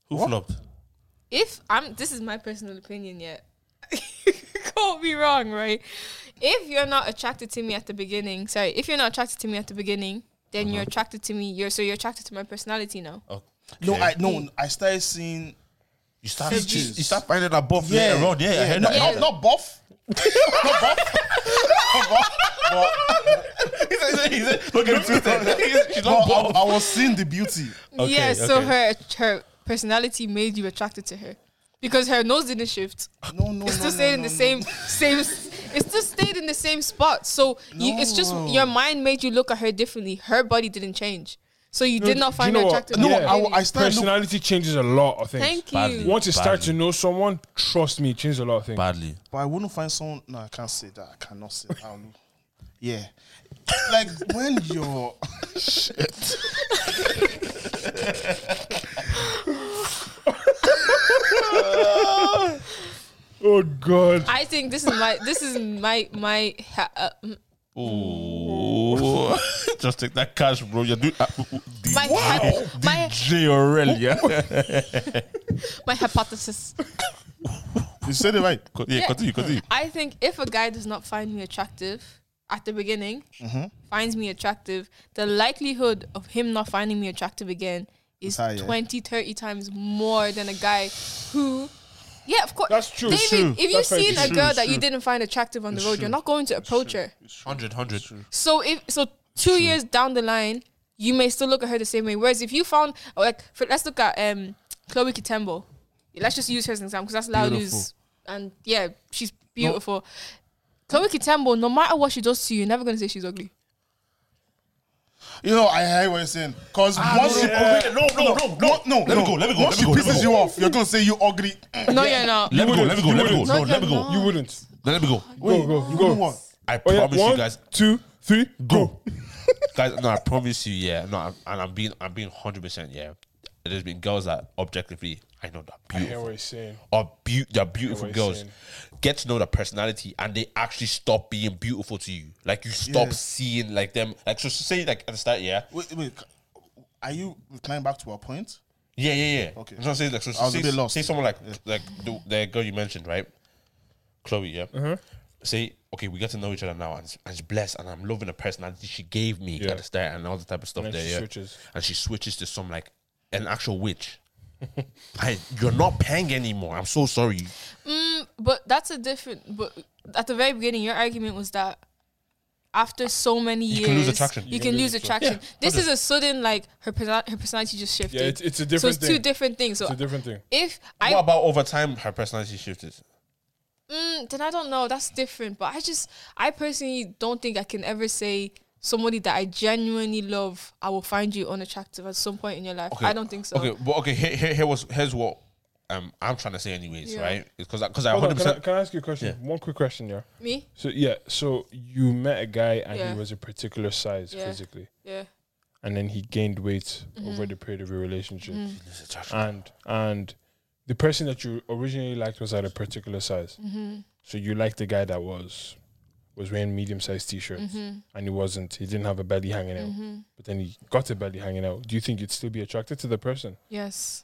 Speaker 5: Who flopped?
Speaker 4: if I'm this is my personal opinion yet. Can't be wrong, right? If you're not attracted to me at the beginning, sorry, if you're not attracted to me at the beginning, then
Speaker 2: Uh-huh.
Speaker 4: you're attracted to me. You're so you're attracted to my personality now.
Speaker 5: Okay.
Speaker 3: No, I no, I started seeing.
Speaker 5: You start
Speaker 3: Features.
Speaker 5: you start finding that buff
Speaker 3: Yeah,
Speaker 5: later on. Yeah, I heard
Speaker 3: not,
Speaker 5: that.
Speaker 3: Not, not buff.
Speaker 5: He said- he said, Look at the Twitter. He said, She's
Speaker 3: No,
Speaker 5: not buff.
Speaker 3: I, I was seeing the beauty.
Speaker 5: Okay,
Speaker 4: yeah, so
Speaker 5: okay.
Speaker 4: her her personality made you attracted to her. Because her nose didn't shift.
Speaker 3: No, no, no,
Speaker 4: It still stayed
Speaker 3: no,
Speaker 4: in the
Speaker 3: no, no.
Speaker 4: same same s- it still stayed in the same spot. So you, it's just
Speaker 3: No.
Speaker 4: your mind made you look at her differently. Her body didn't change. So you did not
Speaker 2: do
Speaker 4: find
Speaker 2: you
Speaker 4: her
Speaker 2: know what?
Speaker 4: attractive.
Speaker 3: No,
Speaker 4: to her
Speaker 2: Yeah.
Speaker 4: beginning.
Speaker 3: I, I started. Look,
Speaker 2: Personality changes a lot of things.
Speaker 4: Thank
Speaker 5: badly.
Speaker 4: you.
Speaker 2: Once you start
Speaker 5: Badly.
Speaker 2: to know someone, trust me, it changes a lot of things.
Speaker 5: badly.
Speaker 3: but I wouldn't find someone. No, I can't say that. I cannot say that. I'll look. Yeah, like when you're.
Speaker 2: Oh god.
Speaker 4: I think this is my this is my my ha- uh, mm,
Speaker 2: Oh.
Speaker 5: Ooh. Just take that cash, bro. You're doing uh, ooh, ooh,
Speaker 4: my
Speaker 5: DJ,
Speaker 4: hy- my
Speaker 5: DJ Aurelia.
Speaker 4: my hypothesis.
Speaker 3: You said it right.
Speaker 5: Co- yeah,
Speaker 4: Yeah.
Speaker 5: continue, continue.
Speaker 4: I think if a guy does not find me attractive at the beginning, finds me attractive, the likelihood of him not finding me attractive again is
Speaker 3: higher.
Speaker 4: 20 30 times more than a guy who yeah, of course.
Speaker 2: That's true.
Speaker 4: David,
Speaker 2: True.
Speaker 4: if you've
Speaker 2: That's very
Speaker 4: seen a
Speaker 2: true.
Speaker 4: girl
Speaker 2: It's
Speaker 4: that you
Speaker 2: true.
Speaker 4: didn't find attractive on the road, you're not going to approach her.
Speaker 5: 100, 100.
Speaker 4: So if so, two years down the line, you may still look at her the same way. Whereas if you found oh, like, for, let's look at um Chloe Kitembo. Let's just use her as an example because that's Laulu's, and yeah, she's beautiful. Chloe Kitembo, no matter what she does to you, you're never gonna say she's ugly.
Speaker 3: You know, I hear what you're saying. Cause once you
Speaker 5: Okay, Ah, no, no, no, no,
Speaker 3: no,
Speaker 5: Let me go, let me go,
Speaker 3: Once
Speaker 5: let me go,
Speaker 3: she
Speaker 5: let me
Speaker 3: pisses
Speaker 5: go. Eh.
Speaker 3: you off, you're gonna say you ugly.
Speaker 4: No, you're not.
Speaker 5: Let me go,
Speaker 2: wouldn't-
Speaker 5: let me go,
Speaker 2: you
Speaker 5: let me go.
Speaker 2: wouldn't.
Speaker 5: No,
Speaker 4: No,
Speaker 5: let me
Speaker 4: you're
Speaker 5: go.
Speaker 4: not.
Speaker 2: You wouldn't.
Speaker 5: No, Let me go.
Speaker 2: Go, go,
Speaker 3: you
Speaker 2: go.
Speaker 3: know what?
Speaker 5: I
Speaker 2: Oh, yeah,
Speaker 5: promise
Speaker 2: one,
Speaker 5: you guys.
Speaker 2: two, three, go.
Speaker 5: Go. guys, no, I promise you, yeah. No, I'm, and I'm being I'm being 100%, yeah. There's been girls that objectively, I know that
Speaker 2: I hear
Speaker 5: beautiful.
Speaker 2: what you're saying.
Speaker 5: are be- they're beautiful
Speaker 2: what you're
Speaker 5: girls.
Speaker 2: saying.
Speaker 5: Get to know their personality, and they actually stop being beautiful to you. Like you stop
Speaker 3: Yeah.
Speaker 5: seeing like them. Like so, say like at the start, yeah,
Speaker 3: Wait, wait. Are you replying back to our point?
Speaker 5: yeah, yeah, yeah.
Speaker 3: Okay.
Speaker 5: I'm trying to say like so.
Speaker 3: I was a
Speaker 5: Say,
Speaker 3: bit lost.
Speaker 5: say someone like like the, the girl you mentioned, right? Chloe, yeah.
Speaker 2: Uh-huh.
Speaker 5: Say okay, we got to know each other now, and, and she's blessed, and I'm loving the personality she gave me
Speaker 2: Yeah.
Speaker 5: at the start, and all the type of stuff
Speaker 2: And then
Speaker 5: there.
Speaker 2: she
Speaker 5: yeah,
Speaker 2: switches.
Speaker 5: and she switches to some like an actual witch. I, you're not pang anymore. I'm so sorry.
Speaker 4: Mm, But that's a different. But at the very beginning, your argument was that after so many years,
Speaker 5: You can lose attraction.
Speaker 4: You, can, lose attraction. This is a sudden like her perso- her personality just shifted.
Speaker 2: it's- it's a
Speaker 4: So
Speaker 2: different
Speaker 4: it's two
Speaker 2: thing.
Speaker 4: different things. So
Speaker 2: It's a different thing.
Speaker 4: if I
Speaker 5: what about over time? Her personality shifted.
Speaker 4: Mm, then I don't know. That's different. But I just, I personally don't think I can ever say somebody that I genuinely love, I will find you unattractive at some point in your life. I don't think so.
Speaker 5: Okay, but okay, here, here, here was here's what um I'm trying to say, anyways,
Speaker 4: Yeah.
Speaker 5: right? Because because I
Speaker 2: Hold
Speaker 5: hundred
Speaker 2: on, can, I,
Speaker 5: percent.
Speaker 2: can I ask you a question? One quick question, yeah.
Speaker 4: Me?
Speaker 2: So yeah, so you met a guy and
Speaker 4: Yeah.
Speaker 2: he was a particular size
Speaker 4: Yeah. Mm-hmm.
Speaker 2: physically,
Speaker 4: Yeah.
Speaker 2: and then he gained weight over the period of your relationship,
Speaker 4: Mm-hmm.
Speaker 2: and and the
Speaker 4: Mm-hmm.
Speaker 2: person that you originally liked was at a particular size. So you liked the guy that was was wearing medium sized t shirts
Speaker 4: Mm-hmm.
Speaker 2: and he wasn't. He didn't have a belly hanging out. But then he got a belly hanging out. Do you think you'd still be attracted to the person?
Speaker 4: Yes.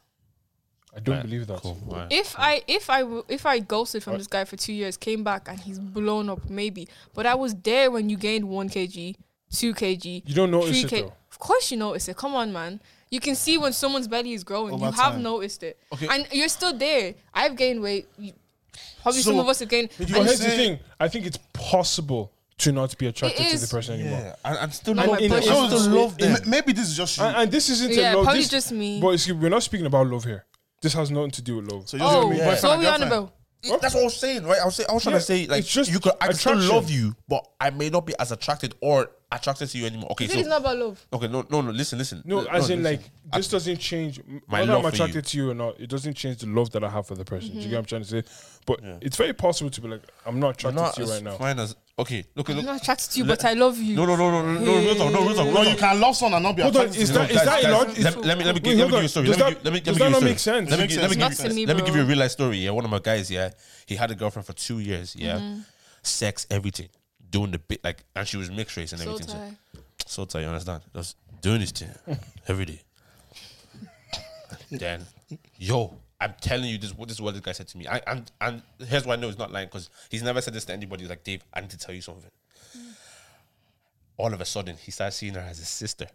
Speaker 2: I don't
Speaker 1: Right,
Speaker 2: believe that.
Speaker 1: Cool. Alright.
Speaker 4: If I if I w- if I ghosted from this guy for two years, came back and he's blown up, maybe. But I was there when you gained one kg, two kg,
Speaker 2: You don't notice
Speaker 4: three
Speaker 2: it
Speaker 4: kg.
Speaker 2: though.
Speaker 4: Of course you notice it. Come on, man. You can see when someone's belly is growing.
Speaker 3: Over
Speaker 4: you have
Speaker 3: time.
Speaker 4: noticed it,
Speaker 3: Okay.
Speaker 4: and you're still there. I've gained weight. You, probably some
Speaker 3: So-
Speaker 4: of us have gained.
Speaker 2: But
Speaker 3: you
Speaker 4: and
Speaker 2: here's
Speaker 4: it's-
Speaker 2: the
Speaker 3: say-
Speaker 2: thing I think it's possible to not be attracted to the
Speaker 4: is.
Speaker 2: person anymore.
Speaker 5: Yeah, and I'm still
Speaker 4: Not
Speaker 5: not.
Speaker 4: my
Speaker 5: I
Speaker 4: person.
Speaker 5: still love them.
Speaker 3: M- Maybe this is just you.
Speaker 2: And, and this isn't
Speaker 4: Yeah,
Speaker 2: a love.
Speaker 4: probably
Speaker 2: this,
Speaker 4: just me.
Speaker 2: But excuse- we're not speaking about love here. This has nothing to do with love.
Speaker 3: So you
Speaker 4: oh,
Speaker 3: just
Speaker 5: Yeah.
Speaker 4: so what are we on
Speaker 3: Girlfriend.
Speaker 4: about?
Speaker 5: It- That's what I was saying, right? I was, saying, I was trying
Speaker 2: Yeah,
Speaker 5: to say like
Speaker 2: it's just
Speaker 5: you could. I could still
Speaker 2: attraction.
Speaker 5: love you, but I may not be as attracted or attracted to you anymore. Okay,
Speaker 4: You
Speaker 5: so
Speaker 4: think it's not about love?
Speaker 5: okay, no, no, no. Listen, listen.
Speaker 2: no, as in
Speaker 5: listen.
Speaker 2: like this doesn't change m-
Speaker 5: My
Speaker 2: whether
Speaker 5: love
Speaker 2: I'm
Speaker 5: for you.
Speaker 2: attracted to you or not. It doesn't change the love that I have for the person.
Speaker 4: Mm-hmm.
Speaker 2: Do you get what I'm trying to say? But it's very possible to be like, I'm not
Speaker 5: You're
Speaker 2: attracted
Speaker 5: not
Speaker 2: to you
Speaker 5: as
Speaker 2: right now.
Speaker 5: fine as okay. Look,
Speaker 4: I'm
Speaker 5: look.
Speaker 4: not attracted to you, but I love you.
Speaker 5: No, no, no, no, no, no, no, no, no, no,
Speaker 3: No,
Speaker 5: no.
Speaker 3: you can love someone and not be
Speaker 2: Hold on,
Speaker 3: attracted.
Speaker 2: is
Speaker 3: to
Speaker 2: that
Speaker 3: them.
Speaker 2: is
Speaker 5: guys,
Speaker 2: that a
Speaker 5: guys,
Speaker 2: lot?
Speaker 5: let-
Speaker 2: is-
Speaker 5: let me- let me give-
Speaker 2: wait,
Speaker 5: let me
Speaker 2: hold
Speaker 5: give you a story.
Speaker 2: on. Does
Speaker 5: Let me
Speaker 2: that-
Speaker 5: give- let me- let me
Speaker 2: Does
Speaker 5: give
Speaker 2: that
Speaker 5: you a
Speaker 2: not
Speaker 5: story.
Speaker 2: make sense?
Speaker 5: Let me,
Speaker 3: Makes
Speaker 5: gi- let me
Speaker 3: sense.
Speaker 5: give
Speaker 4: Not to
Speaker 5: you,
Speaker 4: me,
Speaker 5: let me
Speaker 4: bro.
Speaker 5: give you a real life story. Yeah, one of my guys. Yeah, he had a girlfriend for two years. Yeah,
Speaker 4: Mm-hmm.
Speaker 5: sex, everything, doing the bit like, and she was mixed race and
Speaker 4: So
Speaker 5: everything. So,
Speaker 4: tired.
Speaker 5: so tight, you understand? Just doing this thing every day. then, yo, I'm telling you this. What this is what this guy said to me. I, and and here's why I know he's not lying because he's never said this to anybody. He's like, Dave, I need to tell you something.
Speaker 3: Mm.
Speaker 5: All of a sudden, he started seeing her as his sister.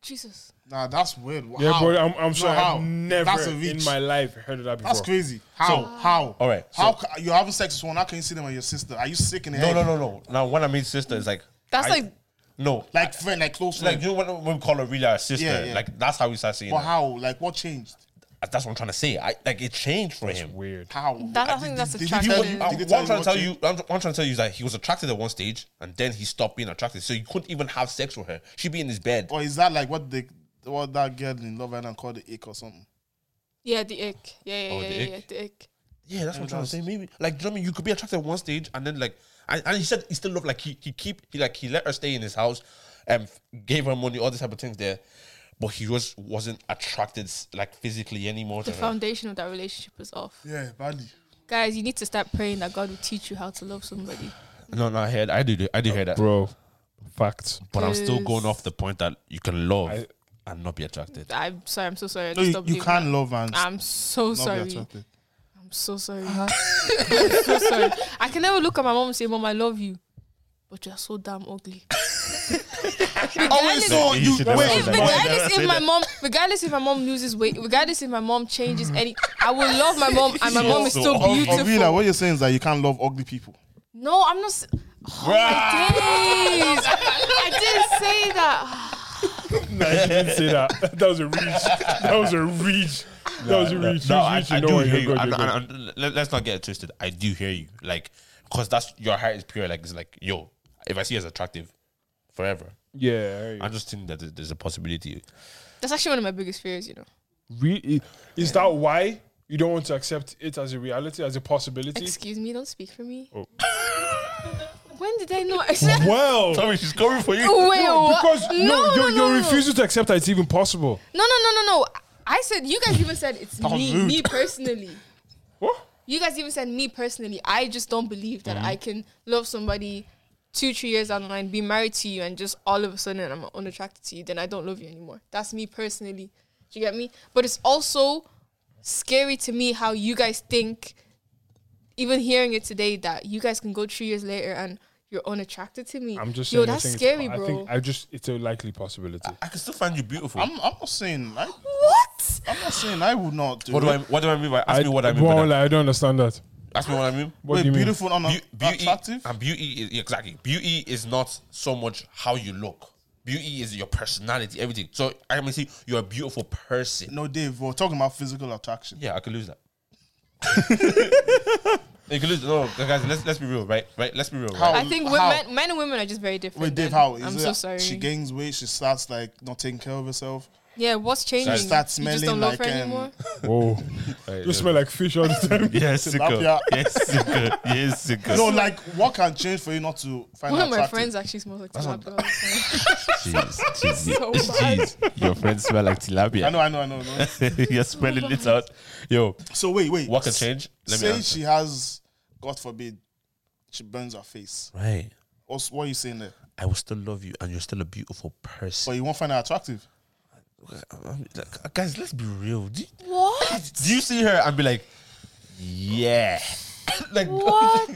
Speaker 4: Jesus.
Speaker 3: Nah, that's weird. Wow.
Speaker 2: Yeah, bro. I'm, I'm
Speaker 3: No,
Speaker 2: sorry.
Speaker 3: how?
Speaker 2: I've never
Speaker 3: That's a
Speaker 2: in
Speaker 3: reach.
Speaker 2: my life heard of that before.
Speaker 3: That's crazy. How? how?
Speaker 5: All right,
Speaker 3: how ca- you're having sex with someone? How can you see them as your sister? Are you sick in the
Speaker 5: No,
Speaker 3: head?
Speaker 5: no, no, no. Now, when I mean sister, it's like
Speaker 4: That's
Speaker 5: I-
Speaker 4: like-
Speaker 5: no, like
Speaker 3: Like friend, like close
Speaker 5: like
Speaker 3: friend.
Speaker 5: you know when when we call her really our sister,
Speaker 3: Yeah, yeah.
Speaker 5: like that's how we start seeing.
Speaker 3: but
Speaker 5: her.
Speaker 3: how? Like what changed?
Speaker 5: That's what I'm trying to say. I like it changed for him.
Speaker 2: Weird.
Speaker 3: How?
Speaker 4: That- I
Speaker 3: Did-
Speaker 4: think that's
Speaker 3: did- did he
Speaker 4: attractive.
Speaker 3: tell
Speaker 5: What,
Speaker 3: you-
Speaker 5: I,
Speaker 3: did he
Speaker 5: what I'm trying to tell
Speaker 3: changed?
Speaker 5: you, I'm, what I'm trying to tell you is that he was attracted at one stage, and then he stopped being attracted, so he couldn't even have sex with her. She'd be in his bed.
Speaker 3: Or is that like what the what that girl in Love Island called the ick or something?
Speaker 4: Yeah, the ick. Yeah, yeah,
Speaker 5: Oh,
Speaker 4: yeah,
Speaker 5: the
Speaker 4: yeah,
Speaker 5: ick.
Speaker 4: yeah, the ick.
Speaker 5: Yeah, that's what I'm trying to say. Maybe like do you know what I mean? You could be attracted at one stage and then like and, and he said he still loved like he he keep he like he let her stay in his house and gave her money, all these type of things there. But he was wasn't attracted like physically anymore.
Speaker 4: The
Speaker 5: to her.
Speaker 4: foundation of that relationship was off.
Speaker 3: Yeah, badly.
Speaker 4: Guys, you need to start praying that God will teach you how to love somebody.
Speaker 5: No, no, I heard I do I do hear that.
Speaker 2: Bro, facts.
Speaker 5: But I'm still
Speaker 4: Yes.
Speaker 5: going off the point that you can love
Speaker 2: I-
Speaker 5: and not be attracted.
Speaker 4: I'm sorry. I'm so sorry. I
Speaker 3: No,
Speaker 4: just
Speaker 3: you,
Speaker 4: stopped
Speaker 3: you
Speaker 4: doing
Speaker 3: can't
Speaker 4: that.
Speaker 3: love and
Speaker 4: I'm so
Speaker 3: not be
Speaker 4: sorry.
Speaker 3: attracted.
Speaker 4: I'm so sorry. I'm so sorry. I can never look at my mom and say, "Mom, I love you," but you're so damn ugly.
Speaker 3: Oh wait,
Speaker 4: Regardless-
Speaker 3: so
Speaker 5: You
Speaker 3: you
Speaker 5: should
Speaker 3: wait,
Speaker 5: never say
Speaker 3: wait,
Speaker 5: that.
Speaker 4: regardless if my mom, regardless if my mom loses weight, regardless if my mom changes any, I will love my mom, and my mom is still beautiful.
Speaker 3: Arena, what you're saying is that you can't love ugly people.
Speaker 4: No, I'm not. s- Oh my days! I didn't say that.
Speaker 2: No, you didn't say that. That was a reach. That was a reach. That was a
Speaker 5: No, Uh, no,
Speaker 2: reach. Reach,
Speaker 5: I,
Speaker 2: reach,
Speaker 5: I
Speaker 2: know
Speaker 5: do
Speaker 2: what,
Speaker 5: hear
Speaker 2: you're
Speaker 5: you.
Speaker 2: good,
Speaker 5: I'm
Speaker 2: you're
Speaker 5: not-
Speaker 2: good.
Speaker 5: I'm- I'm- let- let's not get it twisted. I do hear you. Like, because that's your heart is pure. Like, it's like, yo, if I see her as attractive forever,
Speaker 2: Yeah, I hear you.
Speaker 5: I just think that th- there's a possibility.
Speaker 4: That's actually one of my biggest fears. You know,
Speaker 2: Re- i- is that why you don't want to accept it as a reality, as a possibility?
Speaker 4: excuse me, don't speak for me.
Speaker 2: Oh.
Speaker 4: When did I know? I
Speaker 2: Well,
Speaker 5: Sorry, she's coming for you.
Speaker 4: Wait, what?
Speaker 2: because no,
Speaker 4: no,
Speaker 2: you're,
Speaker 4: no,
Speaker 2: you're
Speaker 4: no.
Speaker 2: refusing to accept that it's even possible.
Speaker 4: No, no, no, no, no. I said you guys even said it's
Speaker 3: was
Speaker 4: me,
Speaker 3: rude.
Speaker 4: me personally.
Speaker 2: What?
Speaker 4: You guys even said me personally. I just don't believe
Speaker 2: Mm-hmm.
Speaker 4: that I can love somebody two, three years down the line, be married to you, and just all of a sudden I'm unattracted to you. Then I don't love you anymore. That's me personally. Do you get me? But it's also scary to me how you guys think. Even hearing it today, that you guys can go three years later and you're unattracted to me.
Speaker 2: I'm just
Speaker 4: yo,
Speaker 2: saying. I
Speaker 4: that's
Speaker 2: think
Speaker 4: scary,
Speaker 2: it's,
Speaker 4: bro.
Speaker 2: I think I just it's a likely possibility.
Speaker 5: I can still find you beautiful.
Speaker 3: I'm, I'm not saying like
Speaker 4: what?
Speaker 3: I'm not saying I would not do.
Speaker 5: what do I?
Speaker 3: it.
Speaker 5: What do I mean by? Ask me what I mean.
Speaker 2: Well,
Speaker 5: By
Speaker 2: like,
Speaker 5: that.
Speaker 2: I don't understand that.
Speaker 5: Ask me what I mean.
Speaker 2: What
Speaker 3: wait,
Speaker 2: do you mean?
Speaker 3: beautiful, and
Speaker 5: Beau- beauty
Speaker 3: attractive.
Speaker 5: and beauty is yeah, exactly beauty is not so much how you look. Beauty is your personality, everything. So I can see you're a beautiful person.
Speaker 3: No, Dave, we're talking about physical attraction.
Speaker 5: Yeah, I could lose that. you could lose. No, guys, let's let's be real, right? Right, let's be real.
Speaker 3: How-
Speaker 5: Right?
Speaker 4: I think
Speaker 3: How?
Speaker 4: women, men and women are just very different.
Speaker 3: Wait, Dave,
Speaker 4: then.
Speaker 3: how is
Speaker 4: I'm
Speaker 3: it?
Speaker 4: so sorry.
Speaker 3: She gains weight. She starts like not taking care of herself.
Speaker 4: Yeah, what's changing?
Speaker 3: starts
Speaker 4: you just
Speaker 3: smelling
Speaker 4: don't love
Speaker 3: like,
Speaker 4: her
Speaker 3: um,
Speaker 4: anymore.
Speaker 2: Whoa, you smell like fish all the time.
Speaker 5: Yes,
Speaker 3: Tilapia.
Speaker 5: Yes, sicko. Yes, sicko.
Speaker 3: No, like what can change for you not to find
Speaker 4: One
Speaker 3: her
Speaker 4: of my
Speaker 3: attractive?
Speaker 4: friends actually smells like tilapia. all the time.
Speaker 5: jeez, jeez,
Speaker 4: So bad.
Speaker 5: Your friends smell like tilapia.
Speaker 3: I know, I know, I know. I know.
Speaker 5: You're smelling it out. Yo,
Speaker 3: so wait, wait.
Speaker 5: what can change? Let me
Speaker 3: Say
Speaker 5: answer.
Speaker 3: she has, God forbid, she burns her face.
Speaker 6: Right.
Speaker 3: What's, what are you saying there?
Speaker 6: I will still love you, and you're still a beautiful
Speaker 3: But
Speaker 6: person.
Speaker 3: you won't find her attractive.
Speaker 6: Um, like, Guys, let's be real. Do you,
Speaker 4: What?
Speaker 6: do you see her and be like,
Speaker 1: Yeah.
Speaker 6: like,
Speaker 4: What?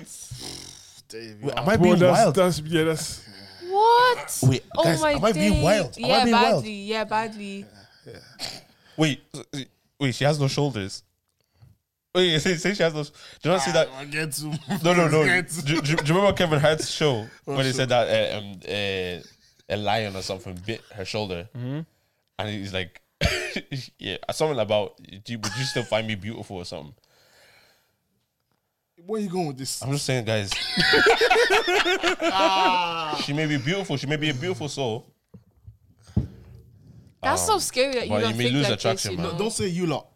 Speaker 3: Dave, you
Speaker 6: wait,
Speaker 3: are-
Speaker 6: am I
Speaker 2: Bro,
Speaker 6: being
Speaker 2: that's,
Speaker 6: wild?
Speaker 2: that's yeah, that's
Speaker 4: What?
Speaker 6: Wait,
Speaker 4: oh
Speaker 6: guys,
Speaker 4: my
Speaker 6: am I being
Speaker 4: days.
Speaker 6: wild? Am I
Speaker 4: Yeah,
Speaker 6: being wild?
Speaker 4: badly. Yeah, badly.
Speaker 5: Wait, wait, she has no shoulders. Wait, say, say she has no. Do you not see that?
Speaker 4: Ah,
Speaker 3: I get to.
Speaker 5: No, no, no.
Speaker 3: Get
Speaker 5: do, do- do you remember Kevin Hart's show when he
Speaker 3: show?
Speaker 5: said that uh, um, uh, a lion or something bit her shoulder,
Speaker 2: Mm-hmm.
Speaker 5: and he's like, yeah, uh, something about do you, would you still find me beautiful or something?
Speaker 3: Where are you going with this?
Speaker 5: I'm just saying, guys.
Speaker 4: Ah.
Speaker 5: she may be beautiful. She may be a beautiful soul.
Speaker 4: That's so scary that you
Speaker 5: but
Speaker 4: don't
Speaker 5: you may
Speaker 4: think
Speaker 5: lose
Speaker 4: like
Speaker 5: attraction,
Speaker 4: this.
Speaker 5: man.
Speaker 4: You know?
Speaker 3: Don't say you lot.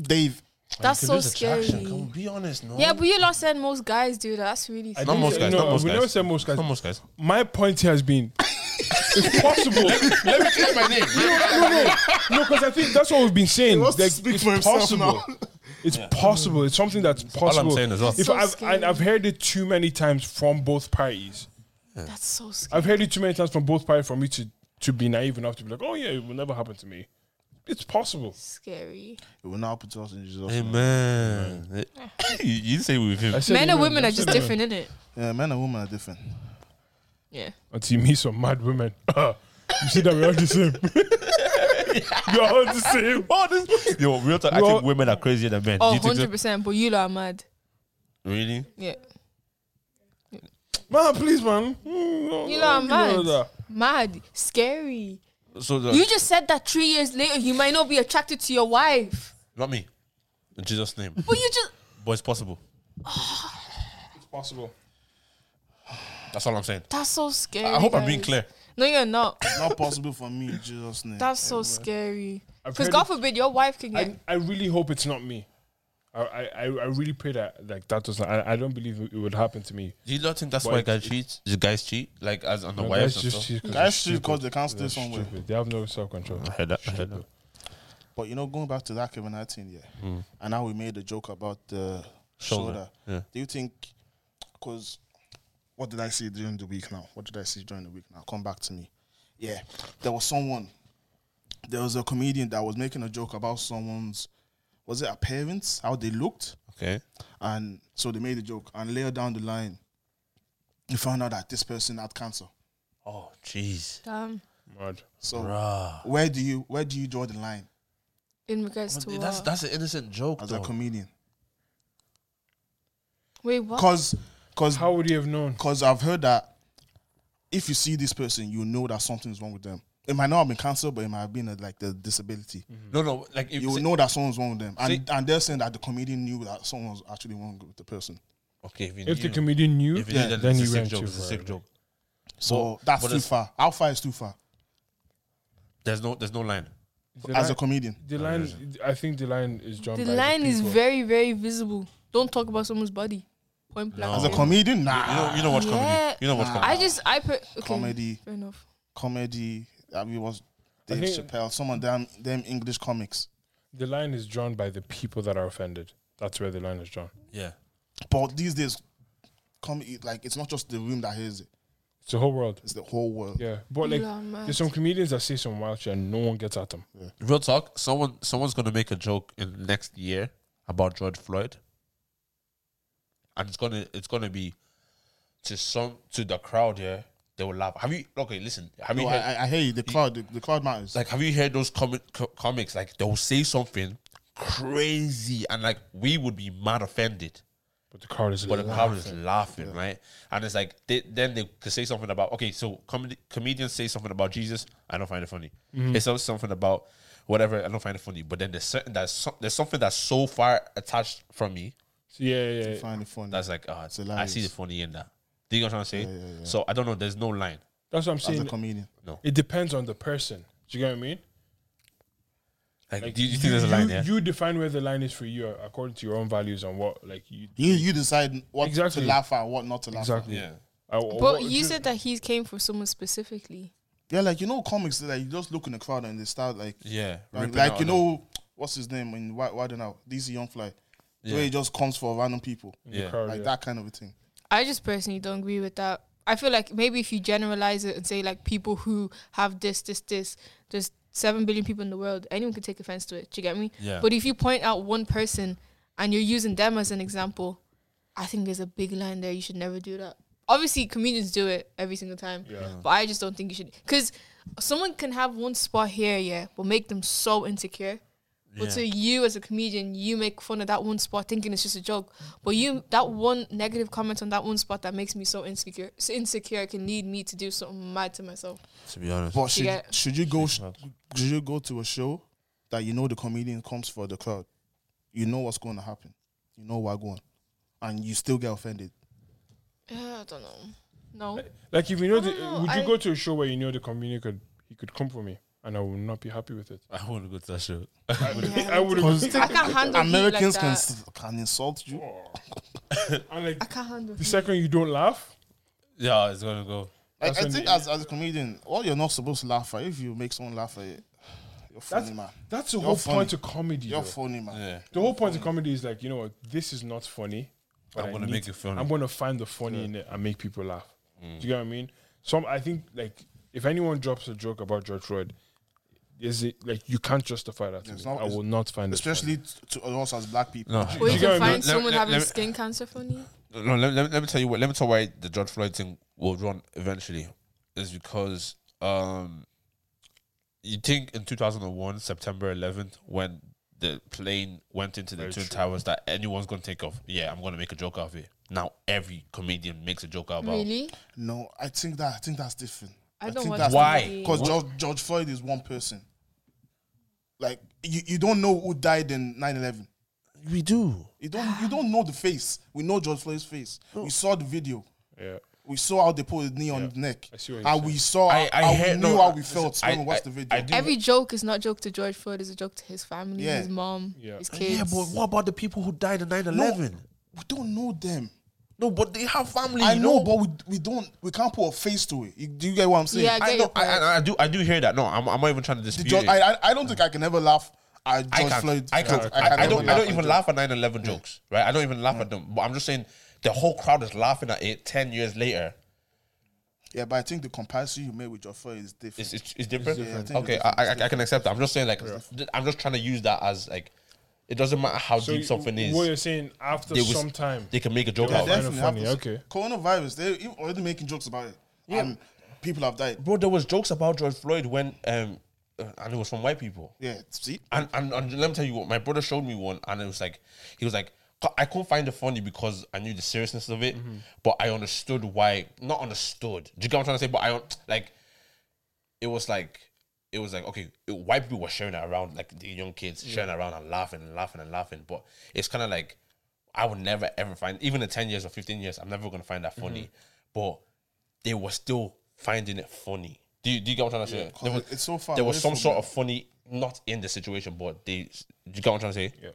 Speaker 3: Dave.
Speaker 4: That's
Speaker 5: You
Speaker 4: so
Speaker 5: can lose
Speaker 4: scary.
Speaker 5: attraction. Come on, be honest, no.
Speaker 4: Yeah, but you lot said most guys do that. That's really.
Speaker 2: I
Speaker 4: scary.
Speaker 5: Not
Speaker 2: didn't
Speaker 5: most
Speaker 2: say-
Speaker 5: guys,
Speaker 2: No,
Speaker 5: not most
Speaker 2: we
Speaker 5: guys.
Speaker 2: never said most guys.
Speaker 5: Come on, guys.
Speaker 2: My point here has been, it's possible.
Speaker 1: Let me tell you my name.
Speaker 2: no, no, no, because I think that's what we've been saying.
Speaker 3: wants to
Speaker 2: Like,
Speaker 3: speak
Speaker 2: it's
Speaker 3: for himself
Speaker 2: possible. It's possible. It's something that's
Speaker 5: All
Speaker 2: possible.
Speaker 5: I'm saying is, well.
Speaker 2: if
Speaker 4: So
Speaker 2: I've,
Speaker 4: scary.
Speaker 2: and I've heard it too many times from both parties.
Speaker 4: That's so scary.
Speaker 2: I've heard it too many times from both parties for me to, to be naive enough to be like, oh yeah, it will never happen to me. It's possible.
Speaker 4: Scary.
Speaker 3: It will not happen to us in Jesus. name.
Speaker 5: Amen. you, you say with him.
Speaker 2: I said
Speaker 4: Men and
Speaker 2: amen,
Speaker 4: women
Speaker 2: I
Speaker 4: are just
Speaker 2: said amen.
Speaker 4: different, innit?
Speaker 3: Yeah, men and women are different.
Speaker 4: Yeah.
Speaker 2: Until you meet some mad women. you see that we're all the same. You're all the same.
Speaker 5: Oh, this, yo, real talk. I
Speaker 2: Yo.
Speaker 5: think women are crazier than men.
Speaker 4: Oh,
Speaker 5: Do you think so?
Speaker 4: 100%. But you lot are mad.
Speaker 5: Really?
Speaker 4: Yeah.
Speaker 2: Man, please, man. Mm, no, no,
Speaker 4: You
Speaker 5: Oh,
Speaker 4: lot are
Speaker 2: give me all
Speaker 4: mad.
Speaker 2: that.
Speaker 4: Mad. Scary.
Speaker 5: So uh, the-
Speaker 4: You just said that three years later you might not be attracted to your wife.
Speaker 5: not me. In Jesus' name,
Speaker 4: But you just.
Speaker 5: but it's possible.
Speaker 2: It's possible.
Speaker 5: That's all I'm saying.
Speaker 4: That's so scary.
Speaker 5: I hope I'm being
Speaker 4: guys.
Speaker 5: clear.
Speaker 4: No, you're not.
Speaker 3: Not possible for me in Jesus' name.
Speaker 4: That's so scary.
Speaker 2: I've
Speaker 4: Because
Speaker 2: heard
Speaker 4: God
Speaker 2: it-
Speaker 4: forbid your wife can get.
Speaker 2: I, I really hope it's not me. I, I, I I really pray that like that does not. I, I don't believe it would happen to me.
Speaker 5: Do you not think that's
Speaker 2: But
Speaker 5: why
Speaker 2: it-
Speaker 5: guys cheat? The guys cheat, like as on the
Speaker 2: No,
Speaker 5: wives
Speaker 2: guys
Speaker 5: and
Speaker 2: just
Speaker 5: stuff.
Speaker 2: cheat 'cause they're
Speaker 3: Guys cheat
Speaker 2: stupid.
Speaker 3: because they can't stay
Speaker 2: They're
Speaker 3: somewhere.
Speaker 2: stupid. They have no self control.
Speaker 5: I heard that. I heard that.
Speaker 3: But you know, going back to that Kevin Hart thing, yeah, and now we made a joke about the shoulder.
Speaker 5: Shoulder, yeah.
Speaker 3: Do you think? Because what did I see during the week now? What did I see during the week now? Come back to me. Yeah, there was someone. There was a comedian that was making a joke about someone's, was it appearance, how they looked,
Speaker 5: Okay.
Speaker 3: and so they made a joke. And later down the line, you found out that this person had cancer.
Speaker 5: Oh, jeez.
Speaker 4: Damn.
Speaker 2: Mad.
Speaker 3: So where do you where do you draw the line
Speaker 4: In regards to
Speaker 5: That's
Speaker 4: what?
Speaker 5: that's an innocent joke,
Speaker 3: as
Speaker 5: though.
Speaker 3: a comedian?
Speaker 4: Wait, what?
Speaker 3: Because because
Speaker 2: How would you have known?
Speaker 3: because I've heard that if you see this person, you know that something's wrong with them. It might not have been cancer, but it might have been uh, like the disability.
Speaker 5: no, no. Like if
Speaker 3: You will
Speaker 5: say-
Speaker 3: know that something's wrong with them, and and they're saying that the comedian knew that someone was actually wrong with the person.
Speaker 5: Okay, if you
Speaker 2: If the
Speaker 5: knew-
Speaker 2: comedian knew,
Speaker 5: if you
Speaker 3: Yeah,
Speaker 5: knew, then
Speaker 2: then
Speaker 5: it's a
Speaker 2: he
Speaker 5: sick
Speaker 2: went
Speaker 5: joke.
Speaker 2: too
Speaker 5: It's a
Speaker 2: far.
Speaker 5: sick joke.
Speaker 3: So
Speaker 5: But-
Speaker 3: that's
Speaker 5: but
Speaker 3: too
Speaker 5: it's-
Speaker 3: far. How far is too far
Speaker 5: There's no, there's no line.
Speaker 2: The
Speaker 3: as a
Speaker 2: line-
Speaker 3: comedian?
Speaker 2: the line, I think the line is drawn.
Speaker 4: the
Speaker 2: by
Speaker 4: line is
Speaker 2: people.
Speaker 4: very, very visible. Don't talk about someone's body. Point blank.
Speaker 3: As a comedian, nah.
Speaker 5: Oh. You know, you know what's
Speaker 4: Yeah.
Speaker 5: comedy. You know what's comedy.
Speaker 4: I just, I pre- okay,
Speaker 3: Comedy.
Speaker 4: Fair enough.
Speaker 3: comedy. I mean, it was Dave
Speaker 2: think-
Speaker 3: Chappelle? Someone damn them English comics.
Speaker 2: The line is drawn by the people that are offended. That's where the line is drawn.
Speaker 5: Yeah.
Speaker 3: But these days, comedy like it's not just the room that hears it;
Speaker 2: It's the whole world.
Speaker 3: it's the whole world.
Speaker 2: Yeah, but like,
Speaker 4: Nah, man.
Speaker 2: there's some comedians that say some wild shit and no one gets at them.
Speaker 5: Real talk. Someone, someone's gonna make a joke in next year about George Floyd, and it's gonna, it's gonna be to some to the crowd here. they will laugh. Have you? Okay, listen. Have
Speaker 3: No,
Speaker 5: you?
Speaker 3: I,
Speaker 5: heard-
Speaker 3: I- I hear you. The crowd, the, the crowd matters.
Speaker 5: like have you heard those comic co- comics like they'll say something crazy and like we would be mad offended
Speaker 2: But the crowd is
Speaker 5: but the
Speaker 2: laughing.
Speaker 5: crowd is laughing right and it's like they, then they could say something about okay so comedy comedians say something about jesus i don't find it funny they say something about whatever i don't find it funny but then there's certain that's so, there's something that's so far attached from me
Speaker 2: Yeah, yeah, yeah.
Speaker 3: find it funny.
Speaker 5: that's like ah, i
Speaker 3: hilarious.
Speaker 5: see the funny in that do you know what i'm trying to say so i don't know there's no line
Speaker 2: That's what I'm
Speaker 3: as a
Speaker 2: saying.
Speaker 3: comedian.
Speaker 2: It depends on the person. Do you get what I mean?
Speaker 5: like, do you, you think there's a line
Speaker 2: you,
Speaker 5: there
Speaker 2: you define where the line is for you uh, according to your own values and what, like, you
Speaker 3: You you decide what
Speaker 2: Exactly.
Speaker 3: to laugh at, what not to laugh
Speaker 2: exactly.
Speaker 5: yeah
Speaker 2: Uh, wh-
Speaker 4: But
Speaker 5: Oh,
Speaker 2: what-
Speaker 4: you said that he came for someone specifically.
Speaker 3: at. Yeah, like you know comics that like, you just look in the crowd and they start like
Speaker 5: yeah
Speaker 3: like,
Speaker 5: ripping
Speaker 3: like,
Speaker 5: out
Speaker 3: you
Speaker 5: on them.
Speaker 3: know what's his name in why why don't know DC Young Fly. The way he just comes for random people.
Speaker 5: yeah
Speaker 2: crowd,
Speaker 3: Like
Speaker 2: Oh, yeah.
Speaker 3: that kind of a thing.
Speaker 4: I just personally don't agree with that. I feel like maybe if you generalize it and say like people who have this, this, this, there's seven billion people in the world, anyone could take offense to it. Do you get me?
Speaker 5: Yeah.
Speaker 4: But if you point out one person and you're using them as an example, I think there's a big line there. You should never do that. Obviously, comedians do it every single time, but I just don't think you should because someone can have one spot here, yeah, but make them so insecure. But to you as a comedian, you make fun of that one spot thinking it's just a joke. But you that one negative comment on that one spot that makes me so insecure so insecure can lead me to do something mad to myself.
Speaker 5: to be honest.
Speaker 3: But should,
Speaker 4: get-
Speaker 3: should you go? sh- Should you go to a show that you know the comedian comes for the crowd? You know what's going to happen. You know what's going, and you still get offended.
Speaker 4: Yeah, I don't know. No.
Speaker 2: Like if you know,
Speaker 4: I
Speaker 2: the,
Speaker 4: don't know,
Speaker 2: would you
Speaker 4: I-
Speaker 2: go to a show where you know the comedian could he could come for me, and I would not be happy with it.
Speaker 5: I want to go to that show.
Speaker 2: I would. have
Speaker 4: I can't handle heat like
Speaker 3: Americans can
Speaker 4: that.
Speaker 3: s- can insult you.
Speaker 2: And like
Speaker 4: I can't handle
Speaker 2: the second you don't laugh,
Speaker 5: Yeah, it's gonna go.
Speaker 3: I, I
Speaker 2: That's when
Speaker 3: think
Speaker 2: you-
Speaker 3: as, as a comedian, what you're not supposed to laugh at, if you make someone laugh at it, you're funny man.
Speaker 2: that's the
Speaker 3: You're
Speaker 2: whole
Speaker 3: funny.
Speaker 2: point of comedy.
Speaker 3: You're
Speaker 2: though.
Speaker 3: funny man.
Speaker 5: Yeah.
Speaker 2: the whole point of comedy is like you know what, this is not funny. But
Speaker 5: I'm
Speaker 2: I
Speaker 5: gonna
Speaker 2: need-
Speaker 5: make it funny. Mm.
Speaker 2: I'm gonna find the funny in it and make people laugh. Do you get what I mean? Some I think like if anyone drops a joke about George Floyd, is it like you can't justify that? To
Speaker 3: It's
Speaker 2: me.
Speaker 3: not-
Speaker 2: I will not find it.
Speaker 3: Especially to, to us as black people.
Speaker 5: No.
Speaker 4: Or
Speaker 2: you
Speaker 4: you
Speaker 2: get
Speaker 4: can
Speaker 2: what I mean?
Speaker 4: find
Speaker 5: Let-
Speaker 4: someone
Speaker 5: let-
Speaker 4: having
Speaker 5: let me-
Speaker 4: skin cancer funny.
Speaker 5: No, let, let, let me tell you what. Let me tell why the George Floyd thing will run eventually is because um, you think in 2001 September 11th when the plane went into the
Speaker 2: Very
Speaker 5: twin
Speaker 2: true.
Speaker 5: towers that anyone's gonna think of. Yeah, I'm gonna make a joke out of it. Now every comedian makes a joke out about.
Speaker 4: Really?
Speaker 3: No, I think that I think that's different.
Speaker 4: I don't
Speaker 3: think
Speaker 4: watch
Speaker 3: that's
Speaker 5: Why?
Speaker 4: comedy.
Speaker 3: Because George, George Floyd is one person. Like you, you don't know who died in 9-11.
Speaker 5: We do.
Speaker 3: You don't you don't know the face. We know George Floyd's face. We saw the video.
Speaker 2: Yeah.
Speaker 3: We saw how they put the knee on the neck.
Speaker 2: I see what you're
Speaker 3: and we saw
Speaker 5: I- I
Speaker 3: how
Speaker 5: hear-
Speaker 3: we
Speaker 5: no,
Speaker 3: knew how
Speaker 5: no,
Speaker 3: we
Speaker 5: listen,
Speaker 3: felt
Speaker 5: I-
Speaker 3: when we watched
Speaker 5: I-
Speaker 3: the video.
Speaker 5: I do-
Speaker 4: Every joke is not joke to George Floyd, it's a joke to his family,
Speaker 3: Yeah.
Speaker 4: his mom,
Speaker 2: Yeah.
Speaker 4: his kids.
Speaker 5: Yeah, but what about the people who died in 9 11?
Speaker 3: we don't know them.
Speaker 5: No, but they have family.
Speaker 3: I
Speaker 5: you
Speaker 3: know, but we, we don't we can't put a face to it. You, do you get what I'm saying?
Speaker 4: Yeah, I
Speaker 5: I
Speaker 4: get
Speaker 5: know.
Speaker 4: your
Speaker 5: I,
Speaker 4: point.
Speaker 5: I, I do. I do hear that. No, I'm, I'm not even trying to
Speaker 3: The
Speaker 5: dispute
Speaker 3: George,
Speaker 5: it.
Speaker 3: I, I I don't think I can ever laugh at
Speaker 5: I
Speaker 3: George
Speaker 5: can't.
Speaker 3: Floyd.
Speaker 5: I can't.
Speaker 3: joke.
Speaker 5: I,
Speaker 3: can
Speaker 5: I
Speaker 3: never
Speaker 5: don't. I don't
Speaker 3: at
Speaker 5: even
Speaker 3: George.
Speaker 5: laugh at 9/11 jokes, right? I don't even laugh at them. But I'm just saying, the whole crowd is laughing at it ten years later.
Speaker 3: Yeah, but I think the comparison you made with George Floyd is different.
Speaker 5: It's it's, it's different.
Speaker 3: different. Yeah, I think
Speaker 5: Okay,
Speaker 3: it's
Speaker 5: I, I I can accept that. I'm just saying, like, I'm just trying to use that as like, it doesn't matter how
Speaker 2: So
Speaker 5: deep something
Speaker 2: you- what
Speaker 5: is.
Speaker 2: you're saying after
Speaker 5: They was-
Speaker 2: some time,
Speaker 5: They can make a joke
Speaker 2: Yeah,
Speaker 5: out of it.
Speaker 2: that's-
Speaker 3: definitely
Speaker 2: funny,
Speaker 3: happens.
Speaker 2: okay.
Speaker 3: Coronavirus, they're even already making jokes about it. And people have died.
Speaker 5: Bro, there was jokes about George Floyd when um, uh, and it was from white people.
Speaker 3: Yeah, see?
Speaker 5: And, and and let me tell you what, my brother showed me one, and it was like he was like "Co- I couldn't find it funny because I knew the seriousness of it, but I understood why. Not understood. Do you get what I'm trying to say? But I don't- like it was like it was like okay, it- white people were sharing it around, like the young kids sharing it around and laughing and laughing and laughing. But it's kind of like I would never ever find even in ten years or fifteen years, I'm never gonna find that funny. But they were still finding it funny. Do you, do you get what I'm trying to say? There was-
Speaker 3: it's so far
Speaker 5: there was
Speaker 3: away
Speaker 5: some
Speaker 3: from
Speaker 5: sort
Speaker 3: me.
Speaker 5: of funny, not in the situation, but they. Do you get what I'm trying to say?
Speaker 2: Yeah.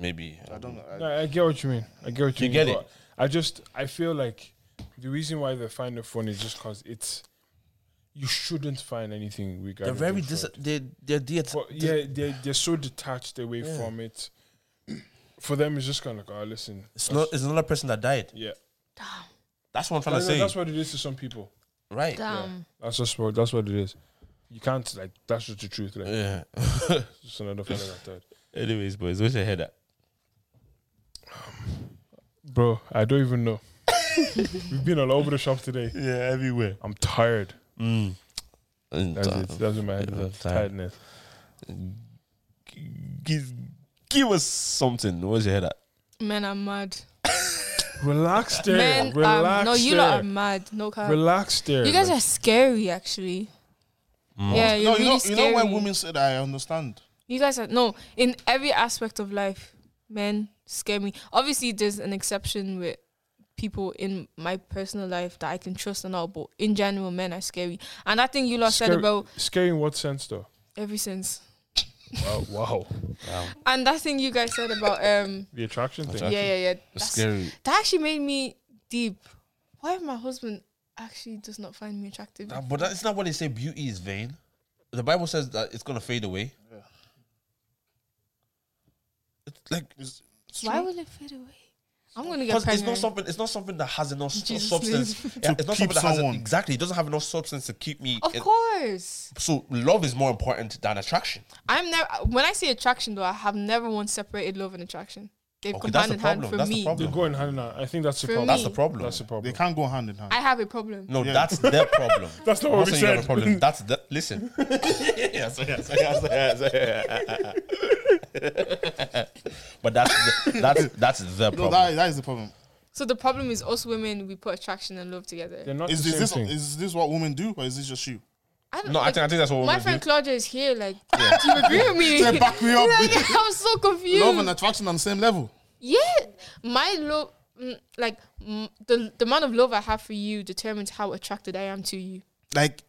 Speaker 5: Maybe. um, I don't.
Speaker 3: I don't know.
Speaker 2: No, I get what you mean. I get what you,
Speaker 5: You
Speaker 2: mean.
Speaker 5: get
Speaker 2: but
Speaker 5: it?
Speaker 2: I just I feel like the reason why they find it funny is just because it's you shouldn't find anything regarding.
Speaker 5: They're very
Speaker 2: George
Speaker 5: dis.
Speaker 2: Floyd.
Speaker 5: They they're deat-
Speaker 2: But yeah, they're they're so detached away from it. For them, it's just kind of like, oh, listen.
Speaker 5: It's not. It's another person that died.
Speaker 2: Yeah,
Speaker 5: That's what I'm trying
Speaker 2: that's,
Speaker 5: to say.
Speaker 2: that's what it is to some people.
Speaker 5: right.
Speaker 4: Damn.
Speaker 2: That's just what that's what it is. You can't like that's just the truth. Like,
Speaker 5: Yeah.
Speaker 2: it's just another fella that died.
Speaker 5: Anyways, boys, wish I had that.
Speaker 2: Bro, I don't even know. We've been all over the shop today.
Speaker 5: Yeah, everywhere.
Speaker 2: I'm tired.
Speaker 5: Mm. uh,
Speaker 2: That's it. That's in my head.
Speaker 5: Yeah,
Speaker 2: That's
Speaker 5: tired.
Speaker 2: tiredness.
Speaker 5: Give, give us something. Where's your head at?
Speaker 4: Men are mad.
Speaker 2: Relax there.
Speaker 4: Men
Speaker 2: relax
Speaker 4: are no you
Speaker 2: there.
Speaker 4: lot are mad. No cap.
Speaker 2: Relax there.
Speaker 4: You guys
Speaker 2: like,
Speaker 4: are scary actually. Yeah, you're
Speaker 3: No, you
Speaker 4: really
Speaker 3: know, you
Speaker 4: scary.
Speaker 3: know when women said, I understand.
Speaker 4: You guys are no in every aspect of life. Men scare me. Obviously, there's an exception with people in my personal life that I can trust and all, but in general, men are scary. And I think you lot said
Speaker 2: Scary-
Speaker 4: about
Speaker 2: Scary in what sense, though?
Speaker 4: every since,
Speaker 2: Wow. wow.
Speaker 4: and that thing you guys said about um,
Speaker 2: The attraction thing.
Speaker 4: yeah, yeah, yeah. That's-
Speaker 5: Scary.
Speaker 4: That actually made me deep. Why my husband actually does not find me attractive?
Speaker 5: Nah, but that's not what they say. Beauty is vain. The Bible says that it's gonna fade away. It's like
Speaker 3: It's- it's
Speaker 4: Why
Speaker 3: true.
Speaker 4: would it fade away? I'm gonna get
Speaker 5: Because it's
Speaker 4: pregnant.
Speaker 5: not something. It's not something that has enough s-
Speaker 4: Jesus'
Speaker 5: substance. Yeah, it's not
Speaker 3: keep
Speaker 5: something that has
Speaker 3: someone.
Speaker 5: exactly. It doesn't have enough substance to keep me.
Speaker 4: of
Speaker 5: in-
Speaker 4: course,
Speaker 5: so love is more important than attraction.
Speaker 4: I'm never. When I say attraction, though, I have never once separated love and attraction. They've
Speaker 5: Okay,
Speaker 4: come
Speaker 5: that's
Speaker 4: hand
Speaker 5: the
Speaker 4: in hand
Speaker 5: problem,
Speaker 4: for
Speaker 5: that's the
Speaker 4: me.
Speaker 5: problem.
Speaker 2: They're going hand in hand. I think that's the
Speaker 4: For
Speaker 2: problem.
Speaker 4: me. That's the
Speaker 5: problem.
Speaker 2: That's the
Speaker 3: They
Speaker 2: problem.
Speaker 3: can't go hand in hand.
Speaker 4: I have a problem.
Speaker 5: No, that's their problem.
Speaker 2: That's not what
Speaker 5: I'm
Speaker 2: we
Speaker 5: saying you have
Speaker 2: said.
Speaker 5: a problem. That's the listen. yes, yes, yes, yes, yes, yes. but that's the, that's that's the
Speaker 3: no,
Speaker 5: problem.
Speaker 3: that, that is the problem.
Speaker 4: So the problem is us women. We put attraction and love together.
Speaker 2: They're not
Speaker 3: Is
Speaker 2: the
Speaker 3: this,
Speaker 2: same
Speaker 3: this
Speaker 2: thing.
Speaker 3: is this what women do, or is this just you?
Speaker 4: I don't,
Speaker 5: no, I
Speaker 4: like,
Speaker 5: think I think that's what
Speaker 4: my
Speaker 5: women
Speaker 4: friend
Speaker 5: do.
Speaker 4: Claudia is here. Like, do you agree with me?
Speaker 3: Say, back me up.
Speaker 4: Like, I'm so confused.
Speaker 3: Love and attraction on the same level.
Speaker 4: Yeah, my love, mm, like mm, the the amount of love I have for you determines how attracted I am to you.
Speaker 3: Like,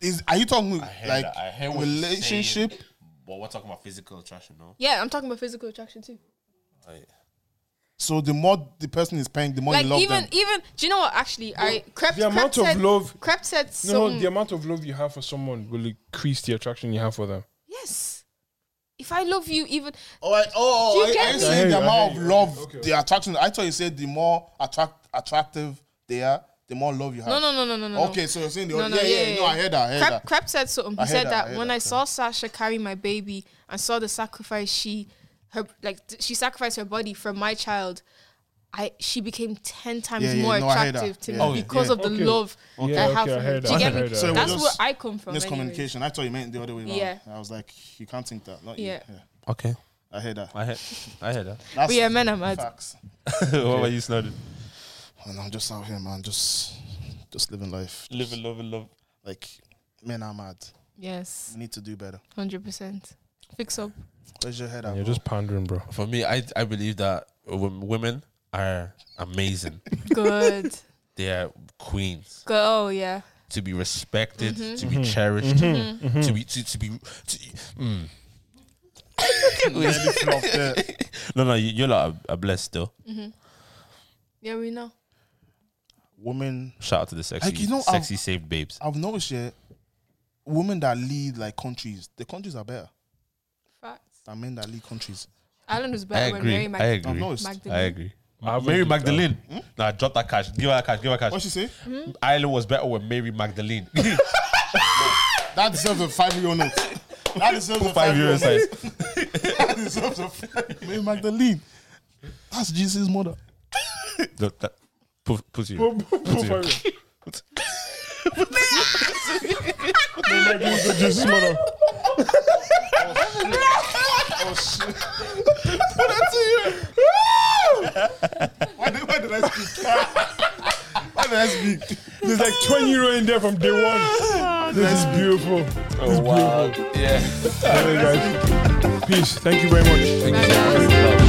Speaker 3: is are you talking
Speaker 5: hear
Speaker 3: like
Speaker 5: that. I hear what you're
Speaker 3: relationship?
Speaker 5: saying. But we're talking about physical attraction, no?
Speaker 4: Yeah, I'm talking about physical attraction too.
Speaker 3: So the more the person is paying, the more
Speaker 4: Like
Speaker 3: you love
Speaker 4: even
Speaker 3: them.
Speaker 4: even do you know what? Actually, I crept.
Speaker 2: the amount of
Speaker 4: said,
Speaker 2: love-
Speaker 4: Crept said
Speaker 2: No,
Speaker 4: some-
Speaker 2: the amount of love you have for someone will increase the attraction you have for them.
Speaker 4: yes. If I love you, even
Speaker 3: Oh, I,
Speaker 4: Do
Speaker 3: oh,
Speaker 4: you
Speaker 3: I, I
Speaker 4: get
Speaker 3: ain't
Speaker 4: me?
Speaker 3: saying
Speaker 2: I
Speaker 3: the
Speaker 2: hear you, I
Speaker 3: amount
Speaker 2: hear
Speaker 3: of
Speaker 2: you.
Speaker 3: love,
Speaker 2: Okay, okay.
Speaker 3: the attraction. I thought you said the more attract attractive they are, the more love you have.
Speaker 4: no no no no no no.
Speaker 3: Okay, so you're saying the
Speaker 4: No, no,
Speaker 3: yeah, yeah,
Speaker 4: yeah,
Speaker 3: yeah, no, I heard that, I heard
Speaker 4: Crep,
Speaker 3: that.
Speaker 4: Crep said something. He
Speaker 3: I hear
Speaker 4: said
Speaker 3: that,
Speaker 4: that,
Speaker 3: I hear
Speaker 4: when
Speaker 3: that,
Speaker 4: I saw Sasha carry my baby and saw the sacrifice she, her like th- she sacrificed her body for my child, I she became ten times
Speaker 3: Yeah, yeah,
Speaker 4: more
Speaker 3: no, I hear that.
Speaker 4: attractive to
Speaker 3: Yeah.
Speaker 4: me
Speaker 3: Oh, yeah,
Speaker 4: because
Speaker 3: yeah.
Speaker 4: of the
Speaker 2: Okay.
Speaker 4: love
Speaker 2: Okay,
Speaker 4: I have
Speaker 2: okay, I
Speaker 4: for
Speaker 2: hear
Speaker 4: her. Do
Speaker 2: that,
Speaker 4: you
Speaker 2: I
Speaker 4: get
Speaker 2: hear
Speaker 4: me?
Speaker 2: that. So
Speaker 3: it
Speaker 4: That's
Speaker 3: was
Speaker 4: where
Speaker 3: just
Speaker 4: I come from. anyways.
Speaker 3: Miscommunication. I thought you meant the other way around.
Speaker 4: Yeah.
Speaker 3: I was like, you can't think that. Not
Speaker 4: Yeah.
Speaker 3: you. Yeah.
Speaker 5: Okay.
Speaker 3: I heard that.
Speaker 5: I heard I heard that.
Speaker 3: That's
Speaker 4: But yeah, men are mad.
Speaker 3: facts.
Speaker 5: what about you, Snowden?
Speaker 3: And I'm just out here, man. Just, just living life.
Speaker 5: Live and love and love.
Speaker 3: Like, men are mad.
Speaker 4: Yes,
Speaker 3: We need to do better.
Speaker 4: hundred percent. Fix up.
Speaker 3: Where's your head at?
Speaker 2: You're
Speaker 3: bro?
Speaker 2: just pandering, bro.
Speaker 5: For me, I I believe that wom- women are amazing.
Speaker 4: Good.
Speaker 5: they are queens
Speaker 4: Good. Oh yeah.
Speaker 5: to be respected,
Speaker 3: Mm-hmm.
Speaker 5: to be cherished, to be to, to be. To, mm. no, no, you, you're not are blessed though.
Speaker 4: Yeah, we know.
Speaker 3: women.
Speaker 5: Shout out to the sexy,
Speaker 3: Like, you know, I've-
Speaker 5: sexy saved babes.
Speaker 3: I've noticed here, women that lead like countries, the countries are better
Speaker 4: Facts.
Speaker 3: than men that lead countries.
Speaker 4: Ireland was
Speaker 5: I
Speaker 4: better when
Speaker 5: agree.
Speaker 4: Mary
Speaker 5: I
Speaker 4: Magdalene.
Speaker 3: I've
Speaker 5: agree.
Speaker 3: noticed.
Speaker 5: I agree. Hmm?
Speaker 2: haven't
Speaker 5: Mary
Speaker 2: did that.
Speaker 5: Magdalene. Nah, drop that cash. Give her that cash. Give her
Speaker 3: What she
Speaker 5: cash.
Speaker 3: say?
Speaker 5: Ireland was better with Mary Magdalene.
Speaker 3: That deserves a five euro note. That deserves a
Speaker 5: Five
Speaker 3: five euro
Speaker 5: euro
Speaker 3: note.
Speaker 5: size.
Speaker 3: That deserves a five. Mary Magdalene. That's Jesus' mother.
Speaker 5: No, that, put, put you.
Speaker 2: Boom, boom, boom, fire. Mary Magdalene is the Jesus mother.
Speaker 3: Why did, why did I speak? why did I speak?
Speaker 2: There's like 20 euro in there from day one. This is beautiful. This is beautiful.
Speaker 5: Yeah.
Speaker 2: Anyway, guys. Peace. Thank you very much.
Speaker 4: Bye, guys.
Speaker 5: Love.